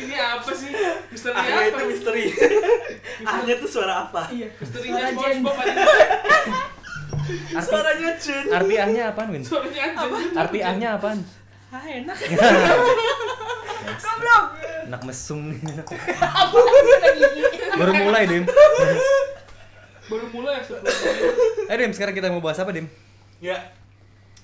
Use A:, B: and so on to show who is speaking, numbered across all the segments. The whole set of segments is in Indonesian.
A: Ini apa sih? Misteri
B: Akhirnya
A: apa?
B: Iya, itu misteri. Akhirnya itu suara apa?
C: Iya.
A: Misterinya
C: Suara
A: SpongeBob aja.
D: Arti,
B: Suaranya Jun.
D: arti ahnya apaan, Win?
A: Suaranya anjing.
D: Arti ahnya apaan?
C: Ah enak.
D: Goblok. Enak mesum nih.
C: Apa sih lagi?
D: Baru mulai, Dim.
A: Baru mulai ya, sebelumnya.
D: Eh, Dim, sekarang kita mau bahas apa, Dim?
B: Ya.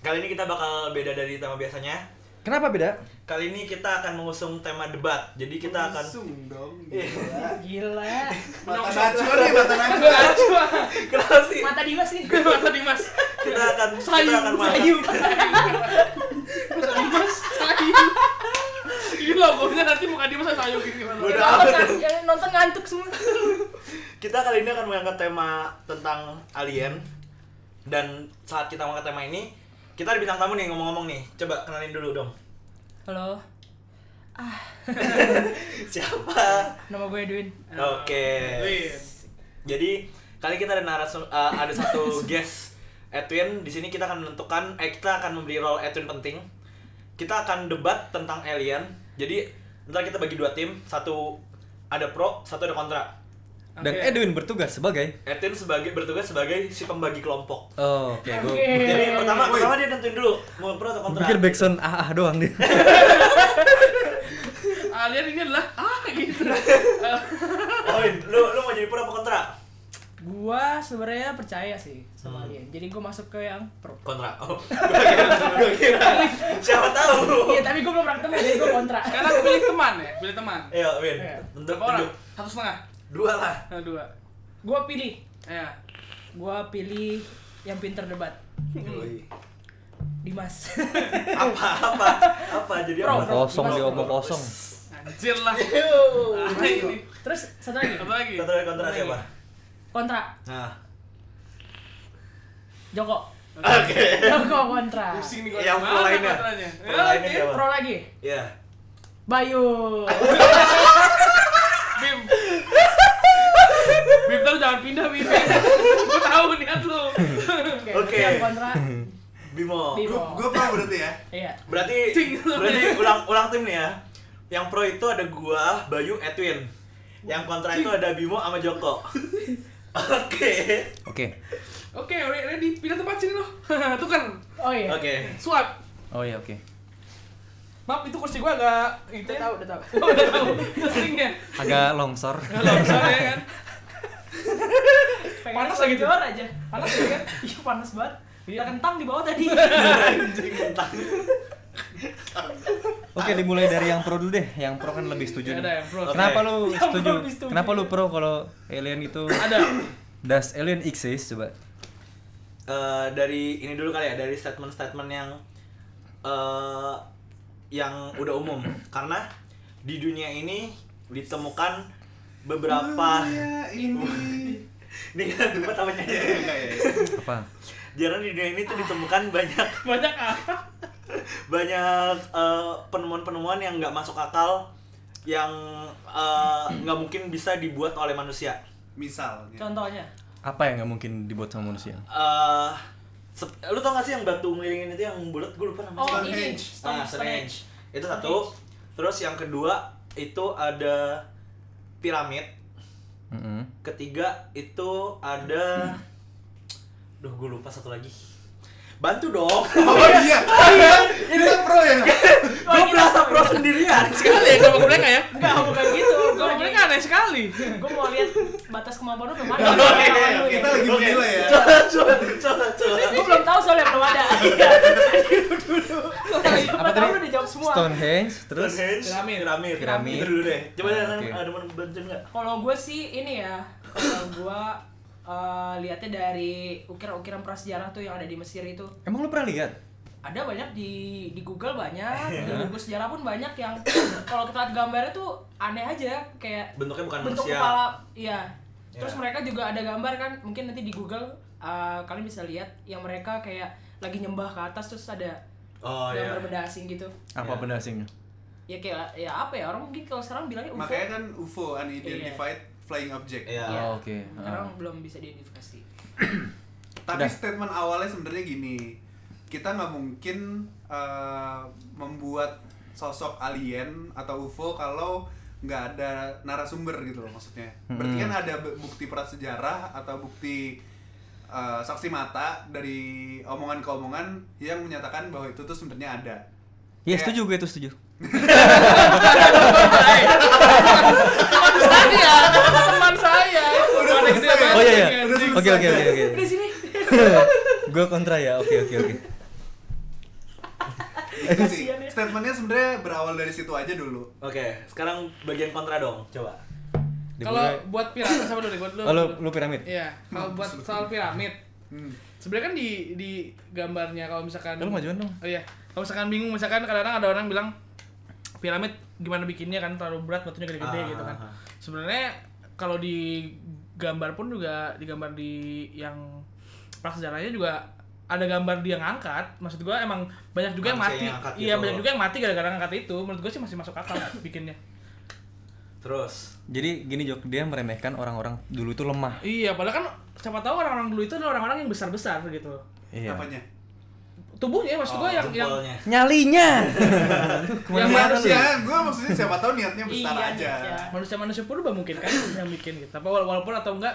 B: Kali ini kita bakal beda dari tema biasanya.
D: Kenapa beda?
B: Kali ini kita akan mengusung tema debat. Jadi kita akan
E: Langsung dong.
B: Iya.
E: gila.
C: Gila.
E: Mata Najwa nih, mata Najwa.
A: Gua Najwa.
B: Kenapa sih?
C: Mata Dimas nih.
A: Mata Dimas.
B: Kita akan
C: Sayu,
B: kita akan
C: sayu.
B: bahas.
A: Mata Dimas. Sayu. Ini logonya nanti muka Dimas sama Sayu gini.
B: Bodoh.
C: Nonton ngan- yang nonton ngantuk semua.
B: Kita kali ini akan mengangkat tema tentang alien dan saat kita mengangkat tema ini kita ada bintang tamu nih ngomong-ngomong nih. Coba kenalin dulu dong.
C: Halo,
B: Siapa?
C: nama gue Edwin.
B: Oke.
A: Win.
B: Jadi kali kita ada narasum eh, ada satu guest Edwin di sini kita akan menentukan eh kita akan memberi role Edwin penting. Kita akan debat tentang alien. Jadi ntar kita bagi dua tim, satu ada pro, satu ada kontra.
D: Dan
A: Oke.
D: Edwin bertugas sebagai
B: Edwin sebagai bertugas sebagai si pembagi kelompok.
D: Oh, oke, gua
C: Oke.
B: Jadi pertama
E: Woi.
B: pertama dia nentuin dulu mau pro atau kontra.
D: pikir backsound ah ah doang dia.
A: Alien ini adalah ah gitu. Eh,
B: Oh, lu lu mau jadi pro apa kontra?
C: Gua sebenarnya percaya sih
B: Hmm.
C: sama alien. Jadi gua masuk ke yang pro.
B: Kontra. Oh. Gua kira, gua kira. Siapa tahu.
C: Iya, tapi gua belum pernah ketemu jadi gua kontra.
A: Sekarang pilih teman ya, pilih teman.
B: Ayo, Win.
C: Iya.
B: Untuk
A: Berapa orang? Satu setengah.
B: dua lah.
A: Nah, dua.
C: Gua pilih.
A: Ya.
C: Gua pilih yang pinter debat. Dimas.
B: apa apa apa jadi
C: Pro,
B: apa?
C: pro.
D: Kosong dia omong kosong.
A: Anjir lah. Ah, ini.
C: Terus satu lagi
A: Satu lagi.
B: kontra kontra siapa
C: kontra
B: nah
C: Joko.
B: oke
C: Joko kontra.
A: Pusing nih gua.
B: yang pro
A: Mana
B: lainnya
A: Iya, kontranya?
B: pro
A: Ya,
B: lainnya
A: oke.
B: siapa
C: Pro lagi.
B: ya
C: Bayu.
A: Bim. Bim ntar jangan pindah Bim. Gue tahu niat lu.
B: Oke. Oh,
C: Yang kontra
B: Bimo
C: Bimo.
E: Gua gua pro berarti ya.
C: Iya.
B: berarti
A: Cing.
B: berarti ulang ulang tim nih ya yang pro itu ada gua Bayu Edwin yang kontra itu ada Bimo sama Joko oke
D: Oke.
A: Oke, re- ready. Pindah tempat sini lo. Tuh kan.
C: Oh iya.
B: oke
A: Suap.
D: Oh iya, oke.
A: Maaf itu kursi gua agak itu
C: Udah
A: ya.
C: tahu, udah tahu.
A: Oh, Udah tahu. ya. Pusingnya.
D: Agak longsor.
A: Longsor ya kan.
C: Pengen
A: Panas
C: panas
A: lagi
C: lagi
A: tuh.
C: aja. Panas ya kan? Iya panas banget. Kita kentang di bawah tadi.
B: anjing kentang
D: Oke, dimulai dari yang pro dulu deh. Yang pro kan lebih setuju.
A: Ya,
D: nih.
A: ada yang pro.
D: Kenapa lu
C: Yang pro
D: setuju?
C: lebih setuju.
D: Kenapa lu pro kalau alien itu
A: Ada.
D: das alien exist coba?
B: Eh, dari ini dulu kali ya dari statement-statement yang eh yang udah umum karena di dunia ini ditemukan beberapa
E: Dunia ini.
B: nih kan tempat apa nyanyi?
E: Enggak ya.
D: Apa?
B: jarang di dunia ini tuh ditemukan banyak
C: Banyak apa?
B: banyak eh, penemuan-penemuan yang nggak masuk akal yang eh, nggak mungkin bisa dibuat oleh manusia
E: Misalnya.
C: Contohnya.
D: Apa yang nggak mungkin dibuat sama manusia?
B: Eh, sep- lu tau gak sih yang batu ngelilingin itu yang bulat gue lupa namanya
C: Oh ini.
E: Stonehenge.
C: Stone,
B: Ah, Stonehenge.
C: Stonehenge.
B: Itu satu. Terus yang kedua itu ada piramid.
D: Mm-mm.
B: Ketiga itu ada Duh, gue lupa satu lagi. Bantu dong.
E: Oh iya. Oh iya. Ini kan pro ya.
C: Oh,
B: gue berasa pro sendirian
A: Eh,
B: sekali.
A: sama mereka ya.
C: Enggak, bukan gitu. Gue
A: Sama
C: lagi
A: mereka aneh sekali.
C: Gue mau lihat batas kemampuan lu kemana. iya,
E: Kita lagi
B: Oke.
E: menilai ya.
B: Coba, coba, coba, coba.
C: Gue belum tahu soalnya belum ada. Iya. Dulu dulu. Apa tadi? Lu dijawab semua.
D: Stonehenge, terus
B: Stonehenge,
A: Piramid.
B: piramid,
D: Piramid. Ah,
B: Itu dulu deh. Coba
D: Oke.
B: ada ada mau bantuin nggak?
C: Kalau gue sih ini ya, kalau gue eh, lihatnya dari ukiran-ukiran prasejarah tuh yang ada di Mesir itu
D: Emang lu pernah lihat?
C: ada banyak di di Google banyak, di buku sejarah pun banyak yang kalau kita lihat gambarnya tuh aneh aja kayak
B: Bentuknya bukan
C: bentuk
B: manusia.
C: kepala, iya. Terus
B: Iya.
C: mereka juga ada gambar kan, mungkin nanti di Google eh, kalian bisa lihat yang mereka kayak lagi nyembah ke atas terus ada
B: Oh iya.
C: gambar benda asing gitu.
D: Apa
B: Ya.
D: benda asingnya?
C: Ya kayak ya apa ya orang mungkin kalau sekarang bilangnya UFO.
E: Makanya kan UFO unidentified flying object.
B: Iya.
C: Iya.
D: Oh, oke.
C: Sekarang belum bisa diidentifikasi.
E: Tapi
D: Udah.
E: statement awalnya sebenarnya gini, kita nggak mungkin eh, membuat sosok alien atau UFO kalau nggak ada narasumber gitu loh maksudnya.
D: Hmm.
E: Berarti kan ada be- bukti prasejarah atau bukti eh, saksi mata dari omongan ke omongan yang menyatakan bahwa itu tuh sebenarnya ada.
F: Ya
D: Iya,
E: Kayak-
F: setuju gue itu setuju.
A: Teman saya, teman saya.
E: Udah
A: Ada gede
E: selesai.
A: banget
D: Oh iya iya.
A: ya.
E: Udah selesai.
D: Oke oke oke
B: Iya.
D: oke.
C: Di sini.
D: Gue kontra ya. Oke oke oke.
E: Itu sih.
C: Kasian ya.
E: Statementnya sebenarnya berawal dari situ aja dulu.
B: Oke, sekarang bagian kontra dong, coba.
A: Kalau buat piramid sama dulu buat lu.
D: Oh, lu- lu piramid?
A: Iya, kalau
B: Hmm,
A: buat soal piramid. Sebenarnya kan di di gambarnya kalau misalkan
D: Lu majuan dong.
A: Oh iya. Kalau misalkan bingung misalkan kadang-kadang ada orang bilang piramid gimana bikinnya kan terlalu berat batunya gede-gede
B: Ah,
A: gitu kan.
B: ah, ah.
A: Sebenarnya kalau di gambar pun juga digambar di yang prasejarahnya juga ada gambar dia ngangkat. Maksud gua emang banyak juga yang
B: Manusia
A: mati.
B: yang ngangkat
A: Iya,
B: gitu.
A: banyak juga yang mati gara-gara ngangkat itu. Menurut gua sih masih masuk akal bikinnya.
B: Terus,
D: Jadi gini Jok, dia meremehkan orang-orang dulu itu lemah.
A: Iya, padahal kan siapa tahu orang-orang dulu itu adalah orang-orang yang besar-besar gitu.
D: Iya.
E: Apanya?
A: Tubuhnya maksud
B: oh,
A: gua yang yang
B: jempolnya.
F: Nyalinya.
E: Ya
A: yang
E: manusia, gue maksudnya siapa tahu niatnya besar
C: Iya,
E: aja.
C: niatnya.
B: ya?
A: manusia-manusia purba mungkin kan yang bikin gitu. Tapi wala- walaupun atau enggak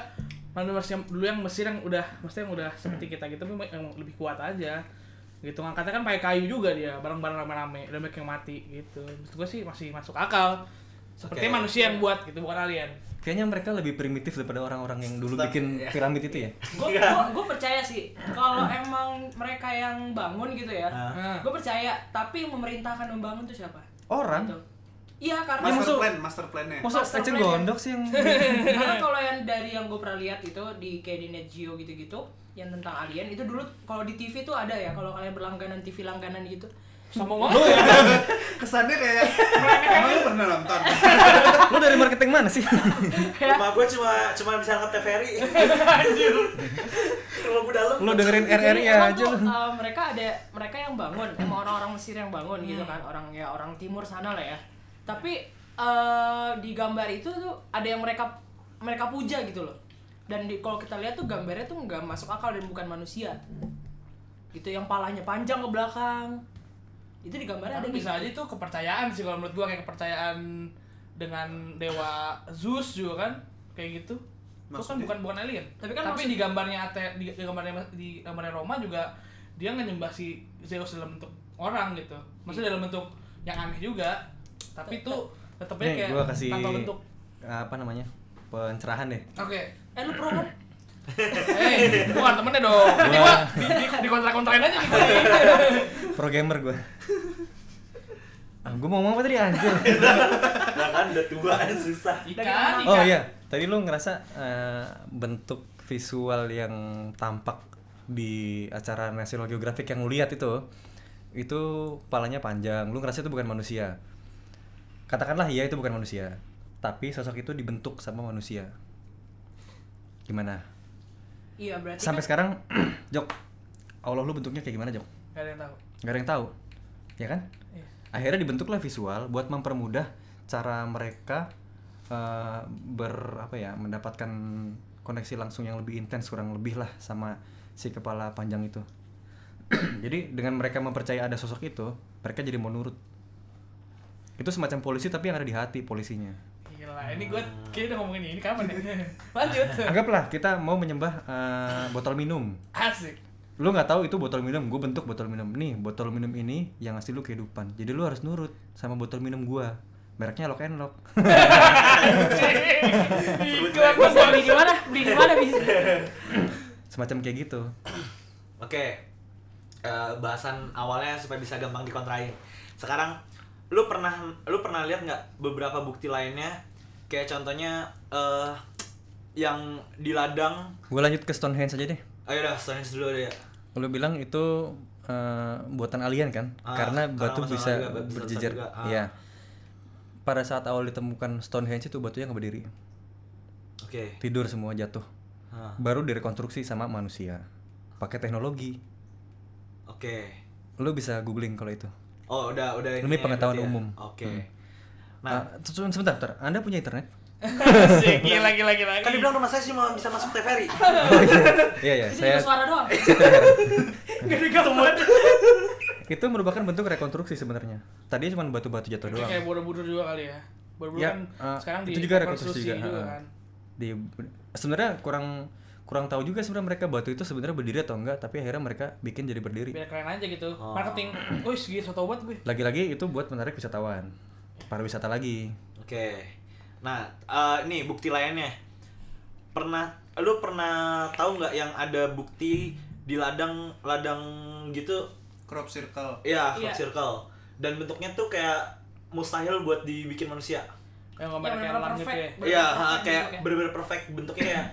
A: manusia dulu yang Mesir yang udah maksudnya yang udah seperti kita gitu tapi yang lebih kuat aja gitu ngangkatnya kan pakai kayu juga dia bareng-bareng rame-rame dan banyak yang mati gitu maksud gua sih masih masuk akal seperti
B: Oke.
A: manusia yang buat gitu bukan alien
D: Kayaknya mereka lebih primitif daripada orang-orang yang dulu
B: Stop.
D: bikin piramid itu ya.
C: Gue
B: Iya.
C: gue percaya sih kalau emang mereka yang bangun gitu ya.
B: Ah.
A: Nah,
C: Gue percaya, tapi yang memerintahkan membangun tuh siapa?
D: Orang.
B: Kan?
C: Gitu. Iya karena
E: Master
D: musuh.
E: plan, master plannya.
D: Masa
C: Master
D: kecil
C: plan ya.
D: gondok sih yang
C: karena kalau yang dari yang gue pernah lihat itu di kayak di Net Geo gitu-gitu yang tentang alien itu dulu kalau di TV tuh ada ya kalau kalian berlangganan TV langganan gitu
A: sombong banget ya.
E: Kesannya kayak emang lu pernah nonton?
D: Lu dari marketing mana sih?
B: Rumah gue cuma cuma bisa ngangkat TVRI. Anjir. Rumah gue dalam.
D: Lu dengerin RRI
C: Jadi emang
D: aja
C: tuh,
D: lu.
C: eh, mereka ada mereka yang bangun emang orang-orang Mesir yang bangun gitu
A: Hmm.
C: kan orang ya orang timur sana lah ya tapi eh, di gambar itu tuh ada yang mereka mereka puja gitu loh dan di kalau kita lihat tuh gambarnya tuh nggak masuk akal dan bukan manusia gitu yang palanya panjang ke belakang itu di gambarnya ada
A: Tapi bisa
C: gitu.
A: aja itu kepercayaan sih kalau menurut gua kayak kepercayaan dengan dewa Zeus juga kan kayak gitu. Itu kan
E: Maksudnya?
A: bukan bukan alien.
C: Tapi
A: Tapi
C: kan
A: kan
C: maksud-
A: di gambarnya Ate di, di gambarnya di gambarnya Roma juga dia menyembah si Zeus dalam bentuk orang gitu.
C: Iya.
A: Maksudnya dalam bentuk yang aneh juga. Tapi itu tetapnya
D: Nih,
A: kayak
D: gua kasih
A: tanpa bentuk.
D: apa namanya? Pencerahan deh.
A: Oke.
C: eh lu pro kan
A: Eh, bukan temennya dong. Nanti gua di, di, di kontra-kontrain aja gitu.
D: Pro gamer gue. Ah, gue mau ngomong apa tadi anjir?
B: Nah kan udah tua susah.
A: Ikan, ikan.
D: Oh iya, tadi lu ngerasa eh, bentuk visual yang tampak di acara National Geographic yang lu lihat itu itu palanya panjang, lu ngerasa itu bukan manusia. Katakanlah iya itu bukan manusia, tapi sosok itu dibentuk sama manusia. Gimana?
C: iya berarti
D: Sampai
C: kan-
D: sekarang Jok, Allah lu bentuknya kayak gimana, Jok?
A: Gak ada yang tahu.
D: Gak ada yang tahu. Ya kan?
A: Iya.
D: Akhirnya dibentuklah visual buat mempermudah cara mereka eh, ber apa ya, mendapatkan koneksi langsung yang lebih intens kurang lebih lah sama si kepala panjang itu. jadi dengan mereka mempercayai ada sosok itu, mereka jadi mau nurut. Itu semacam polisi tapi yang ada di hati polisinya.
A: Gila, ini gua kayaknya udah ngomongin ini kapan ya? Lanjut.
D: Anggaplah kita mau menyembah eh, botol minum.
A: Asik.
D: lu nggak tahu itu botol minum gue bentuk botol minum nih botol minum ini yang ngasih lu kehidupan jadi lu harus nurut sama botol minum gua mereknya Lock and Lock
A: Iklan
C: bisa kan- beli di mana beli di mana bisa
D: semacam kayak gitu
B: Oke. Eh, bahasan awalnya supaya bisa gampang dikontrain. Sekarang lu pernah lu pernah lihat nggak beberapa bukti lainnya kayak contohnya eh yang di ladang
D: gue lanjut ke Stonehenge aja deh
B: ayo dah Stonehenge dulu deh ya
D: lu bilang itu eh, buatan alien kan
B: Ah,
D: karena
B: karena
D: batu
B: masalah
D: bisa
B: juga, batu besar
D: berjejer
B: juga, ah.
D: ya pada saat awal ditemukan Stonehenge itu batunya nggak berdiri
B: oke
D: tidur semua jatuh
B: Hah,
D: baru direkonstruksi sama manusia pakai teknologi
B: oke
D: lu bisa googling kalau itu
B: oh udah udah
D: Ini
B: ya,
D: pengetahuan
B: berarti ya.
D: umum.
B: oke
D: Hmm.
B: nah
D: Ah, sebentar, sebentar anda punya internet
A: Asik, gila gila gila.
B: kan dibilang rumah saya cuma bisa masuk TVRI
D: iya iya
C: itu
D: saya
C: cuma suara doang
D: saya terheran.
A: gak ada gambar.
D: itu itu merupakan bentuk rekonstruksi sebenarnya. Tadinya cuma batu-batu jatuh doang.
A: Kayak Borobudur juga kali ya. Borobudur
D: Ya,
A: kan
D: eh,
A: sekarang
D: itu
A: di
D: juga rekonstruksi juga, eh,
A: kan.
D: Di sebenarnya kurang kurang tahu juga sebenarnya mereka batu itu sebenarnya berdiri atau enggak, tapi akhirnya mereka bikin jadi berdiri.
A: Biar keren aja gitu. Marketing. Oh, segini soto obat gue.
D: Lagi-lagi itu buat menarik wisatawan. Para wisata lagi.
B: Oke. Nah, eh nih bukti lainnya. Pernah lu pernah tahu nggak yang ada bukti di ladang ladang gitu?
E: crop circle
B: Iya, crop
C: Iya.
B: circle. Dan bentuknya tuh kayak mustahil buat dibikin manusia.
A: Yang gambar kayak
C: bener-bener
A: elang gitu
C: Iya, perfect.
A: ya.
C: Bener-bener
B: Iya,
C: perfect
B: ha, kayak
C: bentuknya.
B: bener-bener perfect bentuknya ya.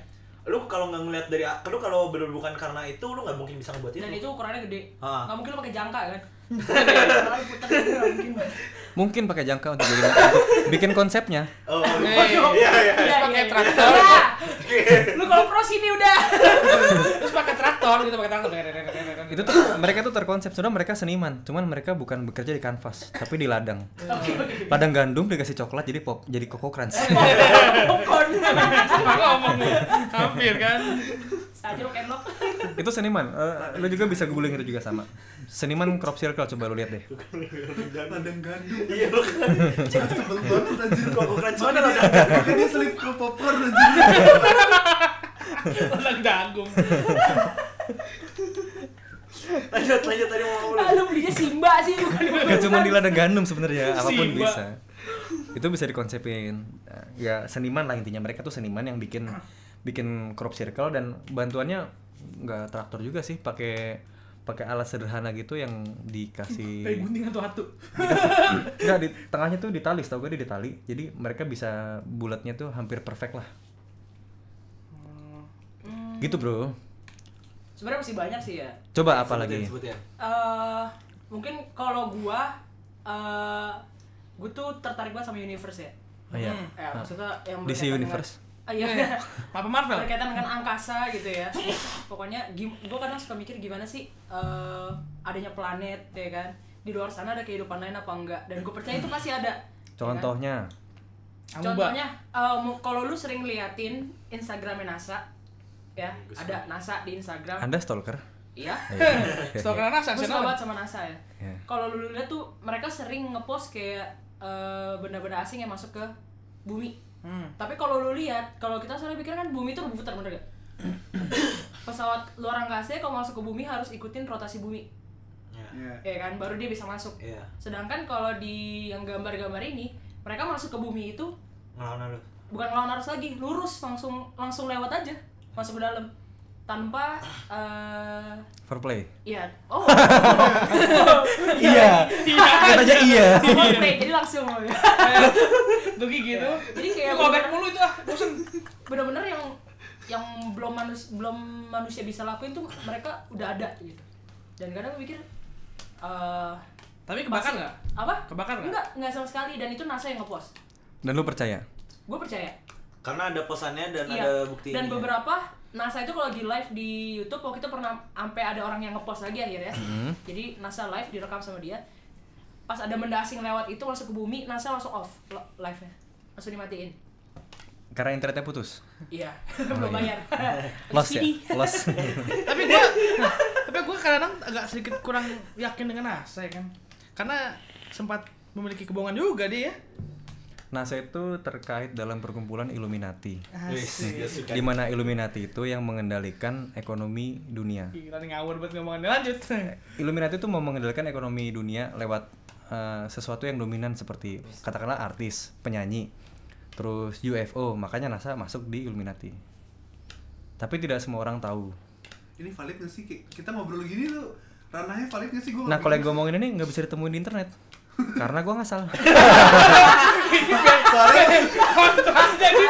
B: Lu kalau nggak ngeliat dari lu kalau bener bukan karena itu lu nggak mungkin bisa ngebuat itu.
C: Dan itu ukurannya gede.
B: Ah.
C: Nggak mungkin lo pakai jangka kan? Lagi puter, nggak mungkin.
D: Mungkin pakai jangka untuk bikin, untuk bikin konsepnya.
B: Oh,
A: Hey.
B: iya iya.
C: Iya,
A: pakai
C: iya, iya.
A: traktor.
C: Iya. Lu kalau pros ini udah.
A: Terus pakai traktor gitu, pakai traktor.
D: Itu tuh mereka tuh terkonsep sebenarnya mereka seniman, cuman mereka bukan bekerja di kanvas, tapi di ladang. Ladang gandum dikasih coklat jadi pop, jadi koko crunch.
C: Popcorn.
A: Sumpah ngomong gue. Hampir kan.
C: Saja lo kenok.
D: itu seniman. Eh, lu juga bisa guling itu juga sama. Seniman crop circle coba lu lihat deh.
E: ladang gandum
B: Iya, lu kan.
E: sebel banget anjir
B: Kok keren banget ya. lu.
E: makanya selip ke popcorn anjir
A: Ladang jagung.
B: Lanjut lanjut tadi mau ngomong
C: Ah, Lu belinya Simba sih bukan.
D: Gak cuma di ladang gandum sebenarnya, apapun
A: Simba.
D: bisa. Itu bisa dikonsepin. Eh, Ya seniman lah intinya mereka tuh seniman yang bikin bikin crop circle dan bantuannya nggak traktor juga sih, pakai pakai alat sederhana gitu yang
A: Kayak
D: dikasih
A: gunting satu-satu.
D: nggak di tengahnya tuh ditali, tau gue di tali. Jadi mereka bisa bulatnya tuh hampir perfect lah.
A: Hmm.
D: Gitu bro.
C: Sebenarnya masih banyak sih ya.
D: Coba apa lagi?
B: Sebutin, sebutin.
C: eh mungkin kalau gua eh gua tuh tertarik banget sama universe ya.
D: Oh, iya.
C: Eh, maksudnya yang
D: DC
C: berkaitan
D: Universe.
C: dengan- Ah, iya.
A: Eh, Papa Marvel.
C: berkaitan dengan angkasa gitu ya. Pokoknya gim gua kadang suka mikir gimana sih eh adanya planet ya kan. Di luar sana ada kehidupan lain apa enggak dan gue percaya itu pasti ada. ya kan?
D: Contohnya.
A: Amuba.
C: Contohnya, eh, mu- kalau lu sering liatin Instagramnya NASA, ya ada NASA di Instagram.
D: Anda stalker?
C: Iya.
A: Stalker anak
C: Gue
A: sanksi
C: suka banget
A: banget.
C: sama NASA ya.
D: Iya.
C: Kalau lu lihat tuh mereka sering ngepost kayak eh, benda-benda asing yang masuk ke bumi.
A: Hmm.
C: Tapi kalau lu lihat, kalau kita sering pikir kan bumi itu berputar bener gak? Pesawat luar angkasa kalau masuk ke bumi harus ikutin rotasi bumi,
B: Iya.
E: Iya.
C: ya kan? Baru dia bisa masuk.
B: Iya.
C: Sedangkan kalau di yang gambar-gambar ini, mereka masuk ke bumi itu
B: Ngelawan lu.
C: bukan lawan arus lagi lurus langsung langsung lewat aja masuk ke dalam tanpa eh
D: Foreplay.
C: iya oh
D: Iya. Kata aja iya.
C: Oke, jadi langsung
A: Duki gitu.
C: jadi kayak
A: Ya,
C: Iya, bener,
A: ngobek mulu itu ah, bosen.
C: bener-bener yang yang belum manus belum manusia bisa lakuin tuh mereka udah ada gitu dan kadang gue mikir eh
A: Tapi kebakar nggak?
C: apa
A: Kebakar nggak?
C: enggak enggak sama sekali dan itu NASA yang ngepost
D: Dan lu percaya?
C: gue percaya
B: Karena ada pesannya dan
C: Iya.
B: ada ya? buktinya.
C: Dan beberapa NASA itu kalau lagi live di YouTube waktu itu pernah sampai ada orang yang ngepost lagi akhirnya. Jadi NASA live direkam sama dia. Pas ada benda asing lewat itu masuk ke bumi, NASA langsung off lo- live-nya. Langsung dimatiin.
D: Karena internetnya putus.
C: Iya, belum bayar.
D: Lost ya?
C: Subsidi.
D: Lost.
A: tapi gua tapi gua kadang agak sedikit kurang yakin dengan NASA ya kan karena sempat memiliki kebohongan juga dia ya
D: NASA Nah, itu terkait dalam perkumpulan Illuminati.
B: Wih, dia suka.
D: Di mana Illuminati itu yang mengendalikan ekonomi dunia.
A: Ih, tadi ngawur buat ngomongannya lanjut
D: Illuminati itu mau mengendalikan ekonomi dunia lewat eh, sesuatu yang dominan seperti katakanlah artis, penyanyi, terus UFO. Makanya NASA masuk di Illuminati. Tapi tidak semua orang tahu.
E: ini valid gak sih Ki- kita ngobrol gini tuh ranahnya valid gak sih gue
D: Nah, kalau yang gue ngomongin ini nggak bisa ditemuin di internet. Karena gue nggak salah.
A: jadi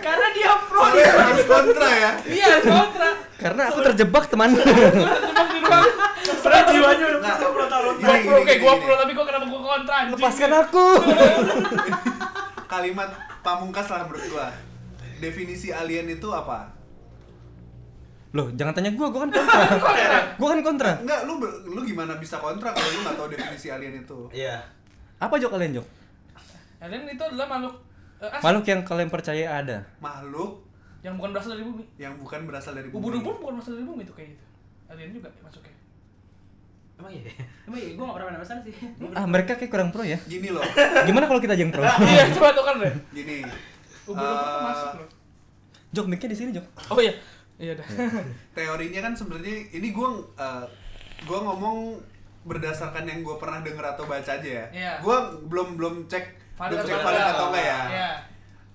C: Karena dia pro.
E: Sorry, harus kontra ya
A: iya kontra
D: Karena aku terjebak, teman.
A: tetap di ruang
B: Padahal jiwanya udah putus belum tahu.
A: gua
E: Gini,
A: pro
E: gini,
A: kayak gua
E: gini.
A: pro tapi kok kenapa gua kontra anjing
D: Lepaskan aku.
E: kalimat pamungkas lah menurut gua definisi alien itu apa
D: Loh, jangan tanya gue, gue kan kontra. gue kan kontra.
E: enggak lu ber- lu gimana bisa kontra kalau lu nggak tahu definisi alien itu
B: Iya.
D: Apa jok kalian jok?
A: alien Nah, itu adalah makhluk eh, as-
D: Makhluk yang kalian percaya ada.
E: makhluk
A: yang bukan berasal dari bumi
E: yang bukan berasal dari bumi
A: ya. ubur-ubur bukan berasal dari bumi itu kayak gitu alien juga masuknya
B: Emang iya?
C: Emang iya, gue gak pernah main pesan sih.
D: Ah, mereka kayak kurang pro ya.
E: Gini loh,
D: Gimana kalau kita aja yang pro?
A: Iya, coba tuh kan deh.
E: gini.
A: Ubur-ubur tuh
E: Eh,
A: masuk loh.
D: Jok, mic-nya di sini, Jok.
A: Oh iya. Iya dah.
E: teorinya kan sebenarnya ini gue gua ngomong berdasarkan yang gue pernah denger atau baca aja ya.
A: Iya.
E: Gua belum belum cek
A: Valid atau
E: belum cek
A: enggak.
E: valid atau enggak ya.
A: Iya.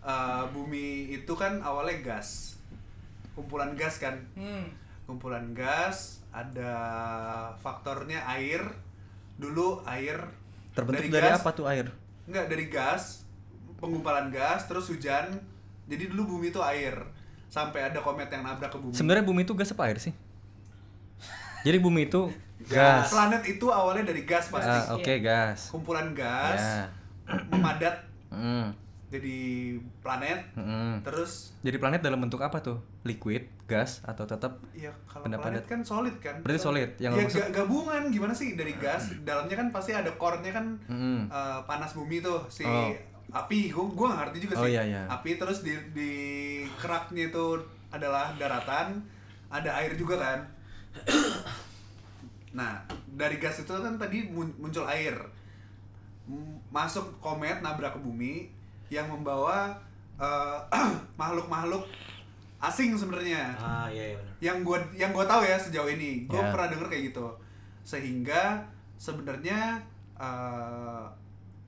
E: Eh, bumi itu kan awalnya gas, kumpulan gas kan,
A: Hmm.
E: kumpulan gas ada faktornya air. Dulu air
D: Terbentuk dari,
E: gas-
D: apa tuh air?
E: Enggak, dari gas, penggumpalan gas, terus hujan. Jadi dulu bumi itu air. Sampai ada komet yang nabrak ke bumi.
D: Sebenarnya bumi itu gas apa air sih? Jadi bumi itu gas.
E: Planet itu awalnya dari gas pasti.
D: Ah, Oke, gas.
E: Kumpulan
D: Ya.
E: gas memadat
D: Mm,
E: jadi planet.
D: mm.
E: Terus
D: Jadi planet dalam bentuk apa tuh? Liquid, gas, atau tetap
E: ya kalau
D: Benda
E: planet
D: padat.
E: kan solid kan.
D: Berarti solid, yang lo
E: ya,
D: maksud- Hmm.
E: ga- gabungan gimana sih dari gas? Dalamnya kan pasti ada core-nya kan
D: Mm.
E: eh, panas bumi tuh si
D: Oh.
E: api. Gua gua nggak ngerti juga
D: Oh,
E: sih.
D: iya, iya.
E: Api terus di di keraknya itu adalah daratan, ada air juga kan. nah, dari gas itu kan tadi mun- muncul air. M- Masuk komet nabrak ke bumi yang membawa eh, makhluk-makhluk asing sebenarnya
B: Ah iya iya benar.
E: yang gue yang gua tahu ya sejauh ini gue
D: Ya.
E: pernah denger kayak gitu sehingga sebenarnya eh,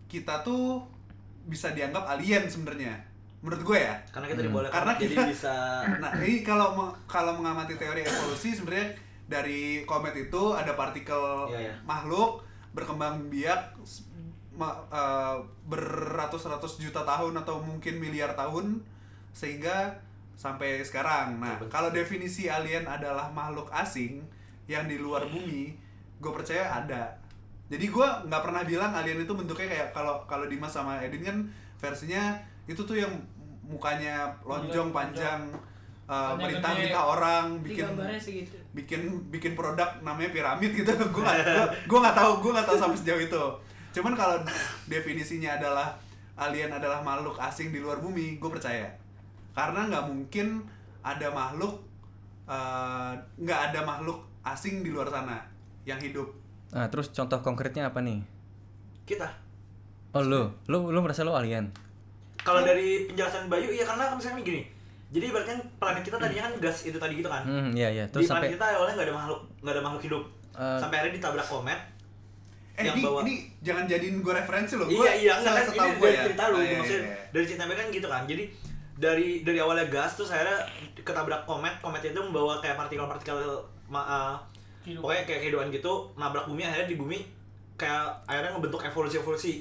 E: kita tuh bisa dianggap alien sebenarnya menurut gue ya
B: Karena kita dibolehkan
E: Karena
B: jadi
E: kita-
B: bisa
E: nah ini kalau me- kalau mengamati teori evolusi sebenarnya dari komet itu ada partikel
B: Iya, iya.
E: makhluk berkembang biak s- ma- eh, beratus-ratus juta tahun atau mungkin miliar tahun sehingga sampai sekarang. Nah,
B: Iya, Betul.
E: kalau definisi alien adalah makhluk asing yang di luar bumi, gue percaya ada. Jadi gue nggak pernah bilang alien itu bentuknya kayak kalau kalau Dimas sama Edin kan versinya itu tuh yang mukanya lonjong panjang
A: Panjang
E: uh, merintah
A: gede.
E: merintah orang bikin
C: Digambarnya segitu.
E: bikin bikin produk namanya piramid gitu gue gue nggak tahu gue nggak tahu sampai sejauh itu cuman kalau definisinya adalah alien adalah makhluk asing di luar bumi gue percaya karena nggak mungkin ada makhluk uh, nggak ada makhluk asing di luar sana yang hidup
D: Nah, terus contoh konkretnya apa nih?
B: kita.
D: Oh, lo, lo, lo merasa lo alien?
B: Kalau dari penjelasan Bayu iya karena kan misalnya gini. Jadi berarti kan planet kita tadinya kan gas itu tadi gitu kan.
D: Hmm, iya iya.
B: Di
D: Terus
B: planet
D: sampai
B: kita awalnya nggak ada makhluk nggak ada makhluk hidup.
D: Eh.
B: sampai akhirnya ditabrak komet.
E: eh
B: Yang
E: ini,
B: bawa-
E: ini jangan jadiin gue referensi loh
B: iya iya
E: salah
B: enggak kan
E: setahu
B: ini
E: gua
B: dari cerita lu
E: Ah, iya,
B: maksudnya
E: iya, iya.
B: dari cerita mereka kan gitu kan jadi dari dari awalnya gas terus akhirnya ketabrak komet komet itu membawa kayak partikel-partikel ma, eh,
A: Kehidupan.
B: pokoknya kayak kehidupan gitu nabrak bumi akhirnya di bumi kayak akhirnya ngebentuk evolusi-evolusi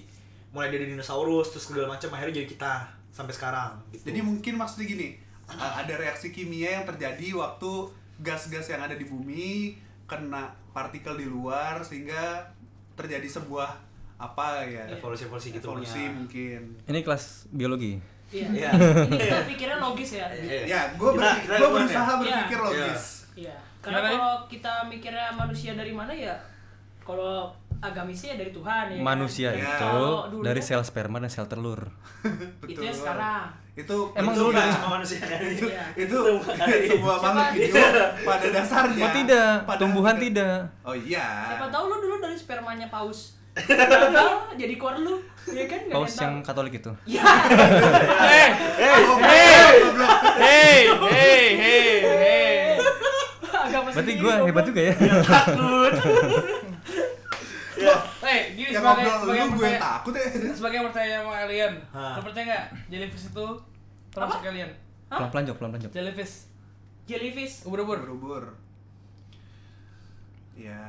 B: mulai dari dinosaurus terus segala macam akhirnya jadi kita sampai sekarang gitu
E: Jadi mungkin maksudnya gini, uh, ada reaksi kimia yang terjadi waktu gas-gas yang ada di bumi kena partikel di luar sehingga terjadi sebuah apa ya
B: evolusi-evolusi gitu
E: evolusi
B: punya.
E: mungkin.
D: ini kelas biologi.
C: Iya.
B: Iya.
C: Ini kita pikirnya logis ya.
B: Iya.
E: Ya, gue
B: Kita- kita gimana ya?
E: berusaha
C: ya?
E: berpikir
B: Iya.
E: logis.
C: Iya. Karena
A: Gimana, ya?
C: kalau kita mikirnya manusia dari mana ya? Kalau agamisnya ya dari Tuhan ya. kan?
D: Manusia
E: Ya.
C: Jadi
D: itu
C: kalau dulu- kan?
D: dari sel sperma dan sel telur.
E: Betul.
C: Itu ya sekarang.
E: Itu
D: Emang
E: itu-
D: dulu
B: Bukan
D: dari-
B: cuma manusia kan
E: itu
C: Iya.
E: itu
B: Semua-
E: semua makhluk
C: Siapa?
E: hidup
B: Iya.
E: pada dasarnya.
D: Oh tidak,
E: Pada-
D: tumbuhan tidak.
E: Oh iya.
C: Siapa tahu lu dulu dari spermanya paus. Gagal jadi keluar lu. Ya kan Nggak ada
D: Paus
C: tahu.
D: yang Katolik itu.
C: Ya.
A: Eh,
E: Eh, goblok.
A: hey, hey, hey, hey.
C: Agama
D: Berarti
C: sendiri,
D: gue
C: goblok.
D: hebat juga ya.
B: takut ya
A: Eh, gini
E: Yang
A: sebagai
E: ngobrol
A: sebagai
E: lu gue yang
A: pertanyaan-
E: takut ya.
A: sebagai yang percaya sama alien.
B: Hah.
A: Lo percaya enggak jellyfish itu termasuk alien?
D: Pelan pelan jok, pelan pelan jok.
A: Iya. Jellyfish,
C: Jellyfish.
A: ubur-ubur.
E: Berubur. Ya.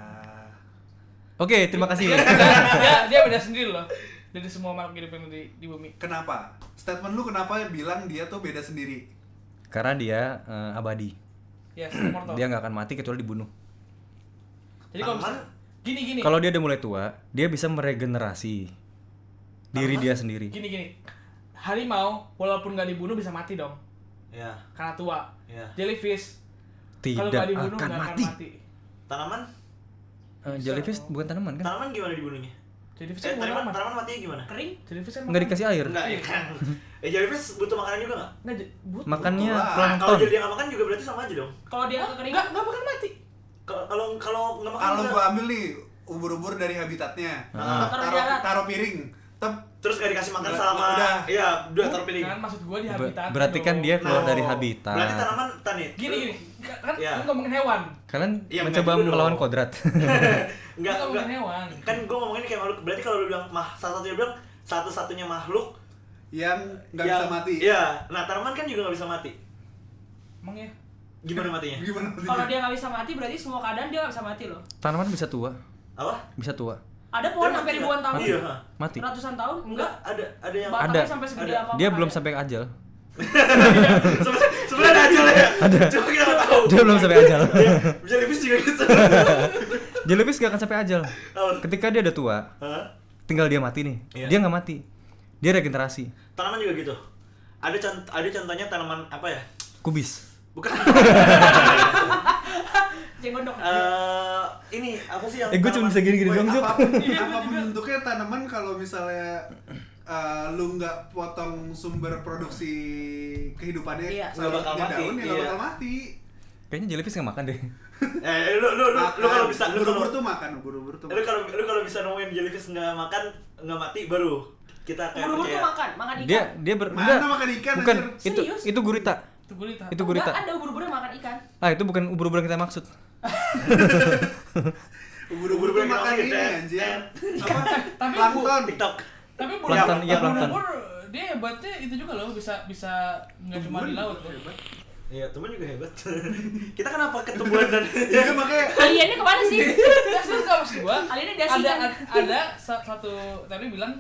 D: Oke, terima
A: Iya.
D: kasih.
A: dia, dia beda sendiri loh dari semua makhluk hidup yang di, di bumi.
E: Kenapa? Statement lu kenapa bilang dia tuh beda sendiri?
D: Karena dia eh, abadi.
A: Ya, immortal.
D: Dia nggak akan mati kecuali dibunuh.
A: Jadi kalau misalnya gini gini.
D: Kalau dia udah mulai tua, dia bisa meregenerasi diri dia sendiri.
A: gini gini harimau walaupun nggak dibunuh bisa mati dong
B: ya
A: karena tua
B: Iya.
A: jellyfish kalau
D: Tidak
A: nggak dibunuh
D: akan
A: nggak akan
D: mati.
A: mati
B: tanaman
D: Eh, jellyfish bukan tanaman kan?
B: tanaman gimana dibunuhnya
A: jellyfish
B: Eh,
A: kan bukan
B: tanaman,
A: lama
B: tanaman matinya gimana?
C: Kering.
A: jellyfish kan
D: Nggak dikasih air.
B: Enggak ya kan. Eh jellyfish butuh makanan juga enggak?
A: nggak je- but
D: Makannya
E: Betul lah.
B: Kalau
D: plankton.
B: jadi dia nggak makan juga berarti sama aja dong.
C: Kalau dia
A: nggak
C: kekeringan
A: nggak bakal mati
C: Oh,
B: Kalau kalau kalau nggak makan
E: Kalau
B: juga-
E: gua ambil nih ubur-ubur dari habitatnya.
B: Ah.
E: Tep, Taruh
C: Taruh
E: taruh piring. Tep
B: Terus gak dikasih makan
E: Udah,
B: sama
E: udah.
B: Iya, udah taruh piring.
A: Kan maksud gua di
D: Ber-
A: habitat.
D: berarti kan
A: dong.
D: dia keluar
E: No.
D: dari habitat.
B: gitu. Berarti tanaman tani.
A: gini gini. Kan
B: Iya.
A: lu ngomongin hewan.
D: Kalian
B: Iya,
D: mencoba
B: enggak dulu
D: melawan
B: dong.
D: kodrat.
A: Lu
B: Enggak, enggak.
A: ngomongin hewan.
B: Kan gue ngomongin kayak makhluk. Berarti kalau lu bilang mah salah satunya bilang satu-satunya makhluk
E: yang nggak
B: yang-
E: bisa mati.
B: Iya. Nah, tanaman kan juga nggak bisa mati.
A: Emang ya.
B: Gimana matinya?
E: Gimana matinya?
C: Kalau dia nggak bisa mati berarti semua keadaan dia nggak bisa mati loh.
D: Tanaman bisa tua,
B: Apa?
D: bisa tua.
C: Ada
B: Dia
C: pohon
B: mati
C: sampai
B: nggak?
C: ribuan tahun.
B: Iya.
D: Mati.
C: Ratusan tahun?
B: Enggak,
C: Enggak.
B: ada ada yang
C: Batangnya
D: Ada.
C: sampai segede
B: Ada.
C: apa?
D: Dia belum sampai ajal.
B: Sebe- sebenarnya ada aja ya. Cuma kita nggak tahu.
D: Dia belum sampai ajal.
B: Iya, Jellyfish juga gitu.
D: Jellyfish gak akan sampai ajal.
B: Apa?
D: Ketika dia udah tua,
B: Hah?
D: tinggal dia mati nih.
B: Iya.
D: Dia nggak mati. Dia regenerasi.
B: Tanaman juga gitu. Ada cont- ada contohnya tanaman apa ya?
D: Kubis.
B: Bukan.
C: Jenggondok.
B: Eh, ini apa sih yang
D: Eh gue cuma bisa
B: tanaman-
D: gini-gini
E: Woi,
D: doang, Jok.
E: apapun,
C: Iya,
E: apapun bentuknya tanaman kalau misalnya eh, lu nggak potong sumber produksi kehidupannya
C: Iya.
B: Nggak bakal mati,
E: selanjutnya daun ya nggak
B: iya.
E: bakal mati.
D: Kayaknya jellyfish gak makan deh.
B: Eh, lu lu lu, lu
E: Makan.
B: kalau bisa lu kalau
E: ubur-ubur tuh makan, ubur-ubur tuh.
B: lu kalau lu kalau bisa nemuin jellyfish nggak makan nggak mati baru kita kayak
C: Ubur-ubur tuh
B: percaya.
C: makan, makan ikan.
D: Dia dia ber
E: Mana
D: enggak.
E: makan ikan,
D: Bukan
E: anjir?
D: itu
C: Serius?
D: itu gurita.
A: Itu gurita.
D: Itu
C: Enggak,
D: gurita.
C: ada ubur-ubur yang makan ikan.
D: Ah, itu bukan ubur-ubur yang kita maksud.
E: Ubur-ubur tuh
B: Ubur-ubur
E: makan
B: yang ya.
E: ini
B: makan
E: anjir.
B: ikan.
E: Apa?
A: Tapi bu-
E: Plankton.
B: TikTok.
A: Tapi bulu
D: Plankton, iya, plankton.
A: bulu dia hebatnya itu juga loh bisa bisa nggak cuma di laut loh.
B: Iya, temen juga hebat. kita kenapa ketumbuhan dan
E: Iya makanya
C: Aliennya kemana sih?
A: Nggak sih nggak maksud gua.
C: Aliennya dia sih
A: Ada
C: kan.
A: ad- ada sa- satu tadi bilang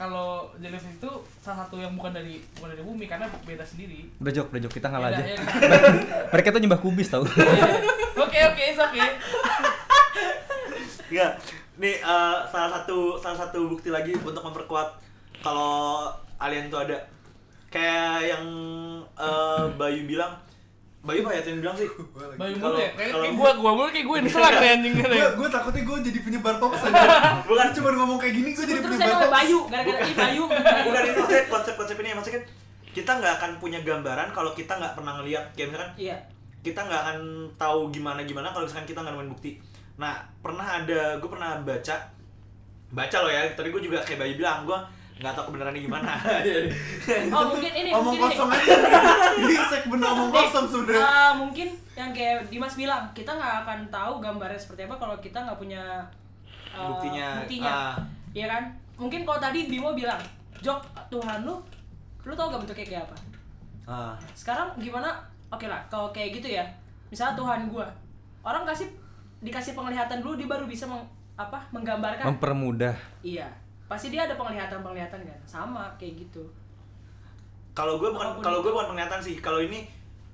A: kalau jellyfish itu salah satu yang bukan dari bukan dari bumi karena beda sendiri.
D: Udah jok, udah jok, kita ngalah
A: Beda,
D: aja.
A: ya.
D: Mereka tuh nyembah kubis tau.
A: Oke oke it's okay.
B: Enggak. Nih eh, salah satu salah satu bukti lagi untuk memperkuat kalau alien tuh ada. Kayak yang eh, Bayu bilang Bayu apa ya Tin bilang sih?
A: Bayu mulu
B: Kalau-
A: ya. Kayak
B: kalau-
A: kayak gua gua mulu kayak gua ini salah kayak anjing gitu ya.
E: gue gue takutnya gue jadi penyebar hoax aja.
B: Bukan.
E: Bukan cuma ngomong kayak gini gue jadi
C: Terus saya
E: penyebar
C: namanya
E: hoax.
C: Bayu, gara-gara ini Bayu.
B: Bukan ini maksudnya konsep-konsep ini ya, maksudnya kita nggak akan punya gambaran kalau kita nggak pernah ngeliat kayak misalkan
C: Iya.
B: kita nggak akan tahu gimana gimana kalau misalkan kita nggak nemuin bukti nah pernah ada gue pernah baca baca loh ya tadi gue juga kayak Bayu bilang gue nggak tahu kebenarannya gimana
C: Oh, mungkin ini
E: Omong
C: mungkin
E: kosong
C: ini.
E: aja. Ini segmen omong kosong sudah.
A: Nah.
C: Eh, mungkin yang kayak Dimas bilang, kita nggak akan tahu gambarnya seperti apa kalau kita nggak punya eh,
B: Buktinya,
C: buktinya.
B: ah.
C: Iya kan? Mungkin kalau tadi Bimo bilang, Jok, Tuhan lu, lu tau gak bentuknya kayak apa?
B: Ah,
C: Sekarang gimana? Oke lah, kalau kayak gitu ya, misalnya Tuhan gua, orang kasih dikasih penglihatan dulu, dia baru bisa meng- apa menggambarkan.
D: Mempermudah.
C: iya, pasti dia ada penglihatan-penglihatan kan, sama kayak gitu.
B: kalau gue bukan
C: Apapun
B: kalau
C: itu.
B: gue bukan penglihatan sih kalau ini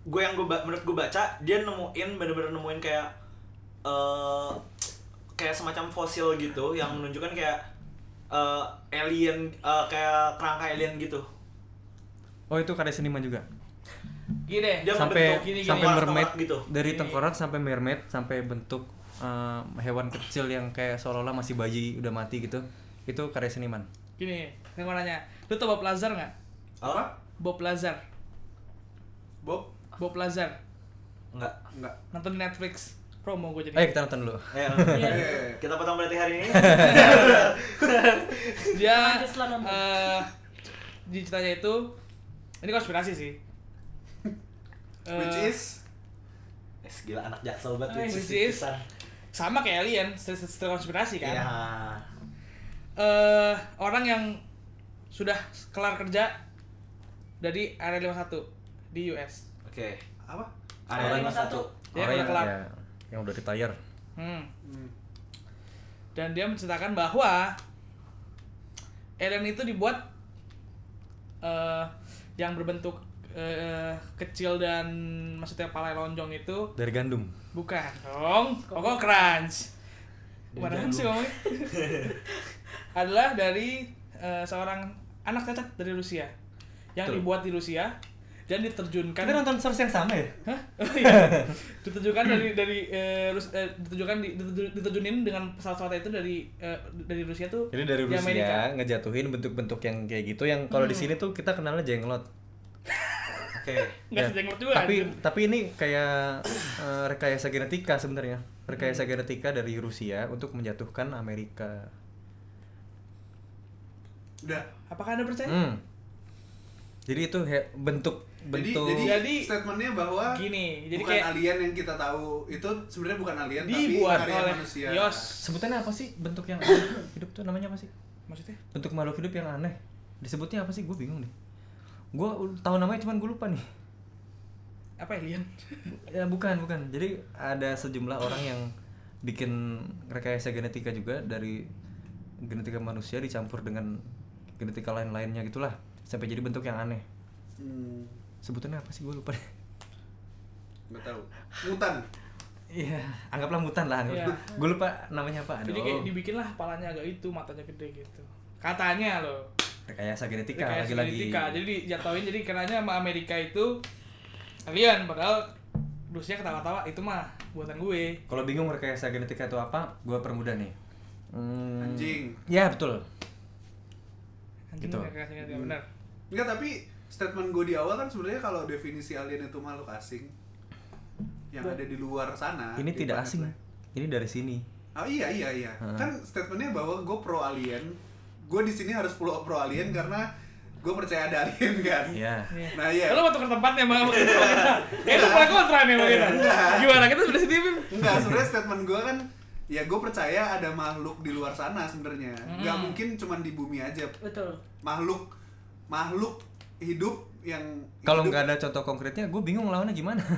B: gue yang gue ba- menurut gue baca dia nemuin bener-bener nemuin kayak eh kayak semacam fosil gitu yang menunjukkan kayak eh, alien eh, kayak kerangka alien gitu
D: Oh, itu karya seniman juga.
A: Gini deh.
B: Dia
D: sampai
B: membentuk gini-gini,
D: sampai
B: orang
D: mermaid
B: tengkorak gitu.
D: dari
A: Gini.
D: tengkorak sampai mermaid sampai bentuk eh, hewan kecil yang kayak seolah-olah masih bayi udah mati gitu itu karya seniman
A: Gini, saya mau nanya. Lu tau Bob Lazar nggak?
B: apa
A: Bob Lazar.
E: Bob,
A: Bob Lazar.
B: enggak
E: enggak.
A: Nonton di Netflix. Promo gua jadi.
D: ayo kita nonton dulu
B: Ayo, Ya.
E: Iya,
B: kita potong berarti hari ini.
A: dia
C: Pantes lah nonton.
A: Ya, eh di ceritanya itu ini konspirasi sih Eh,
E: Which is
B: Es Eh, gila anak jaksel banget
A: Eh,
B: which
A: which
B: is
A: is- sama kayak alien setelah konspirasi kan
B: Iya.
A: Eh, orang yang sudah kelar kerja dari area 51 di US
B: Oke.
E: apa?
B: Area
C: Area
B: 51.
C: 51.
A: dia
D: Orang
A: udah kelar
D: ya, yang udah retire
A: Hmm.
E: Hmm.
A: dan dia menceritakan bahwa alien itu dibuat eh yang berbentuk eh, kecil dan maksudnya kepala lonjong itu
D: dari gandum
A: Bukan dong, Koko Crunch. Kemarin sih ngomongnya. Adalah dari eh, seorang anak cacat dari Rusia yang
D: Betul.
A: dibuat di Rusia dan diterjunkan.
D: kita nonton source yang sama ya
A: Hah? Oh, iya. diterjunkan dari dari eh, Rus- eh, diterjunkan di- diterju- diterjunin dengan pesawat-pesawat itu dari eh, dari Rusia tuh. kan?
D: jadi dari
A: di
D: Rusia
A: Amerika.
D: ngejatuhin bentuk-bentuk yang kayak gitu yang kalau di sini tuh kita kenalnya jenglot
A: Nggak
D: Ya,
A: sejenggot juga.
D: Tapi
A: anjing.
D: tapi ini kayak eh, rekayasa genetika sebenarnya. Rekayasa genetika dari Rusia untuk menjatuhkan Amerika.
E: Udah.
A: apakah Anda percaya?
D: Hmm. Jadi itu he- bentuk
E: Jadi,
D: bentuk
E: jadi,
A: Jadi-
E: statementnya bahwa
A: Gini, jadi
E: bukan
A: kayak-
E: alien yang kita tahu itu sebenarnya bukan alien
A: Dibuat
E: tapi karya
A: oleh
E: manusia.
A: Yos.
D: sebutannya apa sih bentuk yang aneh hidup tuh namanya apa sih?
A: Maksudnya?
D: Bentuk makhluk hidup yang aneh. Disebutnya apa sih? Gue bingung deh. Gue tahu namanya cuman gue lupa nih.
A: Apa alien?
D: Ya, bukan, bukan. Jadi ada sejumlah orang yang bikin rekayasa genetika juga dari genetika manusia dicampur dengan genetika lain-lainnya gitulah sampai jadi bentuk yang aneh.
E: Hmm,
D: Sebutannya apa sih gue lupa. deh.
E: nggak tahu. Mutan.
D: Iya, anggaplah mutan lah.
A: Iya.
D: Gue lupa namanya apa. Aduh.
A: Jadi kayak dibikin lah kepalanya agak itu, matanya gede gitu. Katanya loh.
D: rekayasa genetika
A: Kayak
D: lagi-lagi.
A: genetika. Jadi dijatuhin jadi kenanya sama Amerika itu alien padahal Rusia ketawa-tawa itu mah buatan gue.
D: Kalau bingung rekayasa genetika itu apa, gue permudah nih. Hmm,
E: Anjing.
D: Ya betul.
A: Anjing
D: Gitu.
A: gitu. kasih ngerti benar.
E: Enggak, tapi statement gue di awal kan sebenarnya kalau definisi alien itu makhluk asing yang ada di luar sana.
D: Ini
E: di
D: tidak
E: planet
D: asing.
E: lain.
D: Ini dari sini.
E: Oh iya iya iya. Kan statementnya bahwa gue pro alien. Gue di sini harus pro pro alien karena gue percaya ada alien kan.
D: Iya.
E: Nah iya.
A: Lo mau tukar tempatnya sama sama kita. Eh lu pernah kontra nih sama kita. Gimana kita sudah sini Bim?
E: Enggak, sebenarnya statement gue kan ya gue percaya ada makhluk di luar sana sebenarnya. Nggak mungkin cuman di bumi aja.
C: Betul.
E: Makhluk makhluk hidup yang
D: Kalau
E: hidup,
D: nggak ada contoh konkretnya, gue bingung lawannya gimana.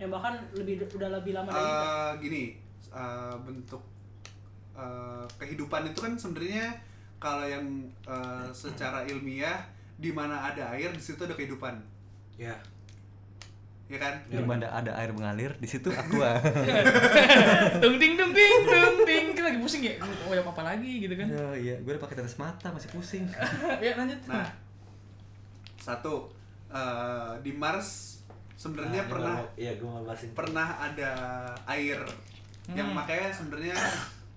C: Yang Ya, bahkan lebih udah lebih lama dari kita.
E: eh, gini eh, bentuk eh, kehidupan itu kan sebenarnya kalau yang eh, secara ilmiah di mana ada air di situ ada kehidupan.
B: Ya.
E: Ya kan?
D: Di mana ada air mengalir, di situ aqua.
A: Tung ting tung ting tung ting. Kita lagi pusing ya. Oh, ya apa lagi gitu kan.
D: Aduh, iya, gue udah pakai tetes mata masih pusing.
A: Ya lanjut.
E: Nah, satu eh, di Mars sebenarnya pernah
B: Iya, gue mau bahasin.
E: pernah ada air yang makanya sebenarnya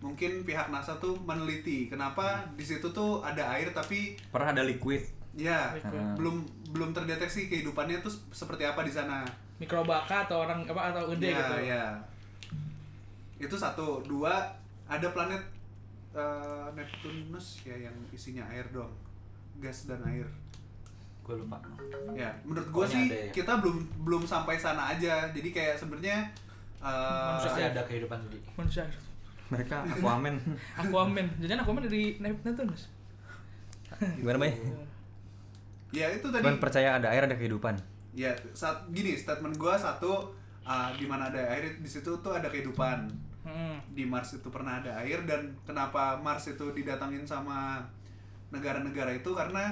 E: mungkin pihak NASA tuh meneliti kenapa di situ tuh ada air tapi
D: Pernah ada liquid.
E: ya
A: Liquid.
E: belum belum terdeteksi kehidupannya tuh seperti apa di sana.
A: Mikroba kah atau orang apa atau gede
E: ya,
A: gitu.
E: ya. Itu satu, dua ada planet eh, Neptunus ya yang isinya air doang. Gas dan air.
B: Gue lupa.
E: Ya, menurut gue
B: Pokoknya
E: sih
B: ada ya.
E: kita belum belum sampai sana aja. Jadi kayak sebenarnya eh,
B: Pasti ada kehidupan di
A: Manusia.
D: Mereka aquaman.
A: Aquaman. Jangan Aquaman dari Nep- Neptunus.
D: gimana, Bay?
E: ya itu tadi
D: Cuman percaya ada air ada kehidupan.
E: ya saat gini statement gua satu ah, di mana ada air di situ tuh ada kehidupan
A: Hmm.
E: di Mars itu pernah ada air dan kenapa Mars itu didatangin sama negara-negara itu karena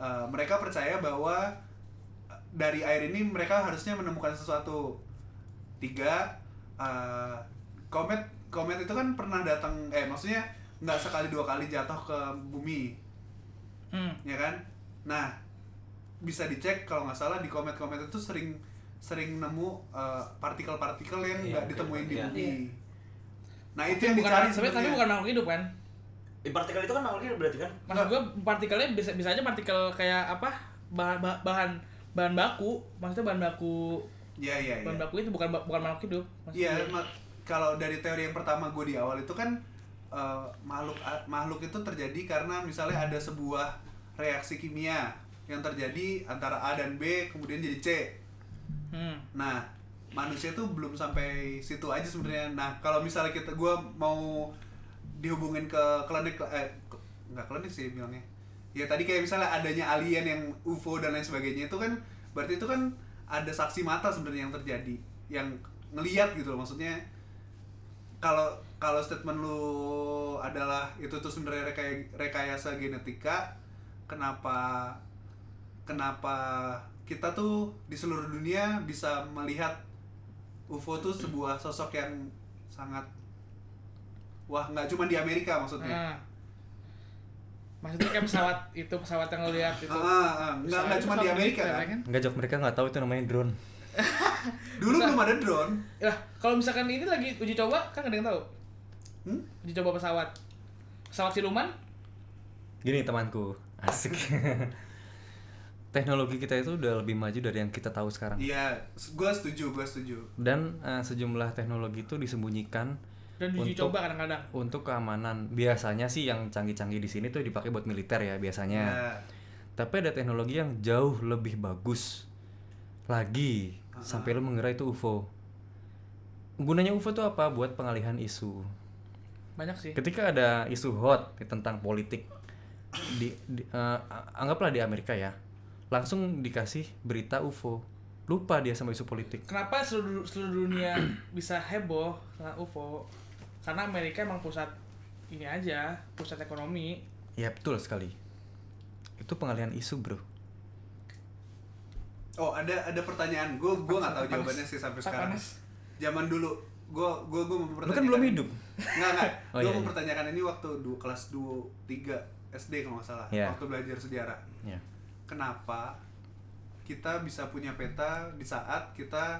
E: eh, mereka percaya bahwa eh, dari air ini mereka harusnya menemukan sesuatu tiga eh, komet komet itu kan pernah datang eh maksudnya nggak sekali dua kali jatuh ke bumi
A: Hmm.
E: ya kan nah bisa dicek kalau nggak salah di komet-komet itu sering sering nemu eh, partikel-partikel yang
B: Iya,
E: nggak ditemuin di
B: iya.
E: bumi nah itu
A: Tapi
E: yang
A: bukan
E: dicari
A: tapi, tapi
E: sebenarnya.
A: bukan makhluk hidup kan?
B: Eh, partikel itu kan makhluk hidup berarti kan?
A: Maksud gua partikelnya bisa bisa aja partikel kayak apa? Bahan bah- bahan bahan baku. Maksudnya bahan baku
E: Iya iya iya.
A: bahan baku itu bukan ba- bukan makhluk hidup. Maksud
E: Iya,
A: gua.
E: ma- kalau dari teori yang pertama gue di awal itu kan eh, makhluk a- makhluk itu terjadi karena misalnya ada sebuah reaksi kimia yang terjadi antara A dan B kemudian jadi C.
A: Hmm.
E: Nah, manusia tuh belum sampai situ aja sebenarnya. Nah, kalau misalnya kita gua mau dihubungin ke klinik eh ke- nggak klinik sih bilangnya. Ya tadi kayak misalnya adanya alien yang UFO dan lain sebagainya itu kan berarti itu kan ada saksi mata sebenarnya yang terjadi yang ngeliat gitu loh maksudnya kalau kalau statement lu adalah itu tuh sebenarnya rekay- rekayasa genetika kenapa kenapa kita tuh di seluruh dunia bisa melihat UFO tuh sebuah sosok yang sangat wah nggak cuma di Amerika
A: Nah.
E: maksudnya
A: Maksudnya kayak pesawat itu pesawat yang ngeliat
E: Ah,
A: Hmm, itu.
E: ah, ah. nggak nggak cuma di Amerika
A: ya
E: kan
D: Enggak jawab mereka nggak tahu itu namanya drone.
E: dulu belum ada drone
A: Lah, kalau misalkan ini lagi uji coba kan nggak ada yang tahu.
E: Hmm?
A: Uji coba pesawat. Pesawat siluman?
D: Gini temanku, asik. teknologi kita itu udah lebih maju dari yang kita tahu sekarang.
E: Iya, gue setuju, gue setuju.
D: Dan eh, sejumlah teknologi itu disembunyikan
A: Dan diuji
D: Untuk-
A: coba kadang-kadang.
D: untuk keamanan. Biasanya sih yang canggih-canggih di sini tuh dipakai buat militer ya biasanya.
A: Iya.
E: Nah,
D: Tapi ada teknologi yang jauh lebih bagus lagi sampai lu mengira itu UFO. Gunanya UFO tuh apa? Buat pengalihan isu.
A: Banyak sih.
D: Ketika ada isu hot tentang politik di, di- eh, anggaplah di Amerika ya. Langsung dikasih berita UFO. Lupa dia sama isu politik.
A: Kenapa seluruh, seluruh dunia bisa heboh dengan UFO? Karena Amerika emang pusat ini aja, pusat ekonomi.
D: Ya betul sekali. Itu pengalihan isu, Bro.
E: oh ada ada pertanyaan, gue gue nggak tahu jawabannya sih sampai sekarang.
A: Panas.
E: Zaman dulu, gue gue gue
D: Lu kan belum hidup.
E: Nggak, nggak.
D: Oh,
E: gue
D: iya, iya.
E: mempertanyakan ini waktu dua, kelas 2, 3 SD kalau nggak salah.
D: Iya.
E: Waktu belajar sejarah.
D: Ya.
E: Kenapa kita bisa punya peta di saat kita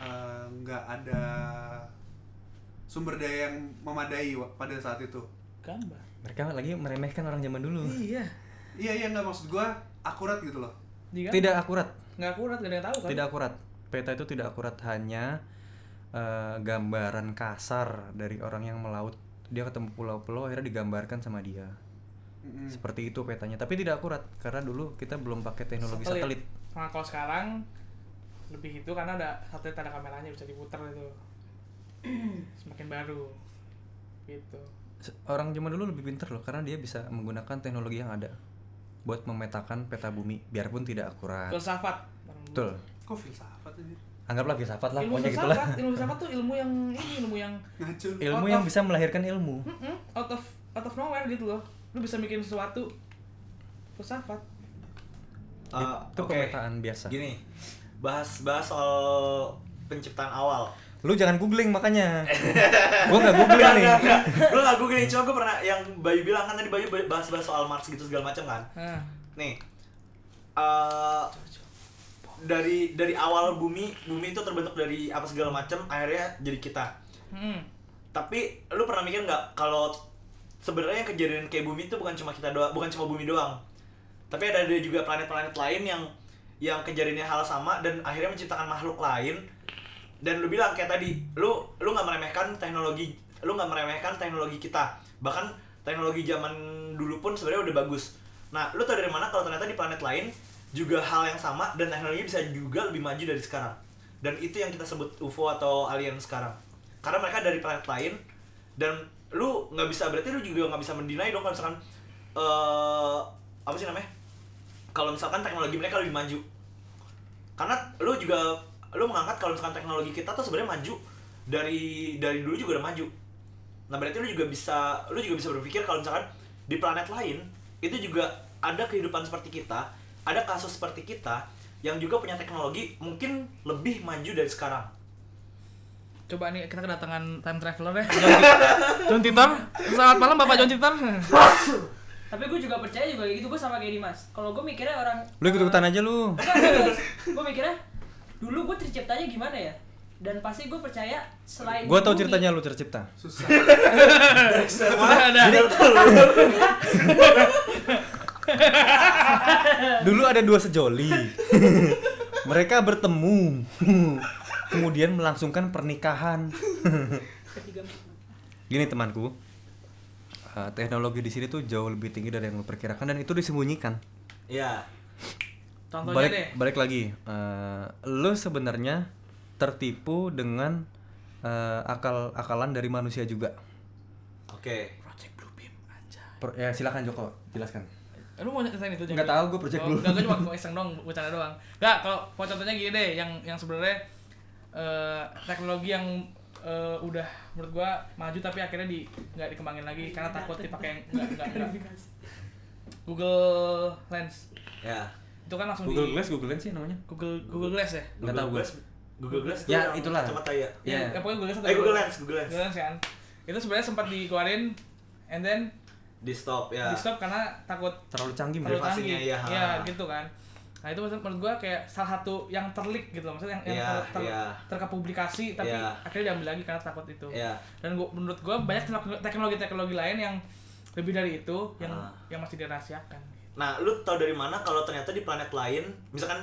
E: eh, nggak ada sumber daya yang memadai wa- pada saat itu?
A: Gambar.
D: Mereka lagi meremehkan orang zaman dulu.
A: Iya.
E: Iya, iya. Nggak maksud gue akurat gitu loh.
A: Jika
D: Tidak akurat.
A: Iya. nggak akurat, nggak ada yang tahu kan?
D: Tidak akurat. Peta itu tidak akurat hanya eh, gambaran kasar dari orang yang melaut. Dia ketemu pulau-pulau akhirnya digambarkan sama dia.
E: Mm-mm.
D: Seperti itu petanya, tapi tidak akurat karena dulu kita belum pakai teknologi satelit.
A: Nah, kalau sekarang lebih itu karena ada satelit ada kameranya bisa diputar itu. Semakin baru. Gitu.
D: Se- Orang zaman dulu lebih pintar loh karena dia bisa menggunakan teknologi yang ada buat memetakan peta bumi biarpun tidak akurat.
A: Filsafat.
D: Nah. Betul.
E: Kok filsafat ini?
D: Anggaplah filsafat lah
A: Ilmu
D: pokoknya gitulah.
A: filsafat, ilmu filsafat tuh ilmu yang ini ilmu yang
E: Ngaco lu.
D: Ilmu yang bisa melahirkan ilmu.
A: mm-mm, out of out of nowhere gitu loh. Lu bisa bikin sesuatu filsafat.
B: Eh,
D: itu
B: oke.
D: pemetaan biasa.
B: Gini, bahas bahas soal penciptaan awal.
D: Lu jangan googling makanya. gua nggak googling
B: Enggak,
D: nih.
B: enggak, enggak. Gue gak googling, cuma gue pernah yang Bayu bilang kan tadi Bayu bahas-bahas soal Mars gitu segala macam kan.
A: Nah,
B: Nih. eh dari dari awal bumi, bumi itu terbentuk dari apa segala macam akhirnya jadi kita.
A: mm,
B: Tapi lu pernah mikir nggak kalau sebenarnya kejadian kayak bumi itu bukan cuma kita doang, bukan cuma bumi doang. Tapi ada ada juga planet-planet lain yang yang kejadiannya hal sama dan akhirnya menciptakan makhluk lain. Dan lu bilang kayak tadi, lu lu nggak meremehkan teknologi, lu nggak meremehkan teknologi kita. Bahkan teknologi zaman dulu pun sebenarnya udah bagus. Nah, lu tau dari mana kalau ternyata di planet lain juga hal yang sama dan teknologi bisa juga lebih maju dari sekarang. Dan itu yang kita sebut UFO atau alien sekarang. Karena mereka dari planet lain dan lu nggak bisa berarti lu juga nggak bisa mendinai dong kalau misalkan eh apa sih namanya? Kalau misalkan teknologi mereka lebih maju karena lu juga lu mengangkat kalau misalkan teknologi kita tuh sebenarnya maju dari dari dulu juga udah maju nah berarti lu juga bisa lu juga bisa berpikir kalau misalkan di planet lain itu juga ada kehidupan seperti kita ada kasus seperti kita yang juga punya teknologi mungkin lebih maju dari sekarang
A: coba nih kita kedatangan time traveler ya. John Titor. John Titor. Selamat malam Bapak John Titor.
C: Tapi gue juga percaya juga kayak gitu, gue sama kayak Dimas. Kalau gue mikirnya orang
D: Lu ikut-ikutan aja lu.
C: gue mikirnya dulu gue terciptanya gimana ya? Dan pasti gue percaya selain
D: Gua
C: di
D: tahu
C: bumi-
D: ceritanya lu tercipta.
E: Susah.
A: Ada.
D: Dulu ada dua sejoli. Mereka bertemu. Kemudian melangsungkan pernikahan. Gini temanku. eh, teknologi di sini tuh jauh lebih tinggi dari yang lu perkirakan dan itu disembunyikan.
B: ya
A: Contohnya
D: balik
A: deh.
D: balik lagi. eh, lu sebenarnya tertipu dengan eh, akal-akalan dari manusia juga.
B: oke
A: Project Blue Beam anjay.
D: Per- ya silakan Joko, jelaskan.
A: Eh, Lu mau nyatain itu
D: Nggak tahu, gua Project Blue.
A: Enggak, gue cuma mau iseng dong, bercanda doang. Enggak, kalau mau contohnya gini deh, yang yang sebenarnya eh, teknologi yang eh, udah menurut gua maju tapi akhirnya di nggak dikembangin lagi karena takut dipakai yang nggak nggak nggak. Google Lens
B: ya
A: itu kan langsung
D: Google
A: di
D: Glass, Google Lens sih namanya.
A: Google Google Glass ya.
D: Nggak tahu gua.
B: Glass Google Glass
D: Ya,
B: tuh yang
D: itulah.
B: kacamata ya
D: Ya.
A: Ya, pokoknya Google Glass. atau
B: eh Google Lens Google Lens
A: Google Lens kan. Itu sebenarnya sempat dikeluarin and then
B: di stop ya
A: di stop karena takut
D: Terlalu canggih
A: terlalu
D: mereka.
B: Privasinya,
A: canggih.
B: iya.
A: Iya, gitu kan. Nah itu maksud- menurut gua kayak salah satu yang terlik gitu loh, maksudnya yang, yang
B: Iya,
A: ter, ter-
B: iya.
A: terkepublikasi tapi
B: Iya.
A: akhirnya diambil lagi karena takut itu.
B: ya
A: Dan gua, menurut gua banyak teknologi- teknologi-teknologi lain yang lebih dari itu yang
B: Ah.
A: yang masih dirahasiakan. gitu.
B: Nah, lu tahu dari mana kalau ternyata di planet lain, misalkan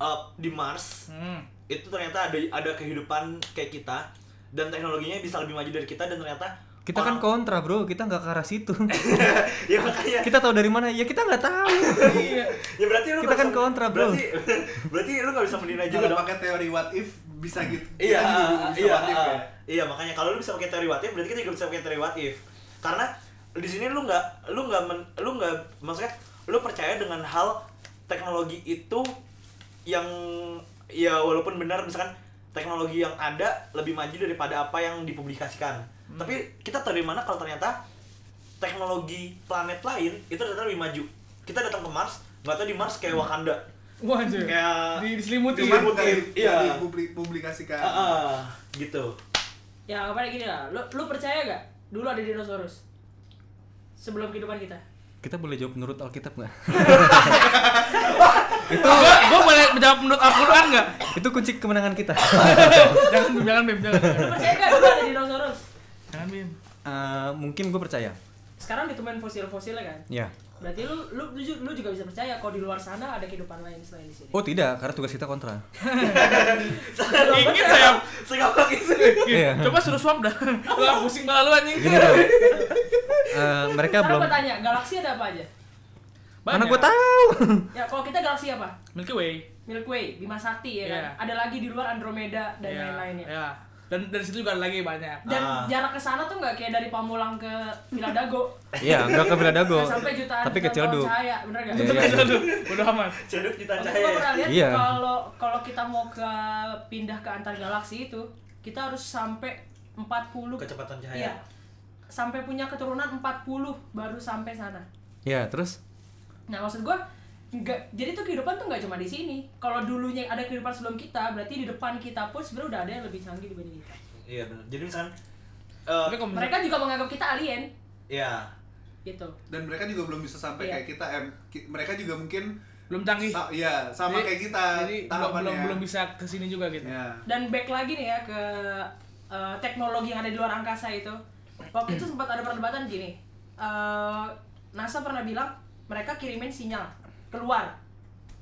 B: eh, di Mars,
A: Hmm.
B: itu ternyata ada ada kehidupan kayak kita dan teknologinya bisa lebih maju dari kita dan ternyata
D: Kita kan
B: orang-
D: kontra bro, kita nggak ke arah situ.
B: ya makanya
D: kita tahu dari mana? Ya kita nggak tahu.
A: Iya.
B: ya berarti lu
D: Kita
B: nggak
D: kan
B: bisa-
D: kontra, bro.
B: Berarti berarti lu nggak bisa menilai juga
E: Kalau
B: dong.
E: pakai teori what if bisa gitu.
B: Iya,
E: Kita juga bisa
B: iya,
E: what if ya.
B: iya makanya kalau lu bisa pakai teori what if, berarti kita juga bisa pakai teori what if. Karena di sini lu nggak, lu nggak, men- lu nggak, maksudnya lu percaya dengan hal teknologi itu yang ya walaupun benar misalkan teknologi yang ada lebih maju daripada apa yang dipublikasikan.
E: Hmm.
B: Tapi kita tahu dari mana kalau ternyata teknologi planet lain itu ternyata lebih maju. Kita datang ke Mars, nggak tahu di Mars kayak
E: Hmm.
B: Wakanda.
A: Wah anjir.
B: Kayak-
A: Di- diselimuti.
B: Cuman
E: Cuman
B: Diselimuti.
E: dari,
B: iya.
E: dari publi- publikasikan.
B: Ah, ah, gitu.
C: Ya apa gini lah, lu, lu percaya gak? Dulu ada dinosaurus Sebelum kehidupan kita
D: Kita boleh jawab menurut Alkitab nggak?
A: Gua, gua boleh menjawab menurut Al-Quran nggak?
D: Itu kunci kemenangan kita.
A: jangan Bim, jangan Bim, jangan.
C: Lu percaya gak dulu ada dinosaurus?
A: Jangan Bim.
D: Eh, mungkin gue percaya.
C: Sekarang ditemuin fosil-fosilnya kan?
D: Ya.
C: Berarti lu, lu, lu, ju- lu juga bisa percaya kalau di luar sana ada kehidupan lain selain di sini
D: Oh tidak, karena tugas kita kontra.
A: Ingin saya
B: Sekarang
D: Iya.
A: coba suruh swap dah. Wah, pusing malah lu anjing.
D: Gini bro. Eh, mereka
C: Sekarang
D: belum.
C: gua tanya, galaksi ada apa aja?
D: Mana gue tahu?
C: Ya kalau kita galaksi apa?
A: Milky Way.
C: Milky Way, Bima Sakti
A: Iya.
C: ya kan? Ada lagi di luar Andromeda dan ya?
A: Iya,
C: lain-lainnya
A: Iya. Dan dari situ juga ada lagi banyak.
C: Dan
B: Ah.
C: jarak ke sana tuh nggak kayak dari Pamulang ke Viladago
D: Iya, nggak ke Beladago.
C: Nggak sampai jutaan
D: Tapi
C: jutaan
D: kecil
C: tahun
D: dulu.
C: cahaya, bener gak?
D: Iya, iya.
A: Aduh, bodo amat.
B: Ceduk kita
C: Waktu itu
B: cahaya.
C: gua pernah lihat
D: Iya.
C: kalau kalau kita mau ke pindah ke antar galaksi itu, kita harus sampai 40
B: Kecepatan cahaya.
C: Iya. Sampai punya keturunan 40 baru sampai sana.
D: Ya terus
C: Nah, maksud gua nggak jadi tuh kehidupan tuh nggak cuma di sini. Kalau dulunya ada kehidupan sebelum kita, berarti di depan kita pun sebenarnya udah ada yang lebih canggih dibanding kita.
B: Iya benar. Jadi misalkan eh
A: Tapi kalau misalnya
C: Mereka juga menganggap kita alien
B: ya
C: gitu.
E: Dan mereka juga belum bisa sampai
C: Iya.
E: kayak kita. em, ki- mereka juga mungkin
A: belum canggih.
E: sa- ya sama
A: Jadi-
E: kayak kita ya.
A: Jadi belum
E: tahapannya.
A: belum belum bisa ke sini juga gitu.
E: Ya.
C: Dan back lagi nih ya ke eh, teknologi yang ada di luar angkasa itu. Waktu itu sempat ada perdebatan gini. Eh, NASA pernah bilang mereka kirimin sinyal keluar.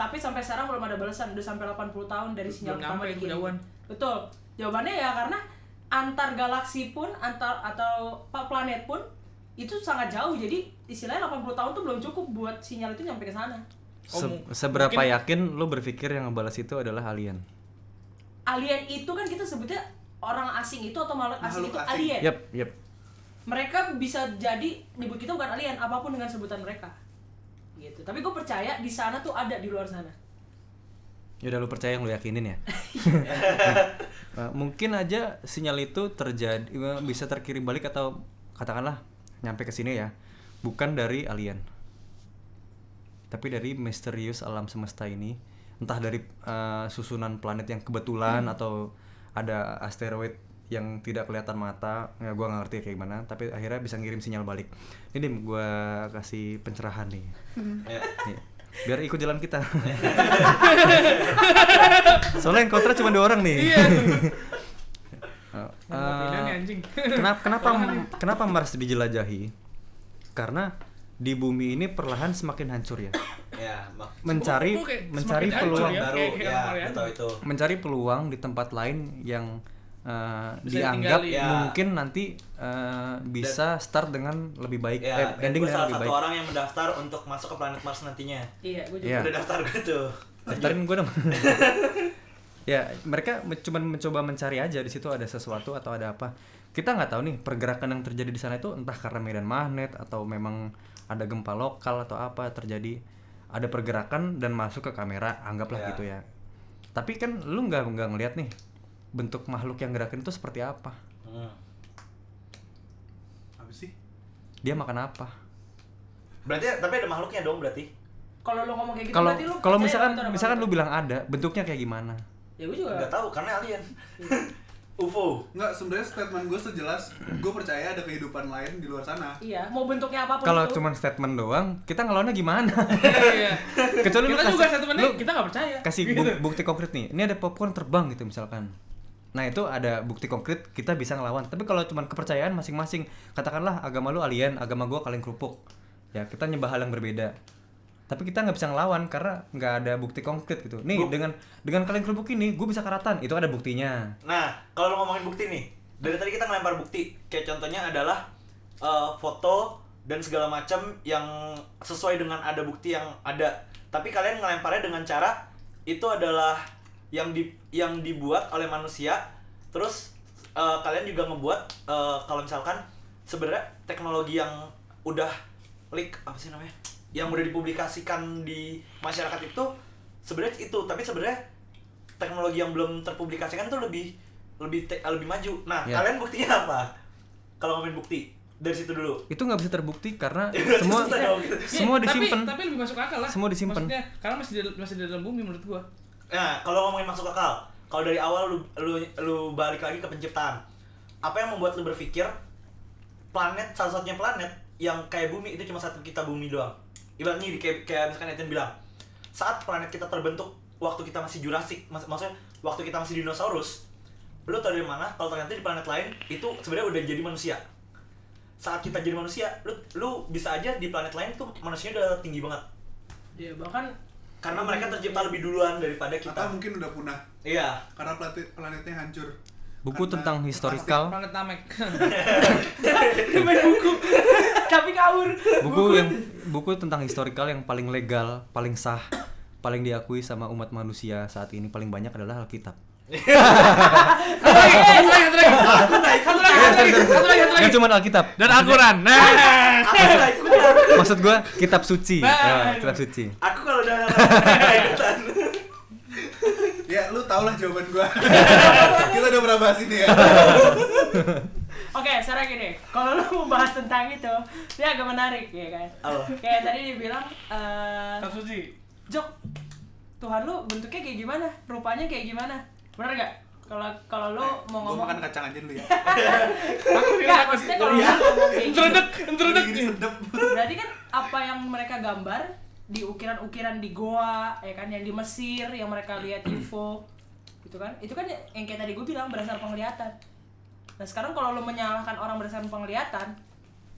C: Tapi sampai sekarang belum ada balasan. Udah sampai 80 tahun dari sinyal
A: Belum
C: pertama
A: nyampe itu
C: dikirim.
A: jauhan.
C: Betul. Jawabannya ya karena antar galaksi pun antar atau pa- planet pun itu sangat jauh. Jadi istilahnya 80 tahun tuh belum cukup buat sinyal itu nyampe ke sana.
A: Oh,
D: se-
A: mu-
D: seberapa
A: mungkin-
D: yakin lo berpikir yang ngebalas itu adalah alien?
C: Alien itu kan kita sebutnya orang asing itu atau makhluk asing
E: Makhluk
C: itu
E: asing.
C: alien.
D: Yap, yap.
C: mereka bisa jadi nyebut kita bukan alien apapun dengan sebutan mereka gitu tapi gue percaya di sana tuh ada di luar sana
D: Ya udah lo percaya yang lo yakinin ya. Eh, mungkin aja sinyal itu terjadi eh, bisa terkirim balik atau katakanlah nyampe ke sini ya, bukan dari alien, tapi dari misterius alam semesta ini, entah dari eh, susunan planet yang kebetulan atau ada asteroid yang tidak kelihatan mata, ya gua nggak ngerti kayak gimana, tapi akhirnya bisa ngirim sinyal balik. Ini Dim, gua kasih pencerahan nih,
B: ya.
D: Nih, Iya. biar ikut jalan kita. Soalnya yang kontra cuma dua orang nih.
A: Iya.
D: Eh,
A: Nggak pindah nih, anjing.
D: kenapa kenapa kenapa Mars dijelajahi? Karena di bumi ini perlahan semakin hancur ya.
B: Ya, mak
D: Mencari
A: Kok kayak
D: mencari
A: semakin hancur
D: peluang
A: ya?
B: baru
A: kayak- kayak
B: ya,
A: apa ya?
B: gua tahu itu.
D: mencari peluang di tempat lain yang eh,
A: Bisa
D: dianggap
A: ditinggali.
B: Ya.
D: mungkin nanti eh, bisa start dengan lebih baik,
B: Ya,
D: eh,
B: dan
D: ending
B: gue
D: dengan
B: salah
D: lebih
B: satu
D: baik.
B: orang yang mendaftar untuk masuk ke planet Mars nantinya.
C: iya gue
D: Iya.
C: juga
B: Udah daftar gue tuh.
D: Daftarin gue dong. ya, mereka me- cuman mencoba mencari aja di situ ada sesuatu atau ada apa. Kita nggak tahu nih pergerakan yang terjadi di sana itu entah karena medan magnet atau memang ada gempa lokal atau apa terjadi ada pergerakan dan masuk ke kamera anggaplah
B: Ya.
D: gitu ya. Tapi kan lu nggak nggak ngeliat nih bentuk makhluk yang gerakin itu seperti apa.
B: Hmm.
E: Apa sih?
D: Dia makan apa?
B: Berarti tapi ada makhluknya dong berarti.
C: kalau lo ngomong kayak gitu
D: Kalau
C: berarti lo
D: kalau
C: percaya
D: misalkan
C: itu ada
D: misalkan lu
C: makhluk.
D: bilang ada, bentuknya kayak gimana?
C: ya gue juga
B: Enggak tahu karena alien. UFO.
E: Enggak, sebenarnya statement gue sejelas gue percaya ada kehidupan lain di luar sana.
C: iya mau bentuknya apapun
D: Kalau
C: itu
D: cuman statement doang, kita ngelawannya gimana?
A: Iya.
D: Kecuali lu
A: kita
D: kasih-
A: juga satu menit
D: lu-
A: kita nggak percaya. Iya.
D: kasih
B: Gitu.
D: bu- bukti konkret nih ini ada popcorn terbang gitu misalkan nah itu ada bukti konkret kita bisa ngelawan tapi kalau cuman kepercayaan masing-masing katakanlah agama lu alien agama gua kaleng kerupuk ya kita nyembah hal yang berbeda tapi kita nggak bisa ngelawan karena nggak ada bukti konkret gitu nih
B: Bu-
D: dengan dengan kalian kerupuk ini gue bisa karatan itu ada buktinya
B: Nah, kalau lo ngomongin bukti nih, dari tadi kita ngelempar bukti. Kayak contohnya adalah eh, foto dan segala macam yang sesuai dengan ada bukti yang ada. Tapi kalian ngelemparnya dengan cara itu adalah yang di yang dibuat oleh manusia. Terus eh, kalian juga ngebuat eh, kalau misalkan sebenarnya teknologi yang udah leak apa sih namanya? Yang udah dipublikasikan di masyarakat itu sebenarnya itu, tapi sebenarnya teknologi yang belum terpublikasikan tuh lebih lebih te- lebih maju. Nah,
D: Ya.
B: kalian buktinya apa? Kalau ngomongin bukti dari situ dulu.
D: itu nggak bisa terbukti karena
B: Ya, berarti
D: semua
B: susah dong.
D: semua
A: Iya,
D: disimpan
A: Tapi, tapi lebih masuk akal lah.
D: Semua disimpan.
A: Maksudnya, karena masih di, masih di dalam bumi menurut gua.
B: Nah, kalau ngomongin masuk akal, kalau dari awal lu, lu lu balik lagi ke penciptaan. Apa yang membuat lu berpikir planet satu-satunya planet yang kayak bumi itu cuma satu kita bumi doang. Ibaratnya di- kayak, kayak misalkan Ethan bilang, saat planet kita terbentuk waktu kita masih Jurassic, mak- maksudnya waktu kita masih dinosaurus, lu tau dari mana kalau ternyata di planet lain itu sebenarnya udah jadi manusia. Saat kita jadi manusia, lu, lu bisa aja di planet lain tuh manusianya udah tinggi banget.
C: Iya, bahkan
B: Karena mereka tercipta lebih duluan daripada
E: Atau
B: kita.
E: mungkin udah punah
B: Iya,
E: karena planet- planetnya hancur.
D: buku
E: Karena
D: tentang
E: plastik.
D: historical
A: Planet Namek.
C: dia main buku tapi kabur.
D: buku yang buku tentang historical yang paling legal paling sah paling diakui sama umat manusia saat ini paling banyak adalah Alkitab.
A: Satu lagi, satu lagi, satu lagi. Satu
D: Iya,
A: lagi, satu lagi, satu lagi, satu
D: Nggak
A: lagi.
D: cuma Alkitab.
A: Dan Al-Quran. Nah.
B: aku nggak ikutan
D: Maksud gua kitab suci.
A: Nah.
D: Ya, kitab suci.
B: aku kalau udah nggak ikutan
E: Ya, lu tau lah jawaban gua. Kita udah pernah bahas ini ya.
C: Oke, sekarang gini, kalau lu mau bahas tentang itu, ini agak menarik ya kan.
B: Apa?
C: Kayak tadi dibilang eh
A: Kitab suci.
C: Jok, Tuhan lu bentuknya kayak gimana? Rupanya kayak gimana? Benar gak? Kalau kalau lu mau
E: Gua
C: ngomong
E: makan kacang aja dulu ya.
A: Aku
C: Nggak, maksudnya
A: Iya.
C: kalau lu ngomong kayak gitu,
A: Entredek, entredek.
E: Ini sedep.
C: berarti kan apa yang mereka gambar di ukiran-ukiran di goa, ya kan, yang di Mesir, yang mereka lihat info, gitu kan? Itu kan yang kayak tadi gue bilang berdasarkan penglihatan. Nah sekarang kalau lu menyalahkan orang berdasarkan penglihatan,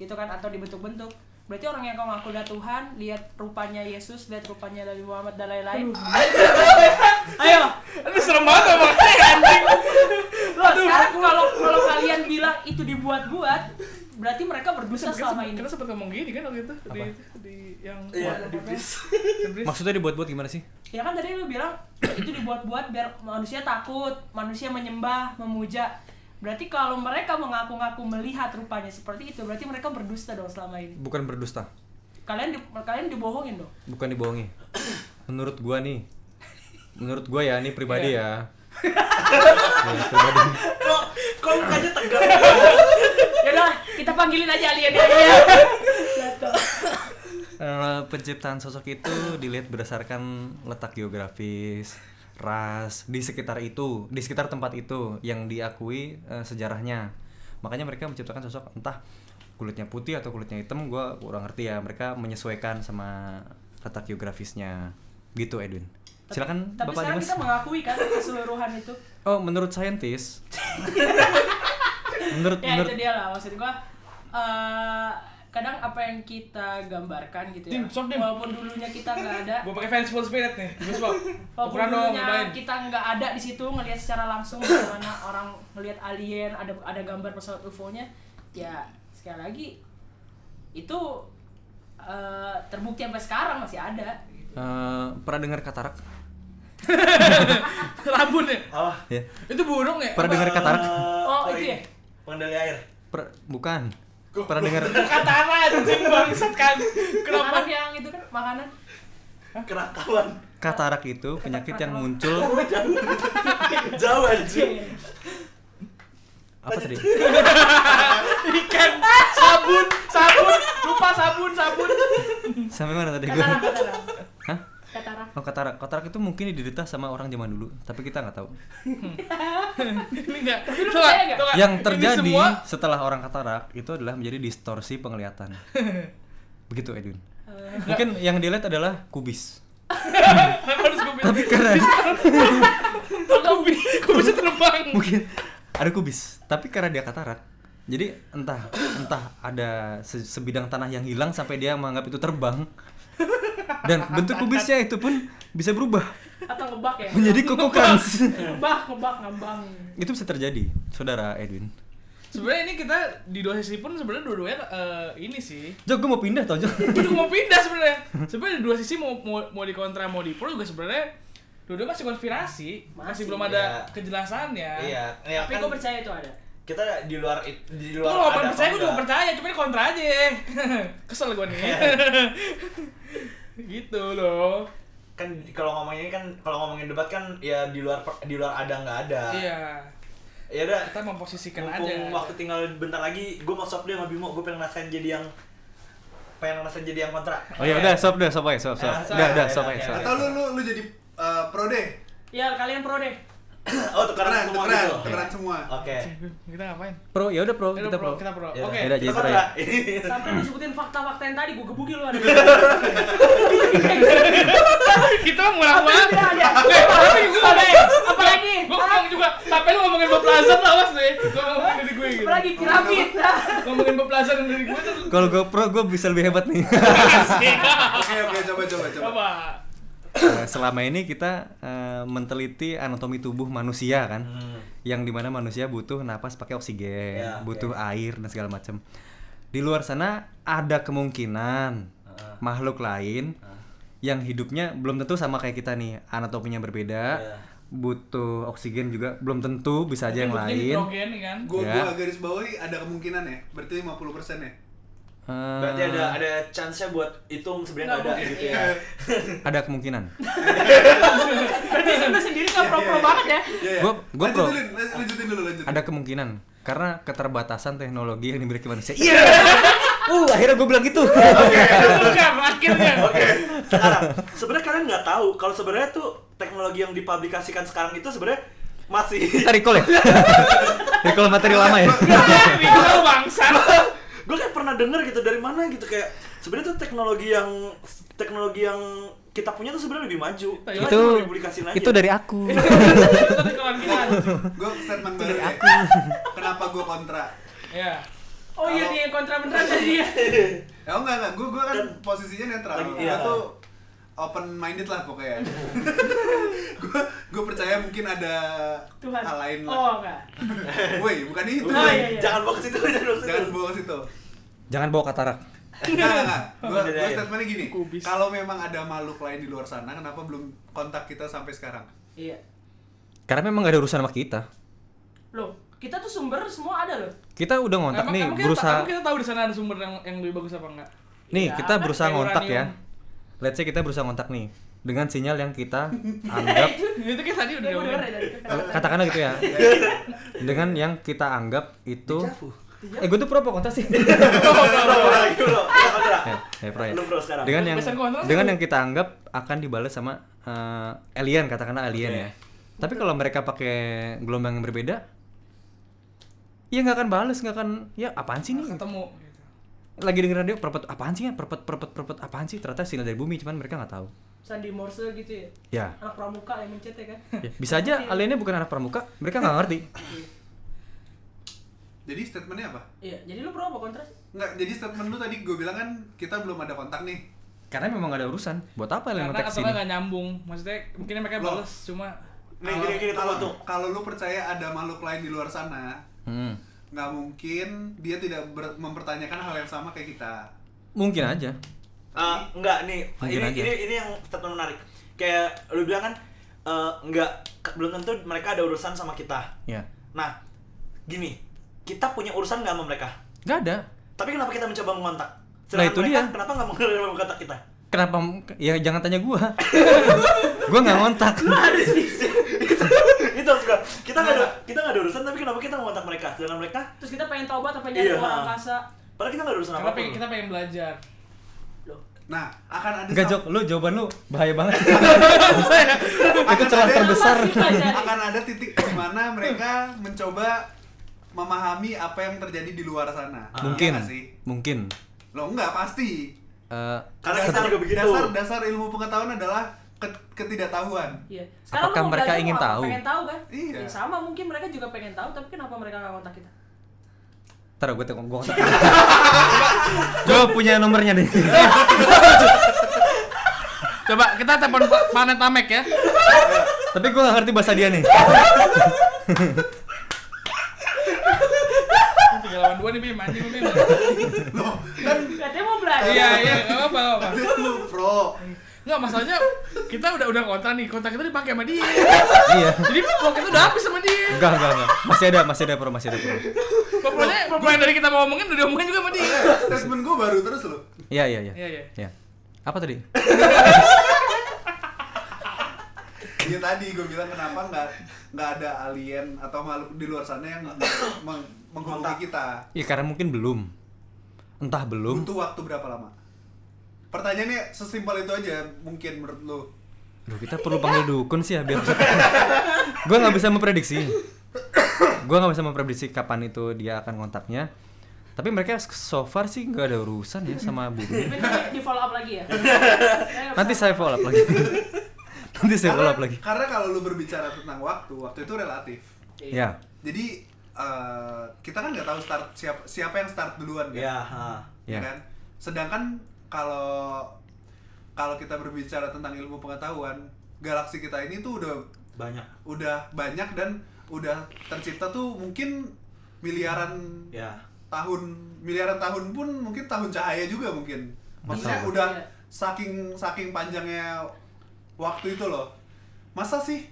C: gitu kan, atau dibentuk-bentuk, berarti orang yang kau ngaku lihat Tuhan, lihat rupanya Yesus, lihat rupanya Nabi Muhammad dan lain-lain. Ayo,
A: Ini serem banget emang. Anjing.
C: Loh, sekarang kalau kalau kalian bilang itu dibuat-buat, berarti mereka berdosa
A: Kita sempet-
C: selama ini.
A: Kita sempat ngomong gini kan waktu itu di di yang
B: Iya,
A: apa-
B: di
A: apa-
B: bis.
A: di bis.
D: Maksudnya dibuat-buat gimana sih?
C: Ya kan tadi lu bilang itu dibuat-buat biar manusia takut, manusia menyembah, memuja. Berarti kalau mereka mengaku-ngaku melihat rupanya seperti itu, berarti mereka berdusta dong selama ini.
D: Bukan berdusta,
C: Kalian di- kalian dibohongin dong.
D: bukan dibohongi. Menurut gua nih. Menurut gua ya, ini pribadi ya.
A: Iya.
D: Ya, pribadi.
B: kok kok mukanya tegang
C: Ya udah, kita panggilin aja alien ya.
D: Eh, penciptaan sosok itu dilihat berdasarkan letak geografis, ras di sekitar itu, di sekitar tempat itu yang diakui eh, sejarahnya. Makanya mereka menciptakan sosok entah kulitnya putih atau kulitnya hitam, gua kurang ngerti ya. Mereka menyesuaikan sama letak geografisnya. Gitu Edwin. Silakan
C: Tapi
D: Bapak
C: sekarang
D: Dimas.
C: kita mengakui kan keseluruhan itu.
D: Oh, menurut saintis menurut
C: Ya
D: menurut
C: itu dia lah maksud gua. eh, kadang apa yang kita gambarkan gitu ya.
A: Dim, sok, Dim.
C: Walaupun dulunya kita nggak ada,
A: Gua pakai fanciful spirit nih. Gua suap.
C: walaupun
A: Ukuran dong,
C: dulunya
A: main.
C: kita nggak ada di situ ngelihat secara langsung bagaimana orang ngelihat alien, ada ada gambar pesawat UFO-nya, ya sekali lagi itu eh, terbukti sampai sekarang masih ada.
D: eh, pernah dengar katarak?
A: Rabun ya.
B: apa
D: Ya.
A: Itu burung ya.
D: Pernah dengar katarak?
C: Oh,
B: Eh,
C: itu ya?
B: pengendali air
D: Per- bukan. Pernah dengar
A: Kataran anjing bangsat kan.
C: Makanan
A: Kenapa?
C: yang itu kan makanan.
B: kerakawan
D: Katarak itu penyakit yang muncul
B: jauh
A: Iya.
B: anjing
C: Iya,
D: apa tadi?
A: Ikan, sabun, sabun, lupa sabun, sabun.
D: Sampai mana tadi gue?
C: Katarak, katarak.
D: Hah?
C: Katarak.
D: Oh katarak. Katarak itu mungkin diderita sama orang zaman dulu, tapi kita nggak tahu.
A: Ini enggak.
C: lu percaya nggak?
D: Yang
A: Ini
D: terjadi
A: semua
D: setelah orang katarak itu adalah menjadi distorsi penglihatan. Begitu Edwin.
C: Eh,
D: Mungkin yang dilihat adalah kubis.
A: harus gue bilang.
D: Tapi karena
A: Aku bi- aku bisa terbang.
D: mungkin ada kubis, tapi karena dia katarak, jadi entah entah ada se- sebidang tanah yang hilang sampai dia menganggap itu terbang Dan bentuk kubisnya itu pun bisa berubah
A: atau ngebak ya
D: menjadi kokokans.
A: ngebak ngebak ngambang
D: itu bisa terjadi, saudara Edwin.
A: sebenarnya ini kita di dua sisi pun sebenarnya dua-duanya eh, ini sih
D: Jo, gue mau pindah tau Jo.
A: gue juga mau pindah sebenarnya sebenarnya di dua sisi mau mau, mau di kontra mau di pro juga sebenarnya dua-dua masih konspirasi masih,
C: Masih,
A: belum ada
B: iya.
A: kejelasannya
B: Iya,
A: Ya
B: iya
C: Tapi
B: kan
C: gue percaya itu ada.
B: kita di luar it- di
A: Lu
B: luar
A: kalau
B: ada apa
A: percaya, gue juga
B: enggak.
A: percaya, cuma ini kontra aja Kesel gue nih Gitu loh
B: Kan kalau ngomongin ini kan kalau ngomongin debat kan ya di luar per- di luar ada nggak ada.
A: Iya
B: Ya udah.
A: Kita memposisikan aja
B: Mumpung waktu tinggal bentar lagi, gue mau swap deh sama Bimo, gue pengen ngerasain jadi yang pengen ngerasain jadi yang kontra.
D: Oh ya udah, stop udah, stop aja, stop, stop.
B: Ah, stop.
D: Udah, udah,
B: Ya,
D: stop
B: ya,
D: aja,
B: ya.
D: stop.
E: Atau lu lu lu jadi eh, pro deh.
C: Ya kalian pro deh.
B: oh, tukeran
E: Tukeran,
B: semua
E: tukeran,
B: gitu.
E: tukeran semua.
B: Oke.
A: Kita ngapain?
D: Pro, ya udah pro,
A: Oh, Kita
D: kita
A: pro,
D: pro.
A: kita pro.
B: Ya udah.
A: Oke.
D: Yaudah, jadi
B: Kita
D: try.
B: kontra.
C: Sampai lu sebutin fakta-fakta yang tadi gue gebukin lu ada.
A: Kita murah banget.
C: Ada ada.
A: Eh, tapi gue
C: Ada ya? Apa lagi?
A: Gue ngomong juga, sampai lu ngomongin Bob Lazar lawas deh. Gue ngomongin dari gue gitu.
C: Apa lagi piramid?
A: Ngomongin Bob Lazar dan dari gue tuh.
D: Kalau gue pro, gue bisa lebih hebat nih.
A: asik.
E: Oke oke coba coba coba.
A: Coba.
D: Eh, selama ini kita eh, meneliti anatomi tubuh manusia kan yang dimana manusia butuh napas pakai oksigen
B: Ya,
D: butuh air dan segala macam di luar sana ada kemungkinan
B: Heeh.
D: makhluk lain
B: Ah.
D: yang hidupnya belum tentu sama kayak kita nih anatominya berbeda
B: Ya.
D: butuh oksigen juga belum tentu bisa aja yang
A: Hidupnya
D: lain
A: nitrogen, kan.
E: Gue
D: Ya.
E: gua garis bawahi ada kemungkinan ya. Berarti 50% ya.
D: Eh,
B: Berarti ada ada chance-nya buat hitung sebenarnya nggak ada
A: Nggak
B: gitu
D: Iya.
B: ya.
D: ada kemungkinan
C: Berarti lu sendiri gak pro-pro banget ya.
E: Iya, iya.
D: Gua- gua pro.
E: lanjutin, dulu, lan- lanjutin dulu lanjutin.
D: ada kemungkinan karena keterbatasan teknologi yang dimiliki manusia iya uh akhirnya gue bilang gitu
B: Iya,
A: Eh, Bukan, akhirnya.
B: Oke. Sekarang, sebenarnya kalian nggak tahu kalau sebenarnya tuh teknologi yang dipublikasikan sekarang itu sebenarnya masih
D: Kita recall ya? recall materi lama
B: Iya,
D: ya?
A: Ini kalau bangsa.
B: gue kayak pernah denger gitu dari mana gitu kayak sebenarnya tuh teknologi yang teknologi yang kita punya tuh sebenarnya lebih maju. Cuma
D: itu
B: cuma dipublikasiin aja.
D: itu dari aku.
A: Tapi kawan kita.
E: Gue statement baru deh. Kenapa gue kontra?
A: Ya.
C: Oh iya dia yang kontra beneran tadi dia.
E: Ya enggak enggak, gue gue kan posisinya netral.
B: Lagi-
E: Gue
B: iya.
E: tuh open minded lah pokoknya. Gue gue percaya mungkin ada
C: Tuhan.
E: hal lain lah.
C: Oh enggak.
E: Woi, bukan itu.
C: Oh, iya, iya.
B: Jangan bawa ke situ, jangan bawa ke situ.
E: Jangan bawa ke situ.
D: Jangan bawa katarak.
E: Enggak, enggak. Gua,
B: Udah,
E: gua
B: iya.
E: statementnya gini.
A: Kubis.
E: Kalau memang ada makhluk lain di luar sana, kenapa belum kontak kita sampai sekarang?
C: Iya.
D: Karena memang gak ada urusan sama kita.
C: Loh, kita tuh sumber semua ada loh.
D: Kita udah ngontak
A: Emang-
D: nih,
A: emang kita-
D: berusaha.
A: emang kita tahu di sana ada sumber yang yang lebih bagus apa enggak?
D: Nih,
C: Iya,
D: kita
C: kan
D: berusaha
A: kayak
D: ngontak ya. Let's say kita berusaha ngontak nih dengan sinyal yang kita anggap
A: Itu kayak tadi udah
D: Iya,
C: Ya gue denger ya
A: ngomongin.
C: dari
D: katakanlah gitu ya. Dengan yang kita anggap itu Eh, gue tuh pro apa kontra sih?
B: Bro, bro, lagi, bro. Udah, udah.
D: ya, ya, pro ya.
B: Lu pro sekarang.
D: Dengan yang
A: Pesan kontra sih.
D: dengan yang kita anggap akan dibalas sama eh, alien, katakanlah alien
B: Oke.
D: ya. Tapi kalau mereka pakai gelombang yang berbeda, ya nggak akan balas, nggak akan ya apaan sih nih?
A: Ketemu gitu.
D: Lagi denger radio perpet apaan sih ya? Perpet perpet perpet apaan sih? Ternyata sinyal dari bumi, cuman mereka nggak tahu.
C: Sandi Morse gitu ya.
D: Ya.
C: Anak pramuka yang mencet ya kan.
D: ya. Bisa aja aliennya bukan anak pramuka, mereka nggak ngerti.
E: Jadi statementnya apa?
C: Iya, jadi lu pro apa kontra sih?
E: Enggak, jadi statement lu tadi gue bilang kan kita belum ada kontak nih.
D: Karena memang nggak ada urusan. Buat apa alien
A: Karena
D: ngontak
A: atau enggak
D: sini?
A: nggak nyambung. Maksudnya mungkin mereka
E: Loh.
A: balas cuma
B: Nih, gini, gini, tunggu,
E: Kalau
B: tunggu.
E: kalau lu percaya ada makhluk lain di luar sana,
D: Hmm.
E: nggak mungkin dia tidak ber- mempertanyakan hal yang sama kayak kita.
D: Mungkin aja.
B: Ah, enggak nih.
D: Mungkin
B: ini,
D: aja.
B: ini ini yang statement menarik. Kayak lu bilang kan eh, enggak ke- belum tentu mereka ada urusan sama kita.
D: Ya.
B: Nah, gini, kita punya urusan nggak sama mereka.
D: Nggak ada.
B: Tapi kenapa kita mencoba mengontak?
D: Nah, itu
B: mereka,
D: dia.
B: Kenapa nggak mau mengontak kita?
D: Kenapa? Ya jangan tanya gua. gua nggak ngontak.
B: Harus bisa. itu itu harus gua- kita nggak ada kita nggak ada urusan tapi kenapa kita mau mengontak mereka? Sedangkan mereka
C: Terus kita pengen taubat apa nyari
B: Iya.
C: orang angkasa?
B: padahal kita nggak ada urusan
A: karena
B: apa
A: pengen, kita pengen belajar.
C: Loh,
E: Nah, akan ada
D: Gak
E: sam-
D: Jok, lu jawaban lu bahaya banget.
E: akan
D: itu celah
E: ada-
D: terbesar.
E: Akan ada titik di mana mereka mencoba memahami apa yang terjadi di luar sana.
D: mungkin,
E: Iya nggak sih?
D: mungkin.
E: Lo enggak pasti.
D: Eh,
B: Karena kita juga begitu.
E: Dasar dasar ilmu pengetahuan adalah ke- ketidaktahuan.
C: Iya.
D: Apakah
C: lu mau
D: mereka
C: belajar
D: ingin
C: mau apa?
D: tahu?
C: Pengen tahu kan?
E: Iya.
C: Ya, sama mungkin mereka juga pengen tahu, tapi kenapa mereka nggak kontak kita?
D: ntar gue tengok gue kontak. Gua punya nomornya deh.
A: Coba kita telepon Pa- planet Namek ya.
D: Tapi gue gak ngerti bahasa dia nih.
A: Pengalaman dua nih Bim, anjing Bim.
E: Loh, kan
C: Katanya mau belajar.
A: Iya, iya, enggak apa-apa, nggak apa-apa.
E: lu pro.
A: Enggak masalahnya kita udah udah kontrak nih, kontrak kita dipakai sama dia.
D: iya.
A: Jadi waktu itu udah habis sama dia.
D: Enggak, enggak, enggak. Masih ada, masih ada pro, masih ada pro.
A: Pokoknya pokoknya dari kita mau ngomongin udah diomongin juga sama dia.
E: Statement gue baru terus lu.
D: Iya, iya, iya.
A: Iya, iya.
D: Iya. Apa tadi?
E: Iya tadi gue bilang kenapa nggak nggak ada alien atau makhluk di luar sana yang meng menghubungi kita.
D: Iya, karena mungkin belum. Entah belum.
E: Butuh waktu berapa lama? Pertanyaannya sesimpel itu aja mungkin menurut lu.
D: Duh, kita perlu panggil dukun sih ya biar bisa. gue nggak bisa memprediksi. gue nggak bisa memprediksi kapan itu dia akan kontaknya. Tapi mereka so far sih nggak ada urusan ya sama bumi.
C: Tapi nanti di follow up lagi ya.
D: Nanti saya follow up lagi. Nanti saya follow
E: Karena,
D: up lagi.
E: karena kalau lu berbicara tentang waktu, waktu itu relatif.
D: Ya,
E: Jadi eh, kita kan nggak tahu start siapa siapa yang start duluan kan.
B: Ya, ha.
E: ya
D: Ya.
E: kan? Sedangkan kalau kalau kita berbicara tentang ilmu pengetahuan, galaksi kita ini tuh udah
B: banyak.
E: udah banyak dan udah tercipta tuh mungkin miliaran
B: Ya.
E: tahun miliaran tahun pun mungkin tahun cahaya juga mungkin. Maksudnya udah
C: Iya.
E: saking saking panjangnya waktu itu loh. Masa sih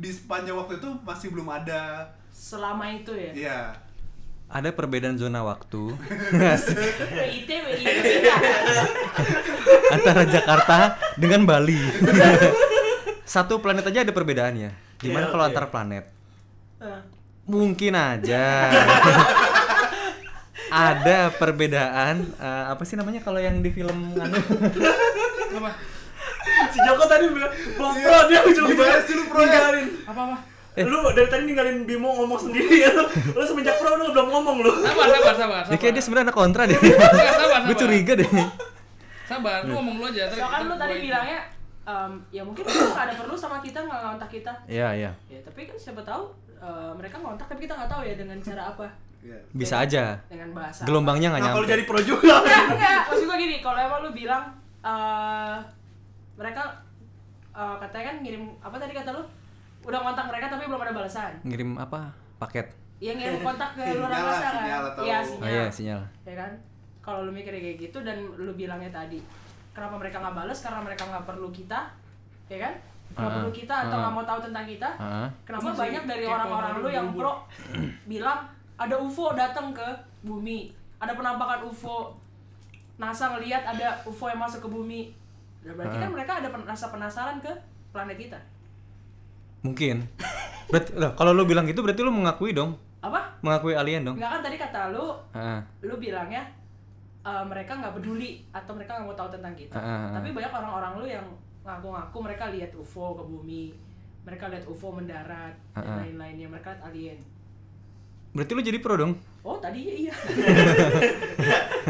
E: di sepanjang waktu itu masih belum ada
C: Selama itu ya.
E: ya
D: ada perbedaan zona waktu
C: WIT, WIT.
D: antara Jakarta dengan Bali. Satu planet aja ada perbedaannya. Gimana
B: Iya,
D: kalau
B: iya.
D: antar planet?
C: Eh,
D: Mungkin aja. ada perbedaan eh, apa sih namanya kalau yang di film anu?
A: Apa?
B: Si Joko tadi bilang belum pro dia
E: Gimana sih lu pro ya?
B: ninggalin.
A: Apa-apa?
D: Eh.
B: Lu dari tadi ninggalin Bimo ngomong sendiri ya lu. Lu semenjak pro lu belum ngomong lu.
A: Sabar, sabar, sabar.
D: Ya
A: sabar.
D: kayak dia sebenarnya anak kontra deh.
B: Iya,
A: Sabar, sabar.
D: Gue curiga deh.
A: Sabar,
D: Hmm.
A: lu ngomong lu aja. ntar
C: Soalnya kan
A: kita
C: lu tadi
A: gua-
C: bilangnya em, ya mungkin mereka nggak ada perlu sama kita nggak ngontak kita.
D: Iya, iya.
C: Ya tapi kan siapa tahu eh, mereka ngontak tapi kita nggak tahu ya dengan cara apa,
E: ya.
D: Bisa aja.
C: dengan bahasa.
D: Gelombangnya nggak
B: Iya. Nah, kalau
D: nyampe.
B: jadi pro juga.
C: Enggak, enggak. Maksud gue gini, kalau emang lu bilang eh mereka eh, katanya kan ngirim apa tadi kata lu? Udah kontak mereka tapi belum ada balasan.
D: Ngirim apa? Paket.
C: Yang ngirim kontak ke
E: Sinyal
C: luar
E: lah,
C: angkasa kan?
E: sinyal atau-
C: Iya,
D: Oh
C: sinyal.
D: iya, sinyal.
C: Ya kan? Kalau lu mikir kayak gitu dan lu bilangnya tadi, kenapa mereka nggak balas? Karena mereka nggak perlu kita, ya kan? Nggak
D: Ah,
C: perlu kita atau
D: ah.
C: nggak mau tahu tentang kita.
D: Ah.
C: Kenapa
A: Masih
C: banyak dari
A: kepo
C: orang-orang
A: baru
C: lu yang
A: buru-buru.
C: pro bilang ada UFO datang ke bumi, ada penampakan UFO, NASA ngelihat ada UFO yang masuk ke bumi. Dan berarti
D: Ah.
C: kan mereka ada pen- rasa penasaran ke planet kita.
D: Mungkin. Berarti loh, kalau lu bilang gitu berarti lu mengakui dong.
C: Apa?
D: Mengakui alien dong.
C: Enggak kan tadi kata lu,
D: Heeh.
C: lu bilangnya eh, mereka nggak peduli atau mereka nggak mau tahu tentang kita.
D: Ah, ah, ah.
C: Tapi banyak orang-orang lu yang ngaku-ngaku mereka lihat UFO ke bumi, mereka lihat UFO mendarat
D: Ah, ah.
C: dan lain-lainnya, mereka lihat alien.
D: Berarti lu jadi pro dong.
C: Oh tadi iya.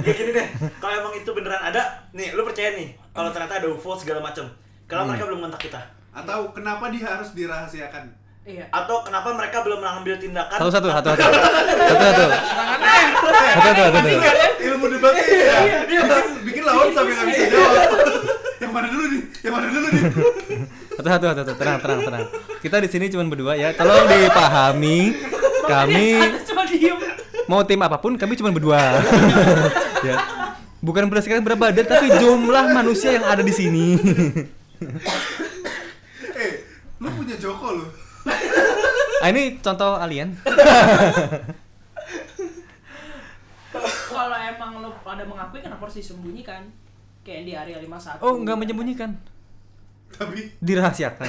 B: ya gini deh, kalau emang itu beneran ada, nih lu percaya nih, kalau ternyata ada UFO segala macam, kenapa
D: Hmm.
B: mereka belum kontak kita?
E: Atau kenapa dia harus dirahasiakan?
C: iya.
B: Atau kenapa mereka belum mengambil tindakan?
D: Satu satu satu satu. Satu satu. Satu satu satu. satu.
E: Ilmu debat
D: Iya,
C: Iya.
E: ya. Bikin, bikin lawan sampai nggak bisa jawab. yang mana dulu nih? Yang mana dulu nih?
D: Satu satu satu. satu. Tenang tenang tenang. Kita di sini cuma berdua ya. Tolong dipahami kami
C: Makanya satu cuma diem.
D: mau tim apapun kami cuma berdua. ya. Bukan berdasarkan berapa badan tapi jumlah manusia yang ada di sini.
E: eh, lu punya Joko lu.
D: ah, ini contoh alien.
C: Kalau emang lo pada mengakui kenapa harus disembunyikan? Kayak di area 51.
D: Oh, nggak menyembunyikan.
E: Tapi
D: Dirahasiakan.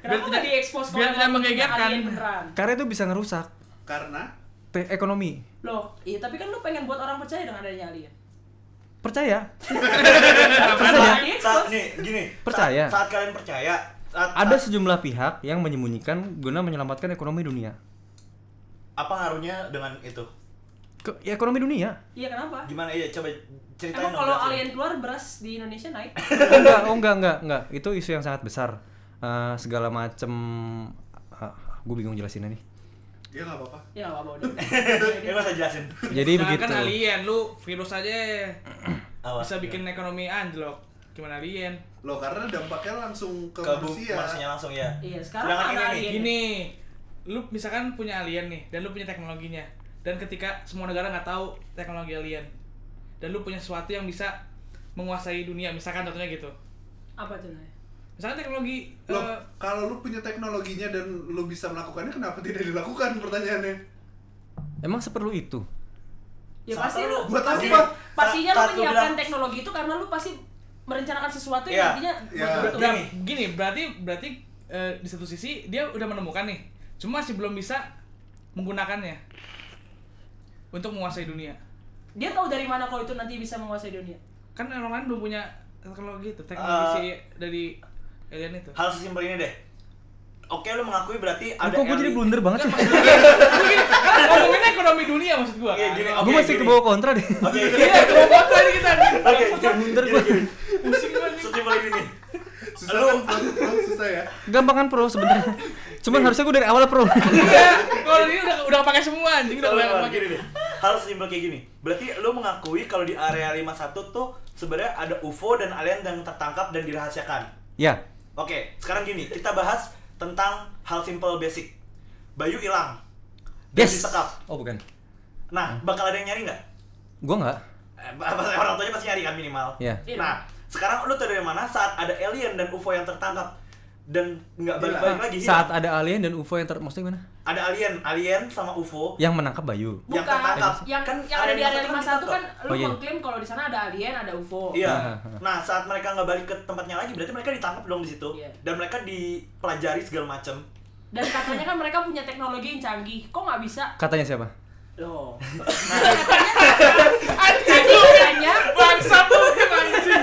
C: Kenapa nggak diekspos kalau
A: biar tidak
C: emang
A: menggegerkan.
C: alien beneran?
D: Karena itu bisa ngerusak
E: karena
D: te- ekonomi.
C: Loh, iya tapi kan lu pengen buat orang percaya dengan adanya alien.
D: Percaya?
B: Saat,
C: Percaya.
B: saat- nih, gini.
D: Percaya.
B: Saat, saat kalian percaya, saat,
D: Ada
B: saat-
D: sejumlah pihak yang menyembunyikan guna menyelamatkan ekonomi dunia.
B: apa ngaruhnya dengan itu?
D: Ke, ya, ekonomi dunia.
C: Iya kenapa?
B: Gimana ya coba ceritain
C: Emang
B: dong,
C: kalau
B: jelasin.
C: alien keluar beras di Indonesia naik?
D: Oh, enggak, oh enggak, enggak, enggak. Itu isu yang sangat besar. Eh, segala macem gue bingung jelasinnya nih.
E: ya nggak apa-apa.
C: ya nggak apa-apa udah. Iya,
B: Ya gak usah jelasin.
D: Jadi
A: Jangan
D: begitu. Oh, iya.
A: kan alien, lu virus aja
B: Awas. ya.
A: bisa bikin ekonomi anjlok. cuman alien.
E: Loh, karena dampaknya langsung ke,
B: ke bu-
E: manusia.
B: manusia langsung ya
C: Iya, sekarang
B: Sedangkan
C: ada
B: ini nih,
C: alien.
A: Gini, lu misalkan punya alien nih dan lu punya teknologinya dan ketika semua negara nggak tahu teknologi alien dan lu punya sesuatu yang bisa menguasai dunia misalkan contohnya gitu
C: Apa contohnya?
A: misalkan teknologi
E: Loh,
A: eh,
E: kalau lu punya teknologinya dan lu bisa melakukannya, kenapa tidak dilakukan pertanyaannya?
D: Emang seperlu itu?
C: Ya
B: Sama
C: pasti
B: lu.
C: lu
E: Buat
C: pasti,
E: apa?
C: pastinya lu
B: Saat- saat gua
C: menyiapkan
B: bilang-
C: teknologi itu karena lu pasti merencanakan sesuatu
B: Iya,
C: yang nantinya
E: iya.
C: buat
A: Ber-
B: Gini.
A: Nah, gini berarti berarti eh, di satu sisi dia udah menemukan nih cuma masih belum bisa menggunakannya untuk menguasai dunia
C: Dia tahu dari mana kalau itu nanti bisa menguasai dunia.
A: kan orang lain belum punya teknologi itu teknologi
B: Eh.
A: si dari alien itu
B: hal sesimpel ini deh oke lu mengakui berarti ada
D: Kok gue jadi
B: alien-
D: blunder banget sih?
A: Kan ngomongin ekonomi dunia maksud gua
B: Oke,
A: kan
B: Iya, gini,
D: gue
B: oke,
D: masih
B: gini.
D: ke bawah kontra deh.
B: Oke,
A: iya kalau foto ini kita
B: oke,
D: Blunder
B: gini,
D: gue.
B: gini.
A: pusing banget nih.
B: Sesimpel ini nih.
E: Susah
B: Lu-
E: kan, Bro? Bro, susah ya?
D: Gampang kan pro sebenarnya. Cuman harusnya gue dari awal pro.
A: iya kalau ini udah udah pakai semua anjing udah
B: Soalnya
A: banyak
B: kalau
A: pakai
B: gini nih, hal sesimpel kayak gini. Berarti lu mengakui kalau di area 51 tuh sebenarnya ada UFO dan alien yang tertangkap dan dirahasiakan.
D: ya,
B: Oke, sekarang gini, kita bahas tentang hal simple basic. Bayu hilang. Dan
D: yes.
B: disekap.
D: Oh bukan,
B: Nah, bakal ada yang nyari nggak?
D: gue nggak.
B: Eh, Orang tuanya pasti nyari kan minimal.
D: Iya.
C: Iya.
B: Nah, sekarang lu tahu dari mana saat ada alien dan UFO yang tertangkap dan nggak balik-balik lagi
D: Iya. Saat
B: hilang.
D: ada alien dan UFO yang ter, maksudnya gimana?
B: ada alien, alien sama UFO
D: Yang menangkap Bayu.
B: Yang
C: Bukan,
B: tertangkap.
C: yang,
B: Kan
C: yang ada di
B: area
C: area 51 kan lu
D: Oh, iya.
C: mengklaim kalau di sana ada alien, ada UFO.
B: Iya.
D: Ah, ah.
B: Nah, saat mereka nggak balik ke tempatnya lagi, berarti mereka ditangkap dong di situ.
C: Iya.
B: Dan mereka dipelajari segala macam.
C: Dan katanya kan mereka punya teknologi yang canggih. Kok nggak bisa?
D: Katanya siapa?
C: Loh. Anjing lu. Katanya
A: bangsa tuh emang anjing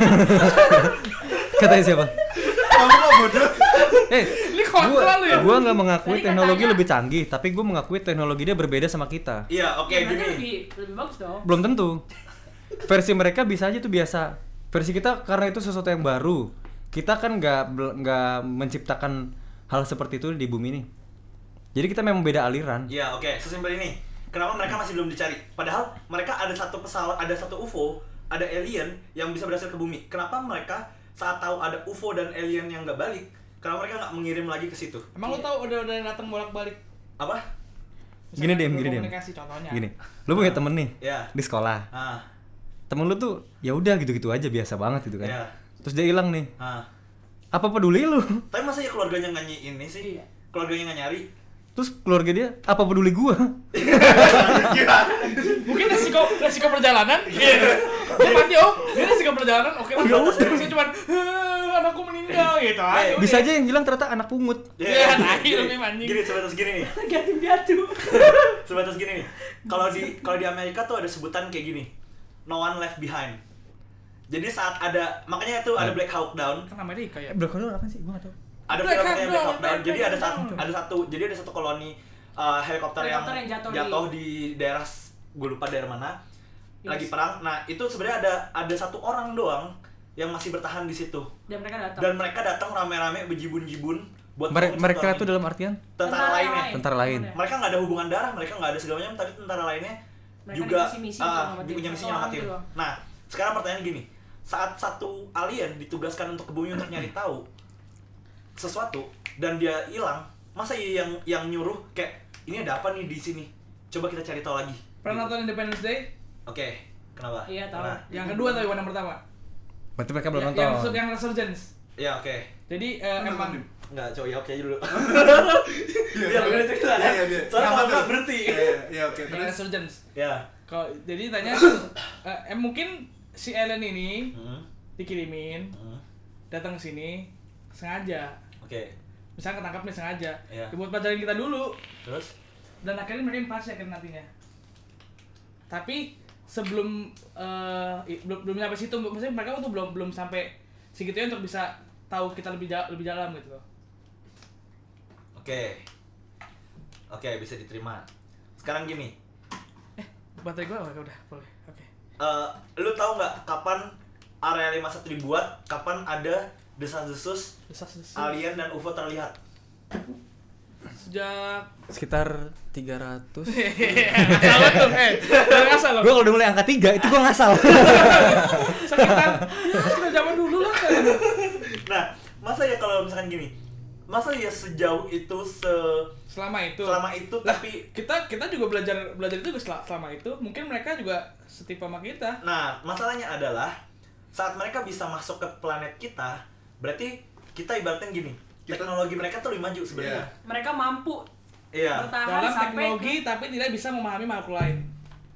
D: Katanya siapa?
E: Kamu kok bodoh?
D: Eh,
A: ini kontra lu ya
D: gue nggak mengakui
C: Tadi
D: teknologi
C: katanya-
D: lebih canggih, tapi gue mengakui teknologi dia berbeda sama kita.
B: Iya, oke
C: ya, berarti
B: gini.
C: lebih lebih bagus dong.
D: Belum tentu. Versi mereka bisa aja tuh biasa. Versi kita karena itu sesuatu yang baru. Kita kan nggak bel- nggak menciptakan hal seperti itu di bumi ini. Jadi kita memang beda aliran.
B: Iya, oke, sesimpel ini. Kenapa mereka masih belum dicari? Padahal mereka ada satu pesawat, ada satu UFO, ada alien yang bisa berhasil ke bumi. Kenapa mereka saat tahu ada UFO dan alien yang nggak balik, kenapa mereka nggak mengirim lagi ke situ?
A: emang lu tau udah udah datang bolak balik
B: Apa?
D: Gini deh, gini deh.
A: komunikasi contohnya
D: Gini, lu punya
A: Iya.
D: temen nih
B: Ya.
D: di sekolah.
B: Ah,
D: Temen lu tuh ya udah gitu-gitu aja biasa banget gitu kan.
B: Iya.
D: Terus dia hilang nih.
B: ah.
D: Apa peduli lu?
B: Tapi masa ya keluarganya nggak nyi- ini sih?
C: Iya.
B: Keluarganya nggak nyari?
D: Terus keluarga dia apa peduli gua?
E: Gila.
A: mungkin resiko resiko perjalanan dia mati oh dia resiko perjalanan oke lah
D: Ya udah.
A: saya cuman "Eh, anakku meninggal gitu aja udah.
D: Eh, Bisa aja yang hilang ternyata anak pungut.
A: Iya,
B: Gini,
A: tai lu
B: gini,
A: memang, anjing.
B: Gini sebatas gini nih.
C: Ganti biatu.
B: sebatas gini nih kalau di kalau di Amerika tuh ada sebutan kayak gini no one left behind jadi saat ada makanya itu
D: Iya.
B: ada Black Hawk Down
A: kan Amerika
D: Eh,
A: ya
D: Black Hole apa sih? Gua gak tau.
B: ada
A: Black Hawk
B: film kayak Black
A: Down,
B: Hawk Down
A: Black
B: jadi ada
A: Hawk
B: satu
A: Down.
B: ada satu jadi ada satu koloni uh, helikopter yang,
C: Helikopter yang jatuh di-
B: jatuh di daerah gue lupa daerah mana
C: Yes.
B: lagi perang nah itu sebenarnya ada ada satu orang doang yang masih bertahan di situ
C: Dan mereka datang.
B: dan mereka datang rame-rame bejibun-jibun buat
D: Mere-
B: merebut
D: mereka tuh
B: satu
D: dalam artian
B: tentara lainnya
D: Tentara lain.
B: mereka nggak ada hubungan darah mereka nggak ada segala macam tapi tentara lainnya
C: Mereka
B: juga
C: dikasih misi
B: ah,
C: untuk nyelamatin
B: punya misi
C: satu orang
B: nyelamatin
C: gitu loh.
B: nah sekarang pertanyaan gini saat satu alien ditugaskan untuk ke bumi untuk nyari tahu sesuatu dan dia hilang masa iya yang yang nyuruh kayak ini ada apa nih di sini coba kita cari tahu lagi
A: pernah
B: Gitu.
A: nonton Independence Day
B: oke kenapa Nah,
C: Iya, tahu.
B: Pernah?
A: yang kedua tapi bukan yang pertama
D: berarti mereka belum
A: yang,
D: nonton.
A: yang, yang Resurgence
B: ya oke
A: jadi eh,
E: Nonton
A: emang
E: dim.
B: Enggak, coba ya oke aja dulu.
E: Iya,
B: Biar gue cerita
E: iya,
B: kan.
E: iya, iya.
B: Soalnya
E: Kenapa
B: kalau nggak
E: tuh?
B: berhenti.
E: Iya, iya, iya, oke.
A: yang
E: Terus
A: Resurgence
B: Ya.
A: kalau jadi tanya eh, eh, mungkin si Ellen ini
B: Hmm,
A: dikirimin
B: hmm.
A: datang ke sini sengaja
B: Oke.
A: misalnya ketangkap nih sengaja
B: Iya.
A: ya buat pelajarin kita dulu
B: Terus
A: dan akhirnya mereka invasi akhirnya nantinya tapi sebelum eh, i- belum belum sampai situ maksudnya mereka tuh belum belum sampai segitunya untuk bisa tahu kita lebih jauh lebih dalam gitu loh
B: Oke. Oke, bisa diterima. Sekarang gini,
A: baterai gue udah boleh oke
B: eh, lu tahu nggak kapan area 51 dibuat? Kapan ada desas-desus
A: Desas desus
B: alien dan UFO terlihat?
A: sejak
D: Sekitar 300.
A: salah tuh eh jangan ngasal loh
D: Gua kalau udah mulai angka 3 itu gua ngasal.
A: ya, sekitar sekitar zaman dulu lah kan
B: nah masa ya kalau misalkan gini masa ya sejauh itu se
A: selama itu
B: selama itu
A: Lah,
B: tapi
A: kita kita juga belajar belajar itu juga sel- selama itu mungkin mereka juga setipe sama kita
B: nah masalahnya adalah saat mereka bisa masuk ke planet kita berarti kita ibaratnya gini
E: Kita-
B: teknologi mereka tuh lebih maju sebenarnya
C: mereka mampu
B: iya
C: bertahan
A: dalam
C: sampai
A: teknologi
C: ke-
A: tapi tidak bisa memahami makhluk lain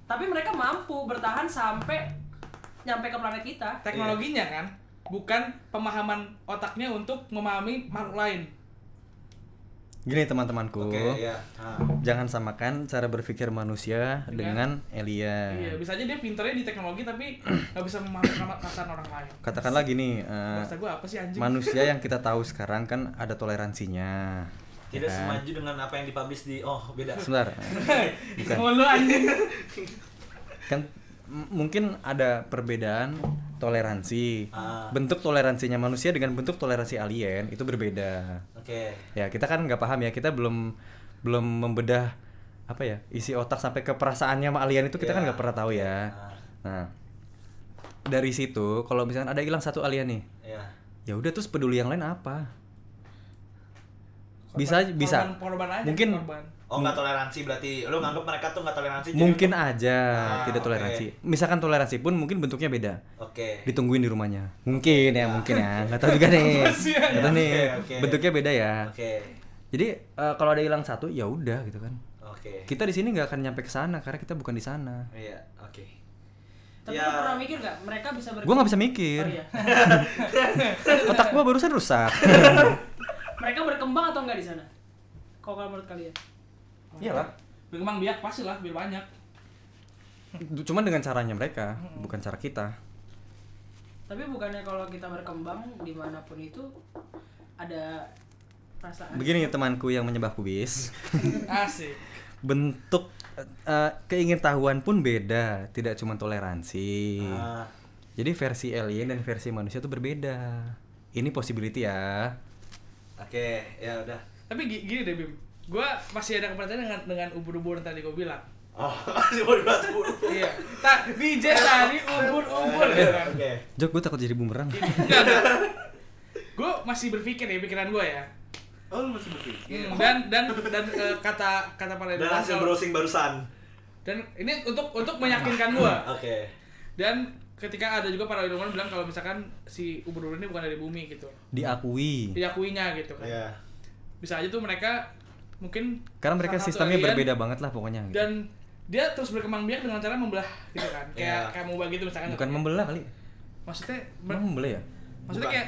C: tapi mereka mampu bertahan sampai nyampe ke planet kita
A: teknologinya
D: Iya.
A: kan bukan pemahaman otaknya untuk memahami makhluk lain
D: Gini teman-temanku,
B: oke iya Ah.
D: jangan samakan cara berpikir manusia dengan
A: Dengan?
D: alien.
A: iya bisa aja dia pinternya di teknologi tapi nggak bisa memahami ra- perasaan orang lain
D: Katakanlah gini, eh,
A: Bahasa gue apa sih anjing?
D: manusia yang kita tahu sekarang kan ada toleransinya. ya
B: tidak
D: kan?
B: semaju dengan apa yang dipublish di oh beda
D: Sebentar, bukan.
A: Mulu anjing.
D: kan m- mungkin ada perbedaan toleransi.
B: Ah.
D: Bentuk toleransinya manusia dengan bentuk toleransi alien itu berbeda.
B: oke
D: Ya kita kan nggak paham ya kita belum belum membedah apa ya isi otak sampai ke perasaannya sama alien itu kita kan
B: Iya.
D: nggak pernah tahu ya.
B: Ah,
D: Nah dari situ kalau misalkan ada hilang satu alien nih,
B: iya
D: ya udah terus peduli yang lain apa? Bisa bisa.
A: Korban, korban aja.
D: Mungkin
A: korban.
B: oh nggak toleransi berarti lo nganggap mereka tuh nggak toleransi jadi-
D: mungkin aja
B: Ah,
D: tidak
B: oke.
D: toleransi. Misalkan toleransi pun mungkin bentuknya beda.
B: oke
D: Ditungguin di rumahnya. Mungkin ya, mungkin ya. Nggak tahu juga nih.
A: sih,
D: Nggak tahu
B: ya?
D: nih.
B: Oke, oke.
D: Bentuknya beda ya.
B: oke
D: Jadi eh, kalau ada hilang satu ya udah gitu kan.
B: oke
D: Kita di sini nggak akan nyampe ke sana karena kita bukan di sana.
B: iya oke
C: tapi
B: Ya.
C: lu pernah mikir nggak mereka bisa ber
D: Gua nggak bisa mikir.
C: Oh, iya.
D: Otak gua barusan rusak.
C: mereka berkembang atau enggak di sana kalau kalau menurut kalian
D: Iyalah.
A: Berkembang biak pasti lah, biar banyak.
D: Cuman dengan caranya mereka, bukan cara kita.
C: tapi bukannya kalau kita berkembang dimanapun itu ada perasaan
D: Begini ya temanku yang menyembah kubis.
A: Asik.
D: Bentuk eh, keingintahuan pun beda, tidak cuma toleransi.
B: Ah,
D: Jadi versi alien dan versi manusia itu berbeda. Ini possibility ya.
B: oke ya udah
A: Tapi gi- gini deh Bim, gue masih ada kepercayaan dengan dengan ubur-ubur yang tadi gue bilang.
B: oh masih mau dibahas dulu
A: iya. Tak DJ tadi ubur-ubur. gitu kan.
B: oke
D: Jok, gue takut jadi bumerang.
A: Gue masih berpikir ya pikiran gue ya.
E: Oh, lu masih berpikir.
A: Hmm, dan dan dan eh, kata kata para
B: dan hasil browsing barusan
A: dan ini untuk untuk meyakinkan gue.
B: oke
A: Dan ketika ada juga para ilmuwan bilang kalau misalkan si ubur-ubur ini bukan dari bumi gitu,
D: Diakui.
A: diakuinya gitu kan.
B: Hmm. iya
A: bisa aja tuh mereka mungkin
D: Karena mereka
A: salah satu
D: sistemnya
A: alien,
D: berbeda banget lah pokoknya. gitu.
A: dan dia terus berkembang biak dengan cara membelah gitu kan kayak
B: Iya.
A: kayak mau gitu misalkan
D: Bukan membelah kali.
A: maksudnya
D: Emang
A: mer-
D: membelah ya?
A: maksudnya
B: Bukan.
A: kayak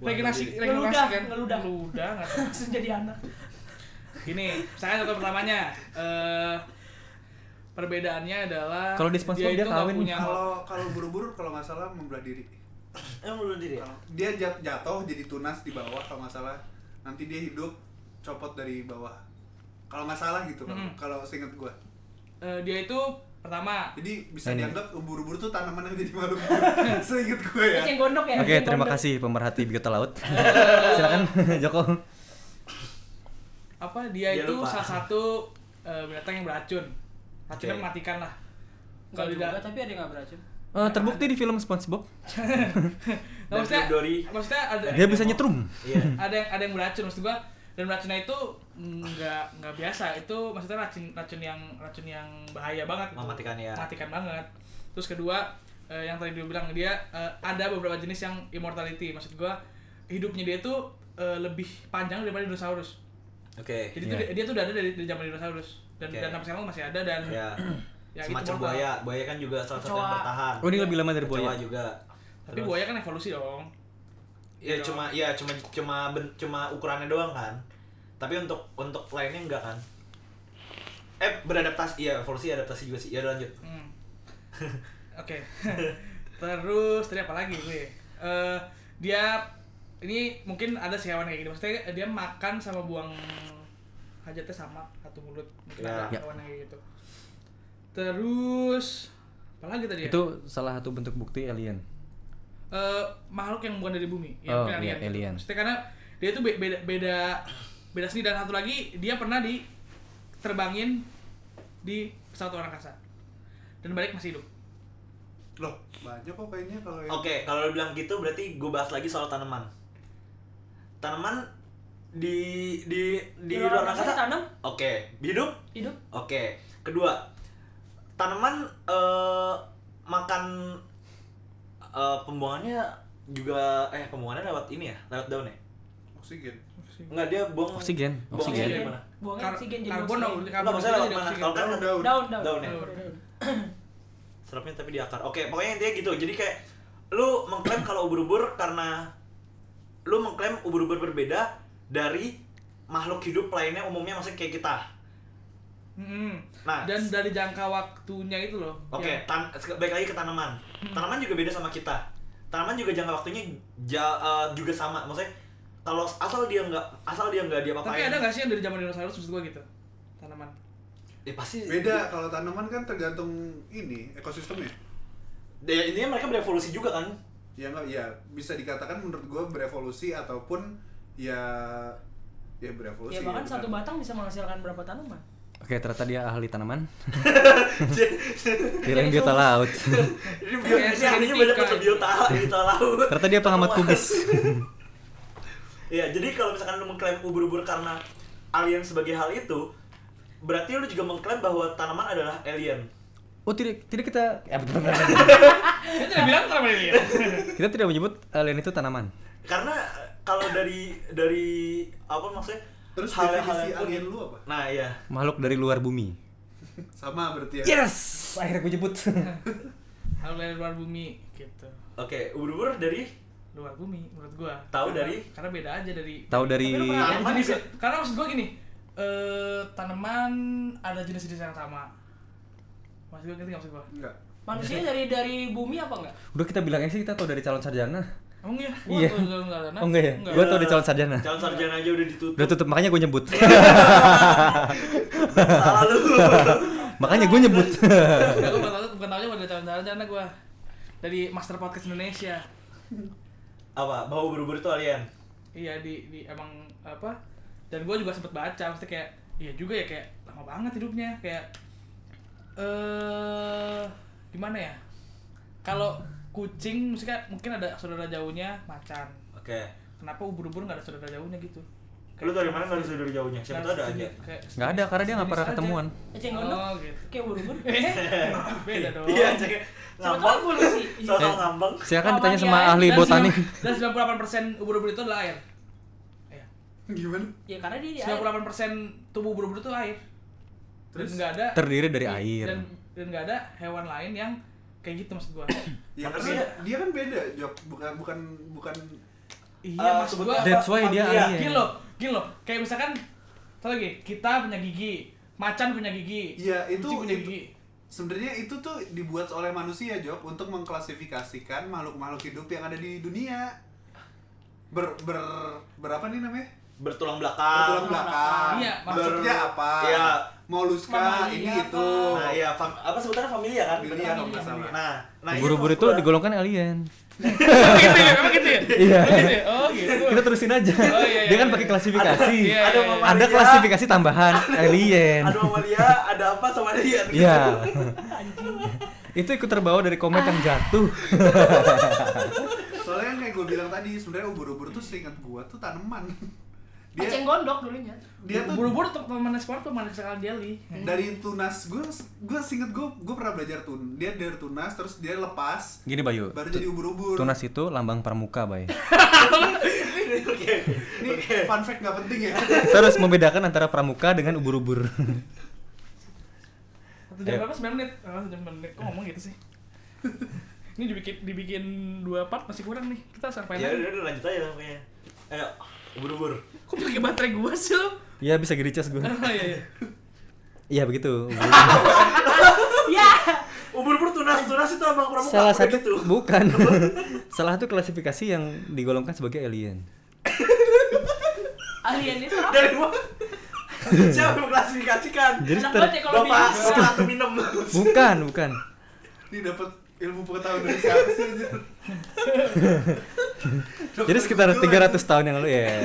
B: Bukan
A: regenerasi
B: jadi-
A: regenerasi
C: Ngeludah,
A: kan
C: ngeludah.
A: ngeludah nggak tahu.
C: langsung jadi anak
A: gini misalkan contoh pertamanya eh perbedaannya adalah
D: Kalau di SpongeBob dia
A: itu nggak
D: kawin.
A: punya
E: Kalau kalau buru-buru kalau nggak salah membelah diri.
B: emang belum diri ya
E: Kalau- Dia jat- jatuh jadi tunas di bawah kalau nggak salah. Nanti dia hidup copot dari bawah. Kalau nggak salah gitu kalau
A: Mm-mm.
E: kalau seingat gua.
A: eh, dia itu pertama
E: Jadi bisa
D: Ini.
E: dianggap buru-buru tuh tanaman yang jadi makhluk hidup. seingat gua ya.
C: Ini yang gondok ya
D: Oke,
C: yang
D: terima
C: gondok.
D: kasih pemerhati biota laut. Silakan Joko.
A: apa dia,
B: Dia
A: itu
B: lupa.
A: salah satu eh, binatang yang beracun racunnya
B: Oke.
A: mematikan lah
C: Nggak
A: kalau tidak
C: juga, tapi ada yang nggak beracun
D: Eh, terbukti di film SpongeBob,
A: Nah, maksudnya,
B: Dori.
A: maksudnya ada
D: dia bisa nyetrum.
B: iya
A: ada yang ada yang beracun maksud gua dan racunnya itu nggak nggak biasa itu maksudnya racun racun yang racun yang bahaya banget gitu.
B: Mematikan ya.
A: mematikan banget terus kedua eh, yang tadi dia bilang dia eh, ada beberapa jenis yang immortality maksud gua hidupnya dia tuh eh, lebih panjang daripada dinosaurus
B: oke
A: jadi tuh
D: Iya.
A: dia, dia tuh udah ada dari, dari zaman dinosaurus dan
B: Oke.
A: dan sampai sekarang masih ada dan
B: ya
A: Ya, itu
B: semacam
A: normal.
B: buaya buaya kan juga salah satu yang
C: Kecoa.
B: bertahan
A: Ah.
D: Oh, ini lebih lama dari
B: Kecoa
D: buaya.
B: juga
A: tapi
B: Terus-
A: buaya kan evolusi dong
B: ya
A: Iya.
B: cuma ya cuma cuma ben- cuma ukurannya doang kan tapi untuk untuk lainnya enggak kan eh beradaptasi ya evolusi adaptasi juga sih ya udah lanjut
A: Hmm. Oke. Terus tadi apa lagi gue? Eh, dia ini mungkin ada si hewan kayak gini. Maksudnya dia makan sama buang hajatnya sama satu mulut. Mungkin ada
D: Ya.
A: hewan yang kayak gitu. Terus apa lagi tadi ya?
D: Itu salah satu bentuk bukti alien.
A: Eh, makhluk yang bukan dari bumi, ya,
D: Oh,
A: mungkin
D: iya,
A: gitu.
D: alien.
A: Maksudnya karena dia itu be- beda beda beda sini dan satu lagi dia pernah di terbangin di pesawat luar angkasa dan balik masih hidup.
E: Loh, banyak kok kayaknya kalau yang
B: Oke, kalau lu bilang gitu berarti gue bahas lagi soal tanaman. Tanaman di di di
C: Di luar
B: luar angkasa.
C: angkasa ditanam?
B: Oke, hidup.
C: hidup
B: Oke. Kedua, tanaman eh, makan eh, pembuangannya juga eh pembuangannya lewat ini ya, lewat daun ya?
E: oksigen.
B: Enggak, dia buang
D: Oksigen,
B: Buang
D: oksigen.
B: dari mana?
C: Iya. buangnya
A: Kar-
C: oksigen jadi
A: karbon dong,
C: oksigen.
A: karbon
B: Enggak, maksudnya lewat
A: jadi
B: mana?
A: oksigen.
B: Kalau kan
E: Daun, daun.
C: daun daun Iya,
B: Daun ya? serapnya tapi di akar. Oke, pokoknya intinya gitu. Jadi kayak lu mengklaim kalau ubur-ubur karena lu mengklaim ubur-ubur berbeda dari makhluk hidup lainnya umumnya maksudnya kayak kita.
A: Mm-mm.
B: Nah,
A: Dan dari jangka waktunya itu loh. Ya.
B: oke,
A: yang-
B: tan- balik lagi ke tanaman. Tanaman juga beda sama kita. Tanaman juga jangka waktunya ja- eh, juga sama. Maksudnya kalau asal dia nggak asal dia nggak dia apa
A: Tapi ada nggak sih yang dari zaman dinosaurus maksud gua gitu? Tanaman.
B: Ya pasti
E: Beda kalau tanaman kan tergantung ini ekosistemnya.
B: Ya, intinya mereka berevolusi juga kan.
E: Ya nggak, ya bisa dikatakan menurut gue berevolusi ataupun ya ya berevolusi.
C: ya bahkan
E: benar.
C: satu batang bisa menghasilkan berapa tanaman
A: Oh,
D: Oke, ternyata dia ahli tanaman. Kirain biota laut.
B: Ini bio-
A: Kayak
B: ini ahlinya
A: genetika.
B: banyak macam biota, biota laut.
D: Ternyata dia pengamat
B: Tanaman.
D: kubis.
B: Iya, jadi kalau misalkan lu mengklaim ubur-ubur karena alien sebagai hal itu, berarti lu juga mengklaim bahwa tanaman adalah alien.
D: Oh, tidak tidak kita eh, bentar, bentar, bentar.
A: Dia tidak bilang tanaman ini. ya?
D: kita tidak menyebut alien itu tanaman.
B: Karena kalau dari dari apa maksudnya?
E: Terus
B: hal-hal yang
E: definisi
B: unik.
E: alien lu apa?
B: Nah, iya.
D: Makhluk dari luar bumi.
E: Sama berarti ya.
D: Iya. Yes, akhirnya gue jemput.
A: Hal dari luar bumi gitu.
B: Oke, ubur-ubur dari
A: Luar bumi menurut gua.
B: Tahu
A: Karena-
B: dari?
A: Karena beda aja dari
D: Tahu dari
A: Tapi lu pernah ada
B: Tanaman
A: jenis-
B: juga.
A: karena maksud gue gini eh tanaman ada jenis-jenis yang sama maksud gue ngerti nggak maksud gue
E: Enggak.
C: manusia dari dari bumi apa enggak
D: Udah kita bilang aja sih kita tahu dari calon sarjana.
A: emang iya
D: Iya.
A: Gua nggak- nggak ada
D: Oh enggak ya?
A: nggak.
D: Gue tahu dari calon sarjana.
B: calon sarjana aja udah ditutup.
D: Udah tutup makanya gue nyebut.
B: Salah lu.
D: makanya gue nyebut.
A: Nggak, gua bukan tahu bukan tahunya udah calon sarjana gue dari master podcast Indonesia
B: apa? Bahwa ubur-ubur itu alien.
A: iya di di emang apa dan gue juga sempet baca maksudnya kayak iya juga ya kayak lama banget hidupnya kayak eh gimana ya kalau kucing maksudnya mungkin ada saudara jauhnya macan
B: Oke.
A: kenapa ubur-ubur nggak ada saudara jauhnya gitu
B: Lu dari mana dari sudut jauhnya? Siapa tahu ada aja.
D: Enggak ada karena dia nggak pernah ketemuan.
C: Eh, cenggondok
A: Oh, gitu.
C: kayak ubur-ubur
A: beda dong
B: Iya, cek.
C: Siapa tahu
B: Ngambang.
C: evolusi.
B: Soal ngambang.
D: Silakan
C: Sama
D: Kan ditanya
C: dia
D: sama
C: aja.
D: ahli
A: Dan
D: botani.
A: sembilan- dan 98% ubur-ubur itu adalah air Iya.
E: Gimana?
C: ya karena dia di air.
A: 98% tubuh ubur-ubur itu air terus nggak ada
D: Terdiri dari air.
A: dan dan nggak ada hewan lain yang kayak gitu maksud gua
E: Ya
B: Makanya-
E: karena dia kan beda, Jok. Bukan bukan bukan
A: iya
B: Eh,
A: maksud
B: sebut
A: gua
B: apa?
D: That's why dia
B: Panggia.
D: alien.
A: gini loh gini loh kayak misalkan satu lagi kita punya gigi macan punya gigi
E: Iya, itu-
A: kucing punya
E: itu-
A: gigi
E: sebenarnya itu tuh dibuat oleh manusia, Jok, untuk mengklasifikasikan makhluk-makhluk hidup yang ada di dunia. Ber ber berapa nih namanya?
B: Bertulang belakang.
E: Bertulang belakang.
A: Iya,
E: maksudnya
B: maksud-
E: apa?
B: Ah. Iya.
E: Moluska
C: Mamalia
E: ini
C: apa?
E: itu.
B: Nah, iya, fam- apa sebutannya familia kan?
E: Familia kalau nggak salah.
B: Nah, nah
D: Buru-buru itu
B: maksud gua.
D: digolongkan alien.
A: Emang gitu ya emang gitu ya
D: Iya.
A: Emang gitu ya? oh gitu
D: Kita terusin aja.
A: Oh, iya, iya,
D: Dia kan
A: iya.
D: pakai klasifikasi.
A: Iya, iya,
B: Ada
A: iya.
B: mamalia.
D: Ada klasifikasi tambahan alien.
B: Ada mamalia, ada apa sama alien? gitu.
D: Iya. Itu ikut terbawa dari komet yang jatuh.
E: Soalnya yang kayak gue bilang tadi, sebenarnya ubur-ubur tuh seingat gue tuh tanaman.
C: Eh,
E: Dia
C: cenggondok dulunya
E: dia tuh
A: buru-buru tuh pemanas sport pemanas sekali jeli
E: dari tunas gue gue singkat gue gue pernah belajar tun dia dari tunas terus dia lepas
D: Gini Bayu.
E: baru jadi ubur-ubur
D: Tunas itu lambang pramuka, Bay.
B: Oke.
E: ini fun fact nggak penting ya
D: Kita harus membedakan antara pramuka dengan ubur-ubur.
A: satu jam
D: Ayo.
A: berapa sembilan menit oh, satu jam sembilan menit kok ngomong gitu sih ini dibikin dibikin dua part masih kurang nih kita sampai
D: Iya.
B: Ya udah
A: lagi
B: udah lanjut aja pokoknya. Ayo, ubur-ubur.
A: kok pakai baterai gua sih lo
D: Iya, bisa gericas gue.
A: oh, iya, iya.
D: Iya, begitu.
C: ya
B: Oh, Ubur-ubur tunas, tunas itu abang pramuka.
D: Salah
B: udah
D: satu
B: gitu.
D: bukan. Salah satu klasifikasi yang digolongkan sebagai alien.
C: alien itu apa
B: Dari mana? Siapa yang mengklasifikasikan?
D: Jadi
C: Enak
D: ter-
C: banget ya kalau
B: Bapak,
C: minum.
B: bapak aku minum.
D: Bukan, bukan.
E: ini dapat ilmu pengetahuan dari siapa sih anjir?
D: Jadi sekitar 300 tahun yang lalu
A: Iya.
D: ya.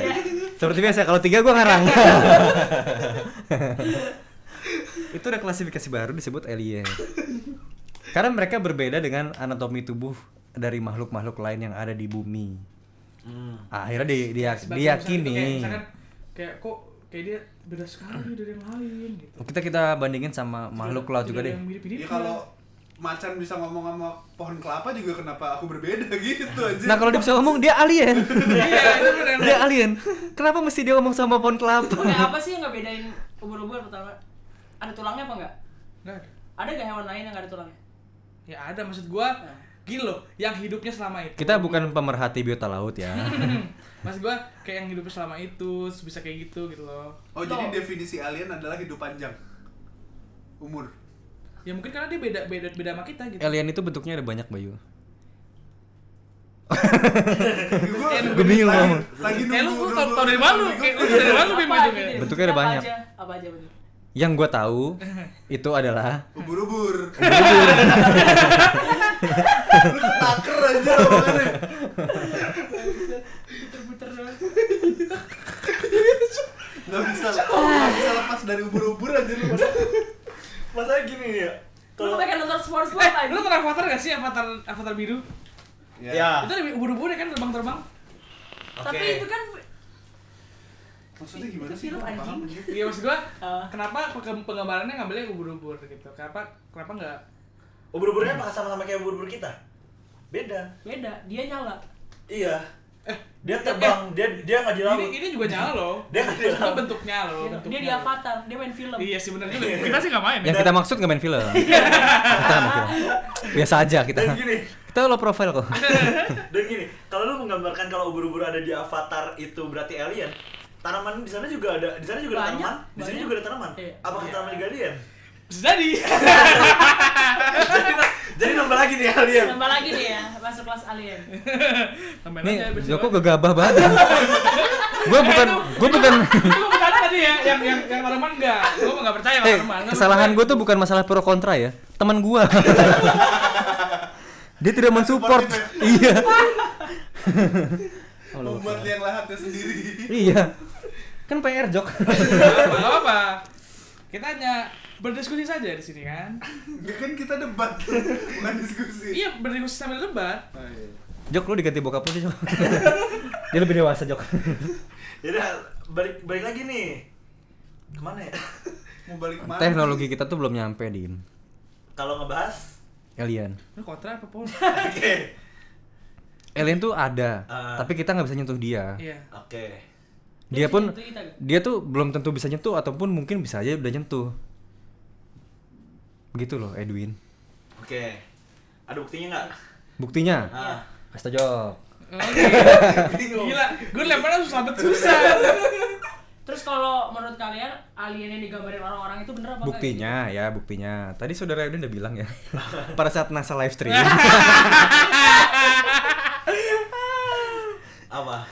D: Seperti biasa kalau tiga gua ngarang. Itu ada klasifikasi baru disebut alien. Karena mereka berbeda dengan anatomi tubuh dari makhluk-makhluk lain yang ada di bumi. Ah,
B: Hmm.
D: Akhirnya di, dia,
A: Sebagian besar itu Kayak,
D: diyakini.
A: misalkan, kayak kok kayak dia beda sekali dari yang lain gitu.
D: Kita kita bandingin sama makhluk laut juga deh.
E: Ya kalau macan bisa ngomong sama pohon kelapa juga kenapa aku berbeda gitu aja.
D: Nah kalau dia bisa ngomong dia alien.
A: Iya, itu benar.
D: dia alien. Kenapa mesti dia ngomong sama pohon kelapa?
C: Kayak apa sih yang nggak bedain ubur-ubur pertama? Ada tulangnya apa nggak?
A: Nggak ada.
C: Ada nggak hewan lain yang nggak ada tulangnya?
A: Nah, Ya ada maksud gua gini loh, yang hidupnya selama itu.
D: Kita bukan pemerhati biota laut ya.
A: Maksud gua kayak yang hidupnya selama itu terus bisa kayak gitu gitu loh.
E: Oh jadi
C: Tuh.
E: definisi alien adalah hidup panjang umur.
A: Ya mungkin karena dia beda beda beda sama kita gitu.
D: Alien itu bentuknya ada banyak Bayu.
E: Gua-
D: Gua bingung
E: lagi-
D: ngomong.
E: Lagi
A: Kayak lu
E: nunggu.
A: lu
E: nunggu-
A: tau tau dari mana lu?
E: nunggu-
A: Kayak lu tau dari mana lu Bim,
C: Apa
A: hidupnya?
C: gitu?
D: Bentuknya ada
C: Apa
D: banyak.
C: aja? Apa aja bentuk?
D: Yang gua tahu itu adalah
E: Ubur-ubur. Lu taker aja omongannya.
C: Puter-puter doang. Ah.
E: Gak bisa, gak bisa lepas dari ubur-ubur aja lu.
B: Masalahnya gini nih ya.
C: Lu
B: Kalau
C: kebanyakan nonton SpongeBob
A: Eh,
C: aja.
A: lu nonton Avatar gak sih? Avatar Avatar biru?
E: Ya.
B: Ah.
A: Itu lebih ubur-ubur ya kan terbang-terbang?
C: Tapi itu kan
E: Maksudnya gimana
C: Itu
E: sih?
C: film
E: Gua nggak paham
C: anjing.
E: aja.
A: Iya maksud gua,
C: Ah.
A: kenapa pengge- penggambarannya ngambilnya ubur-ubur gitu? Kenapa kenapa nggak
B: ubur-uburnya apakah sama-sama kayak ubur-ubur kita? Beda.
C: beda, dia nyala.
B: Iya.
A: Eh,
B: Dia terbang, dia dia nggak di laut.
A: ini ini juga nyala loh.
B: Iya, Dia nggak di
A: Maksud gua
B: laut.
A: bentuknya loh,
C: Iya, Dia,
A: bentuknya.
C: dia di
A: loh.
C: avatar, dia main film.
A: Iya sih benar juga. Kita sih nggak main. ya.
D: yang kita maksud nggak main film. kita nggak main film. Biasa aja kita.
B: Dan gini,
D: Kita low profile kok.
B: Dan gini, kalau lu menggambarkan kalau ubur-ubur ada di avatar itu berarti alien. Tanaman di sana juga ada, di sana juga ada
C: Banyak,
B: tanaman, di sini
C: banyak.
B: juga ada tanaman.
C: Iya.
B: Apakah
C: Iya.
B: tanaman juga alien?
A: Bisa jadi.
B: jadi, jadi nambah lagi nih alien.
C: Tambah lagi nih ya, masuk kelas alien.
A: Tambahin aja
D: Nih
A: episode.
D: Joko gegabah banget. gue bukan, gue bukan.
A: Itu gua bercanda tadi ya, yang yang yang tanaman enggak. Gua enggak percaya sama
D: Eh,
A: tanaman. Nggak
D: kesalahan gue
A: percaya.
D: tuh bukan masalah pro kontra ya. Teman gue. Dia tidak mensupport. iya. Oh, lu-
E: Membuat liang lahatnya sendiri.
D: iya. Kan PR Jok.
A: Nggak apa-apa, nggak apa. Kita hanya berdiskusi saja di sini kan.
E: Enggak kan kita debat, bukan diskusi.
A: Iya, berdiskusi sambil debat.
E: Oh, iya.
D: Jok lu diganti bokap lu sih Jok. Dia lebih dewasa Jok.
C: Iya.
B: Jadi balik balik lagi nih. Kemana ya?
E: Mau balik mana?
D: Teknologi kita tuh belum nyampe din.
B: kalau ngebahas,
D: Alien.
A: Lu kontra apa pun?
B: oke,
D: Alien tuh ada,
B: Ah.
D: tapi kita nggak bisa nyentuh dia.
A: Iya.
B: oke.
D: Dia
C: bisa
D: pun
C: nyentuh
B: iya.
C: kita nggak?
D: dia tuh belum tentu bisa nyentuh ataupun mungkin bisa aja udah nyentuh. Begitu loh Edwin.
B: Oke. Ada buktinya nggak?
C: Iya.
D: Buktinya,
B: Ah.
D: Astaga.
A: Oke. Gila, gue lemparnya susah banget susah.
C: Terus kalau menurut kalian alien yang digambarin orang-orang itu bener apa enggak? gitu?
D: Buktinya ya, buktinya. Tadi saudara Edwin udah bilang ya. Pada saat NASA live stream
B: Apa?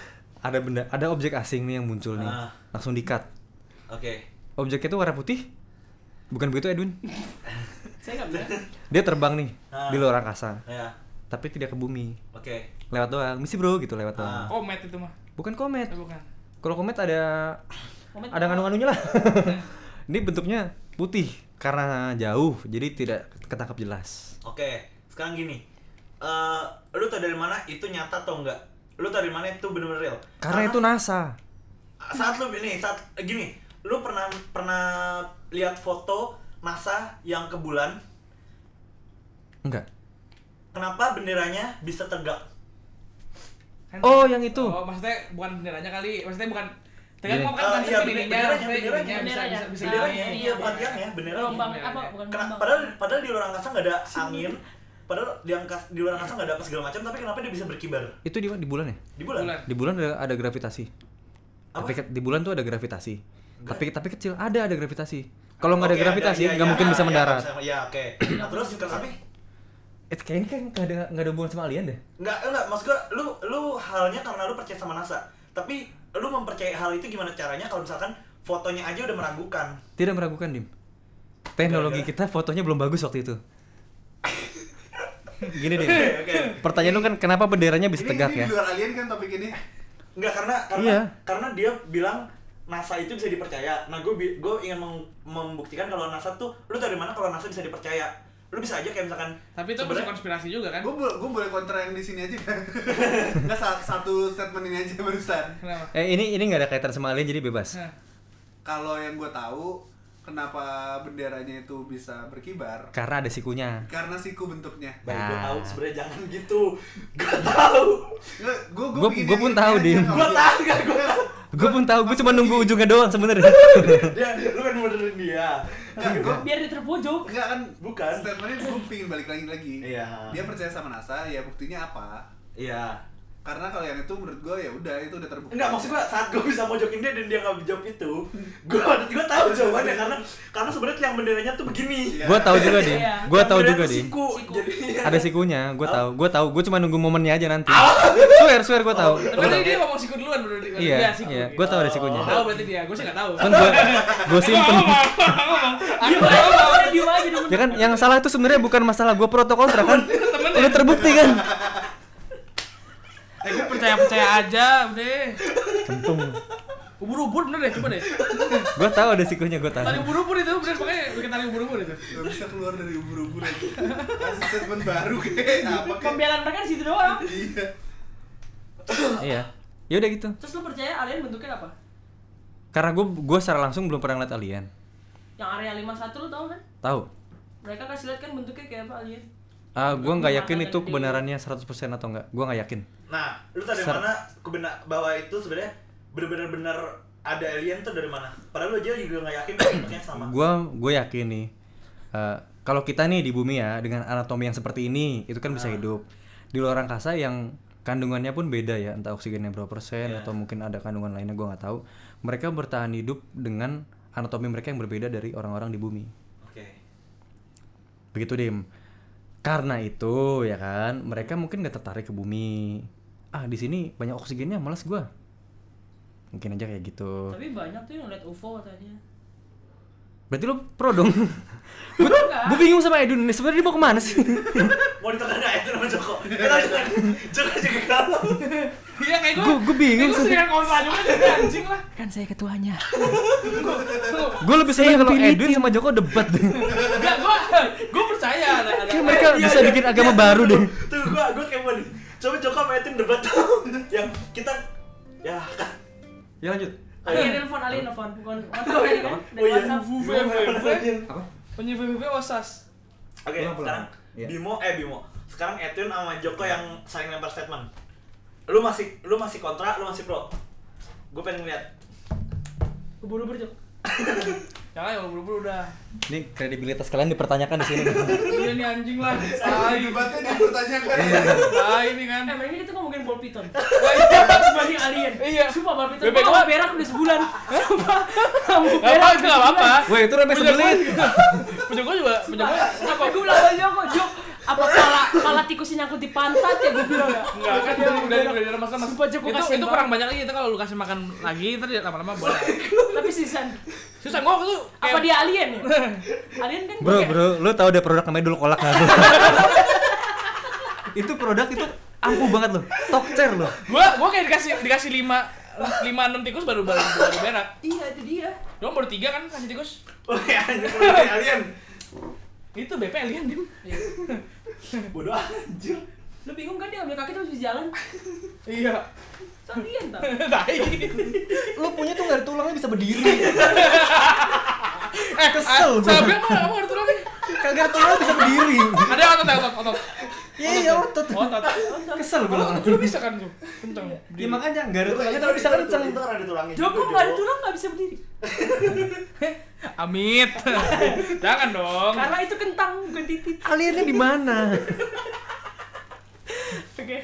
D: ada benda, ada objek asing nih yang muncul nih.
B: Ah.
D: Langsung di-cut.
B: Oke.
D: Objeknya tuh warna putih. Bukan begitu Edwin.
C: Saya nggak bener.
D: Dia terbang nih
B: Ah.
D: di luar angkasa,
B: Ya.
D: tapi tidak ke bumi.
B: Oke.
D: Lewat doang. Misi bro gitu lewat doang.
B: Ah.
A: Oh, Matt itu mah.
D: Bukan komet.
A: Eh, bukan.
D: Kalau komet ada
C: Komet
D: ada
C: apa?
D: kandungan lah. Ini bentuknya putih karena jauh jadi tidak ketangkap jelas.
B: Oke, sekarang gini. Eh, lu tau dari mana itu nyata atau enggak? Lu tau dari mana itu bener-bener real?
D: Karena itu NASA.
B: saat lu ini saat eh, gini, lu pernah pernah lihat foto NASA yang ke bulan?
D: Enggak.
B: Kenapa benderanya bisa tegak?
A: Kan-
D: Oh, yang itu.
A: Oh, maksudnya bukan benderanya kali. Maksudnya bukan Tegak
D: Gini.
A: kok kan
B: Ah,
A: konsep
B: iya,
A: benderanya,
B: benderanya,
A: maksudnya
B: benderanya,
A: ininya bisa
C: benderanya.
A: bisa bisa
C: Ah,
B: Benderanya,
A: gini.
B: iya bukan tiangnya, benderanya.
A: iya,
C: Gelombang apa bukan
B: Kena,
C: gelombang?
B: padahal padahal di luar angkasa nggak ada angin, padahal di, angkas, di luar angkasa nggak ada apa segala macam, tapi kenapa dia bisa berkibar
D: Itu di di bulan ya?
B: di bulan?
A: Bulan.
D: Di bulan ada, ada gravitasi.
B: Apa?
D: Tapi ke- di bulan tuh ada gravitasi. Tapi tapi kecil ada ada gravitasi. Kalau nggak ada
B: Oke,
D: gravitasi
B: iya,
D: nggak
B: iya,
D: mungkin
B: iya,
D: bisa
B: iya,
D: mendarat.
B: nggak bisa- Iya, oke. Nah, terus kenapa?
D: Eh, kayaknya kan nggak ada nggak ada hubungan sama alien deh.
B: Enggak, enggak, maksud gua lu lu halnya karena lu percaya sama NASA. Tapi lu mempercayai hal itu gimana caranya kalau misalkan fotonya aja udah meragukan.
D: Tidak meragukan dim. Teknologi kita fotonya belum bagus waktu itu. Gini dim.
B: oke.
D: Pertanyaan lu kan kenapa benderanya bisa
E: Ini,
D: tegak
E: ini
D: ya?
E: di luar alien kan topik ini.
B: Enggak karena karena
D: Iya.
B: karena dia bilang NASA itu bisa dipercaya. Nah, gue gue ingin meng- membuktikan kalau NASA tuh lu dari mana kalau NASA bisa dipercaya. lu bisa aja kayak misalkan
A: Tapi itu bisa
B: sebenarnya-
A: konspirasi juga kan?
E: Gue boleh kontra yang di sini aja kan? Nggak sa- satu statement ini aja barusan.
A: Kenapa?
D: Eh ini ini nggak ada kaitan sama alien jadi bebas.
A: Nah,
E: Kalau yang gue tahu, kenapa benderanya itu bisa berkibar?
D: Karena ada sikunya.
E: Karena siku bentuknya.
B: Baik, gue
D: Nah.
B: tahu sebenarnya jangan gitu. Gue tahu.
E: Gue
D: Gua- gua pun tahu, Dim.
B: Gue tahu kan gue tahu.
D: Gue pun tahu, gue cuma nunggu ujungnya doang sebenarnya.
B: Dia lu kan benerin dia.
E: Gue
C: biar dia terpojok
E: Enggak kan
B: Bukan.
E: Statementnya gue pingin balik lagi lagi.
B: Iya.
E: Dia percaya sama NASA, ya buktinya apa?
B: Iya.
E: Karena kalau yang itu menurut gue ya udah itu udah terbukti.
B: Enggak maksud gue saat gue bisa mojokin dia dan dia nggak jawab itu, gue gue tahu jawabannya karena karena sebenarnya yang benderanya tuh begini.
E: Iya.
D: Gue tahu juga deh.
C: Iya.
D: Gue
B: Yang
D: tahu
B: benderanya
D: juga
B: tuh
D: deh.
B: Siku.
C: Siku.
B: Jadi iya.
D: Ada sikunya, gue tahu. Gue tahu, gue cuma nunggu momennya aja nanti. Swear, swear gue tahu.
A: tapi tadi dia ngomong siku duluan baru dia
D: Iya,
A: siku.
D: iya.
A: gitu.
D: Gue tahu ada sikunya.
A: Tahu berarti dia, gue sih nggak tahu.
D: Kan gue gue simpen. Iya.
C: diem aja udah diem aja diem
D: Ya kan, yang salah itu sebenarnya bukan masalah gue pro atau kontra kan? Udah terbukti kan?
A: Eh, gue percaya percaya aja, udah.
D: Kentung.
A: Ubur-ubur bener deh, coba deh.
D: Gue tahu ada sikunya, gue tahu.
A: Tali ubur-ubur itu bener makanya bikin tali ubur-ubur itu.
E: Gak bisa keluar dari ubur-ubur aja. Kasih statement baru kayak apa kayak.
C: pembelaan mereka di situ doang
E: Iya.
D: Iya. Ya udah gitu.
C: terus lu percaya alien bentuknya apa
D: Karena gue gue secara langsung belum pernah ngeliat alien.
C: yang area 51 lu tau kan
D: Tahu.
C: mereka kasih lihat kan bentuknya kayak apa alien
D: Ah, gue nggak yakin itu
C: Gimana tadi?
D: kebenarannya 100% atau enggak. Gue nggak yakin.
B: Nah, lu tau dari
D: Ser-
B: mana kebenar bahwa itu sebenarnya benar-benar ada alien tuh dari mana? Padahal lu aja juga nggak yakin bentuknya sama.
D: Gue gue yakin nih. eh, kalau kita nih di bumi ya dengan anatomi yang seperti ini, itu kan bisa hidup. Di luar angkasa yang kandungannya pun beda ya, entah oksigennya berapa persen atau mungkin ada kandungan lainnya gue nggak tahu. Mereka bertahan hidup dengan anatomi mereka yang berbeda dari orang-orang di bumi.
B: Oke.
D: Begitu Dim. Karena itu ya kan, mereka mungkin nggak tertarik ke bumi. Ah di sini banyak oksigennya, malas gua. Mungkin aja kayak gitu.
C: tapi banyak tuh yang lihat UFO katanya
D: Berarti lo pro dong. gue bingung sama Edun ini sebenarnya dia mau kemana sih?
B: Mau ditekan nggak itu nama Joko? Kita lanjutkan. Joko juga galau.
A: Iya kayak gue.
D: Gua- gua bingung
A: Gue
D: sih.
A: sering kontra juga jadi anjing lah.
C: kan saya ketuanya
D: gue lebih seneng kalau Edwin sama Joko debat deh.
A: Enggak, gue gue percaya ada ada.
D: Kayak mereka bisa
B: Iya,
D: bikin agama baru deh.
B: Tuh gua gua kayak mau di- Coba Joko sama Etin debat tuh. Yang kita ya kan.
D: Ya lanjut.
A: Iya.
C: alien nelfon alien nelfon bukan bukan alien kan dari
B: Oh iya.
C: WhatsApp
A: Vuvu,
D: Apa?
A: Punya VVV osas.
B: Oke,
D: Pulang, pulang.
B: sekarang
D: Iya.
B: Bimo eh Bimo. Sekarang Etin sama Joko yang saling lempar statement. Lu masih lu masih kontra, lu masih pro. Gue pengen lihat.
C: ubur-ubur Jok.
A: Ya kan, ubur-ubur udah.
D: Ini kredibilitas kalian dipertanyakan di sini.
A: Udah nih anjing lah.
E: Ah,
A: Tai.
E: debatnya dipertanyakan.
D: Iya.
A: Tai nih kan.
C: eh mereka kita ngomongin ball piton
A: Wah,
C: eh,
A: iya.
C: sebagai alien
A: Iya.
C: sumpah ball piton
A: Bebek
C: gua
A: gua-
C: mau berak udah sebulan sumpah kamu
A: Gak apa, itu gak apa.
C: eh,
D: Weh Ah, itu remeh sebelit.
A: Punya gue juga, punya gue.
C: Kenapa? Gue bilang sama Joko, Jok, apa pala, pala tikusnya nyangkut di pantat ya? Gue bilang ya.
A: Enggak kan itu udah udah dalam masa mas.
C: Sumpah, Jack, gua
A: Itu
C: kasihan
A: itu
C: banget.
A: kurang banyak lagi itu kalau lu kasih makan lagi ntar dia lama-lama boleh.
C: Tapi Susan,
A: Susah gue tuh
C: apa dia alien ya? Alien kan
D: Bro,
C: kayak-
D: bro, lu tahu ada produk namanya dulu kolak nggak bro? itu produk itu ampuh banget loh, tokcer loh.
A: Gue gue kayak dikasih dikasih lima lima enam tikus baru baru baru berak.
C: Iya, itu dia.
A: Cuma baru tiga kan kasih tikus.
B: Oke, Oh, iya, anjing lu kayak alien.
A: Itu BP alien dim.
B: Bodoh anjir.
C: Lu bingung kan dia ambil kaki terus bisa jalan?
A: Iya.
C: Itu alien tau.
A: Tai.
D: Lu punya tuh nggak ada tulangnya bisa berdiri.
A: Eh
D: Kesel gua.
A: Sabi apa apa ngerti lagi?
D: Kagak ada tulangnya bisa berdiri.
A: Ada otot ya, otot otot.
D: Iya, iya, otot.
A: Otot.
D: oh. Kesel gue
A: Lu- Lu bisa kan tuh. Kenceng.
D: Ya makanya nggak ada tulangnya tapi bisa kenceng.
B: Itu kan ada tulangnya.
C: Joko
B: juga,
C: nggak ada
B: Joko.
C: tulang nggak bisa berdiri.
A: Amit. Jangan dong.
C: Karena itu kentang, bukan titit.
D: Aliennya di mana?
C: Oke.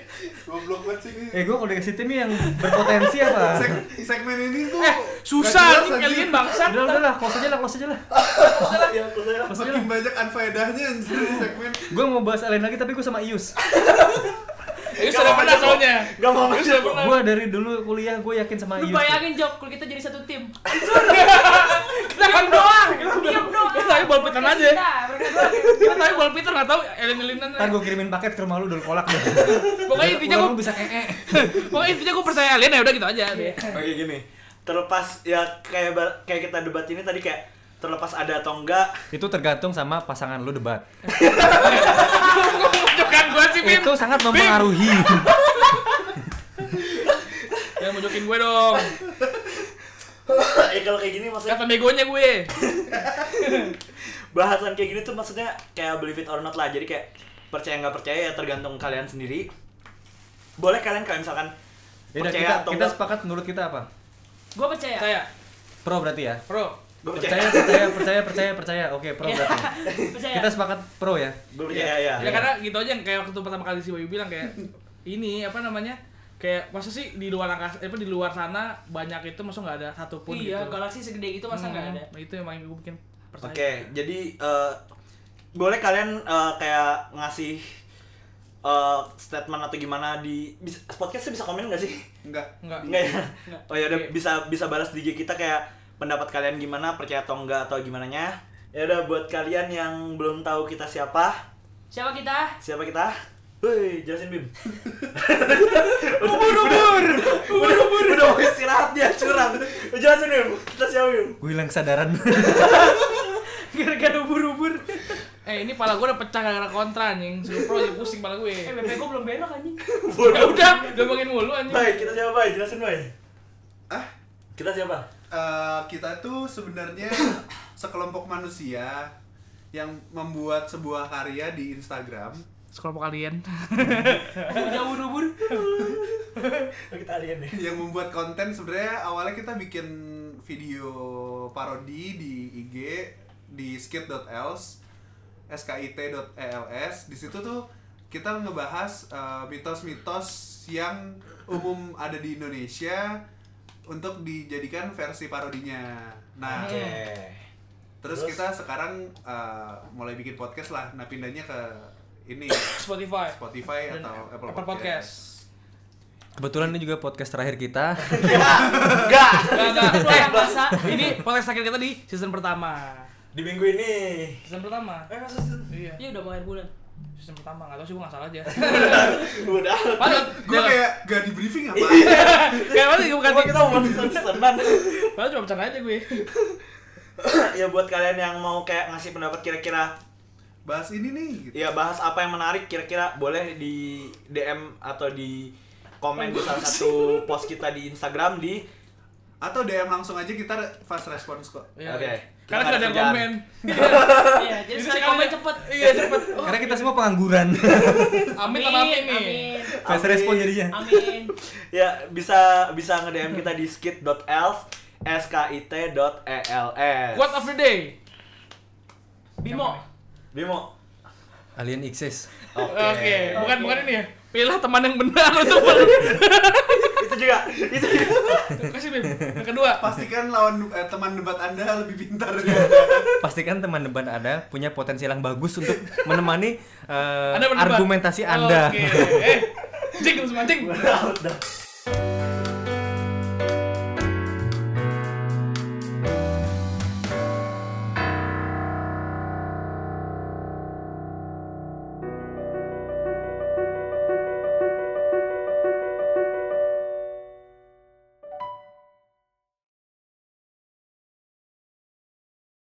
E: Goblok banget sih ini.
D: eh gue kalau dikasih tim yang berpotensi apa?
E: Seg- segmen ini
A: Eh,
E: tuh nggak
A: susah
E: jelas,
A: nih
E: anjing.
A: alien bangsat.
D: Udah, udah lah, close aja lah, close aja lah.
B: Iya, terus saya-
E: Makin banyak anfaedahnya anjir di segmen.
D: Gue mau bahas alien lagi tapi gue sama Ius.
A: Itu sudah
B: Nggak
A: pernah
B: apa-apa,
A: soalnya.
B: Joko. Nggak apa-apa,
A: Itu sudah
B: Joko.
A: pernah.
D: Gue dari dulu kuliah gue yakin sama
C: Lu
D: Ius.
C: bayangin Jok, kalau kita jadi satu tim.
A: Kita kan doang.
C: Diam doang.
A: Kita tapi ball piton aja.
C: Kita, mereka doang.
A: Kita tapi ball piton nggak tahu alien alienan.
D: Ntar gue kirimin paket ke rumah lu dulu kolak deh.
A: Pokoknya intinya
D: Ular
A: gue
D: lu bisa eh. Iya. ee.
A: pokoknya intinya gue percaya alien ya udah gitu aja deh.
B: Oke gini, terlepas ya kayak ba- kayak kita debat ini tadi kayak terlepas ada atau enggak
D: Itu tergantung sama pasangan lu debat.
A: Tunjukkan gue sih, Bim.
D: Itu sangat mempengaruhi.
A: Jangan mojokin gue dong.
B: ya kalau kayak gini maksudnya
A: Kata begonya gue.
B: bahasan kayak gini tuh maksudnya kayak believe it or not lah jadi kayak percaya nggak percaya ya tergantung kalian sendiri boleh kalian kalau misalkan
D: Yaudah,
B: percaya
D: kita,
B: atau
D: kita
B: enggak
D: sepakat menurut kita apa?
C: Gue percaya.
A: Saya,
D: Pro berarti ya?
A: bro.
B: gue percaya
D: Percaya, percaya, percaya, percaya, percaya. Oke, pro
C: Iya,
D: berarti.
C: percaya.
D: Kita sepakat pro ya?
B: gue percaya ya,
A: Ya karena gitu aja yang kayak waktu pertama kali si Bayu bilang kayak ini apa namanya? Kayak masa sih di luar angkasa apa di luar sana banyak itu masa nggak ada satupun
C: iya,
A: gitu.
C: galaksi segede gitu masa nggak ada.
A: Nah, itu yang main gue bikin
B: Oke,
A: percaya.
B: jadi eh, boleh kalian eh, kayak ngasih eh, statement atau gimana di bisa, podcastnya bisa komen nggak sih?
E: Enggak.
A: Enggak.
B: Enggak ya?
C: Nggak.
B: Oh ya udah
A: Oke.
B: bisa bisa balas di IG kita kayak pendapat kalian gimana percaya atau enggak atau gimana nya. Ya udah buat kalian yang belum tahu kita siapa,
C: Siapa kita?
B: siapa kita? Woi, jelasin Bim. ubur ubur ubur ubur udah mau istirahat dia curang. Jelasin Bim, kita siapa Bim?
D: Gue hilang kesadaran.
C: Gara-gara ubur-ubur.
A: Eh ini pala gue udah pecah gara-gara kontra anjing. Suruh pro aja pusing pala
C: eh,
A: gue.
C: BP gue belum belok anjing.
A: Ya udah, udah ngomongin mulu anjing.
B: Baik, kita siapa? Bay? Jelasin Bay.
E: Ah,
B: Kita siapa?
E: eh, kita tuh sebenarnya sekelompok manusia yang membuat sebuah karya di Instagram.
A: Sekelompok kalian.
C: Udah ubur-ubur.
B: Oh, Kita alien deh.
E: yang membuat konten sebenarnya awalnya kita bikin video parodi di IG di skit.else skit.els E di situ tuh kita ngebahas eh, mitos-mitos yang umum ada di Indonesia untuk dijadikan versi parodinya. Nah,
B: Iya.
E: terus,
B: Terus?
E: kita sekarang eh, mulai bikin podcast lah. Nah, pindahnya ke ini
A: Spotify.
E: Spotify
A: Dan
E: atau Apple,
A: Apple
E: Podcast.
A: Podcast.
D: Kebetulan ini juga podcast terakhir kita.
B: Enggak.
A: Enggak, enggak.
C: Itu orang masa.
A: Eh, ini podcast terakhir kita di season pertama.
B: Di minggu ini.
A: Season pertama.
B: Eh, masa sih?
A: Iya.
C: Iya udah mau air bulan.
A: Season pertama, nggak tahu sih gue nggak salah aja.
B: Udah.
A: Padahal
E: Gue kayak gak di briefing apa?
A: kayak mana sih gue bukan
B: Coba kita mau pesan-pesanan.
A: Padahal cuma bercanda aja gue.
B: ya buat kalian yang mau kayak ngasih pendapat kira-kira
E: Bahas ini nih gitu.
B: ya bahas apa yang menarik kira-kira boleh di DM atau di komen di salah satu post kita di Instagram di
E: Atau DM langsung aja kita fast response kok.
A: Iya.
B: Oke.
A: Karena
B: Kita
A: nggak ada yang
B: kerjaan.
A: komen.
C: Iya, jadi sekali komen cepet.
A: Iya cepet.
D: Karena kita semua pengangguran.
A: Amit sama amin nih.
C: Amin.
D: Fast
B: Amin.
D: respon jadinya.
C: Amin.
B: ya bisa bisa nge-DM kita di skit.els E skit.els
A: Quote of the day.
C: Bimo.
B: Bimo
D: Alien exist.
A: Oke. Bukan bukan ini ya. Pilih teman yang benar untuk ber-
B: itu juga itu juga
A: kasih Bim. Yang kedua.
E: Pastikan lawan eh, teman debat Anda lebih pintar dari Anda.
D: Pastikan teman debat Anda punya potensi yang bagus untuk menemani eh,
A: Anda Oh, berdebat.
D: argumentasi Anda.
A: Oke. Eh. Jing semua jing.
B: Udah, udah.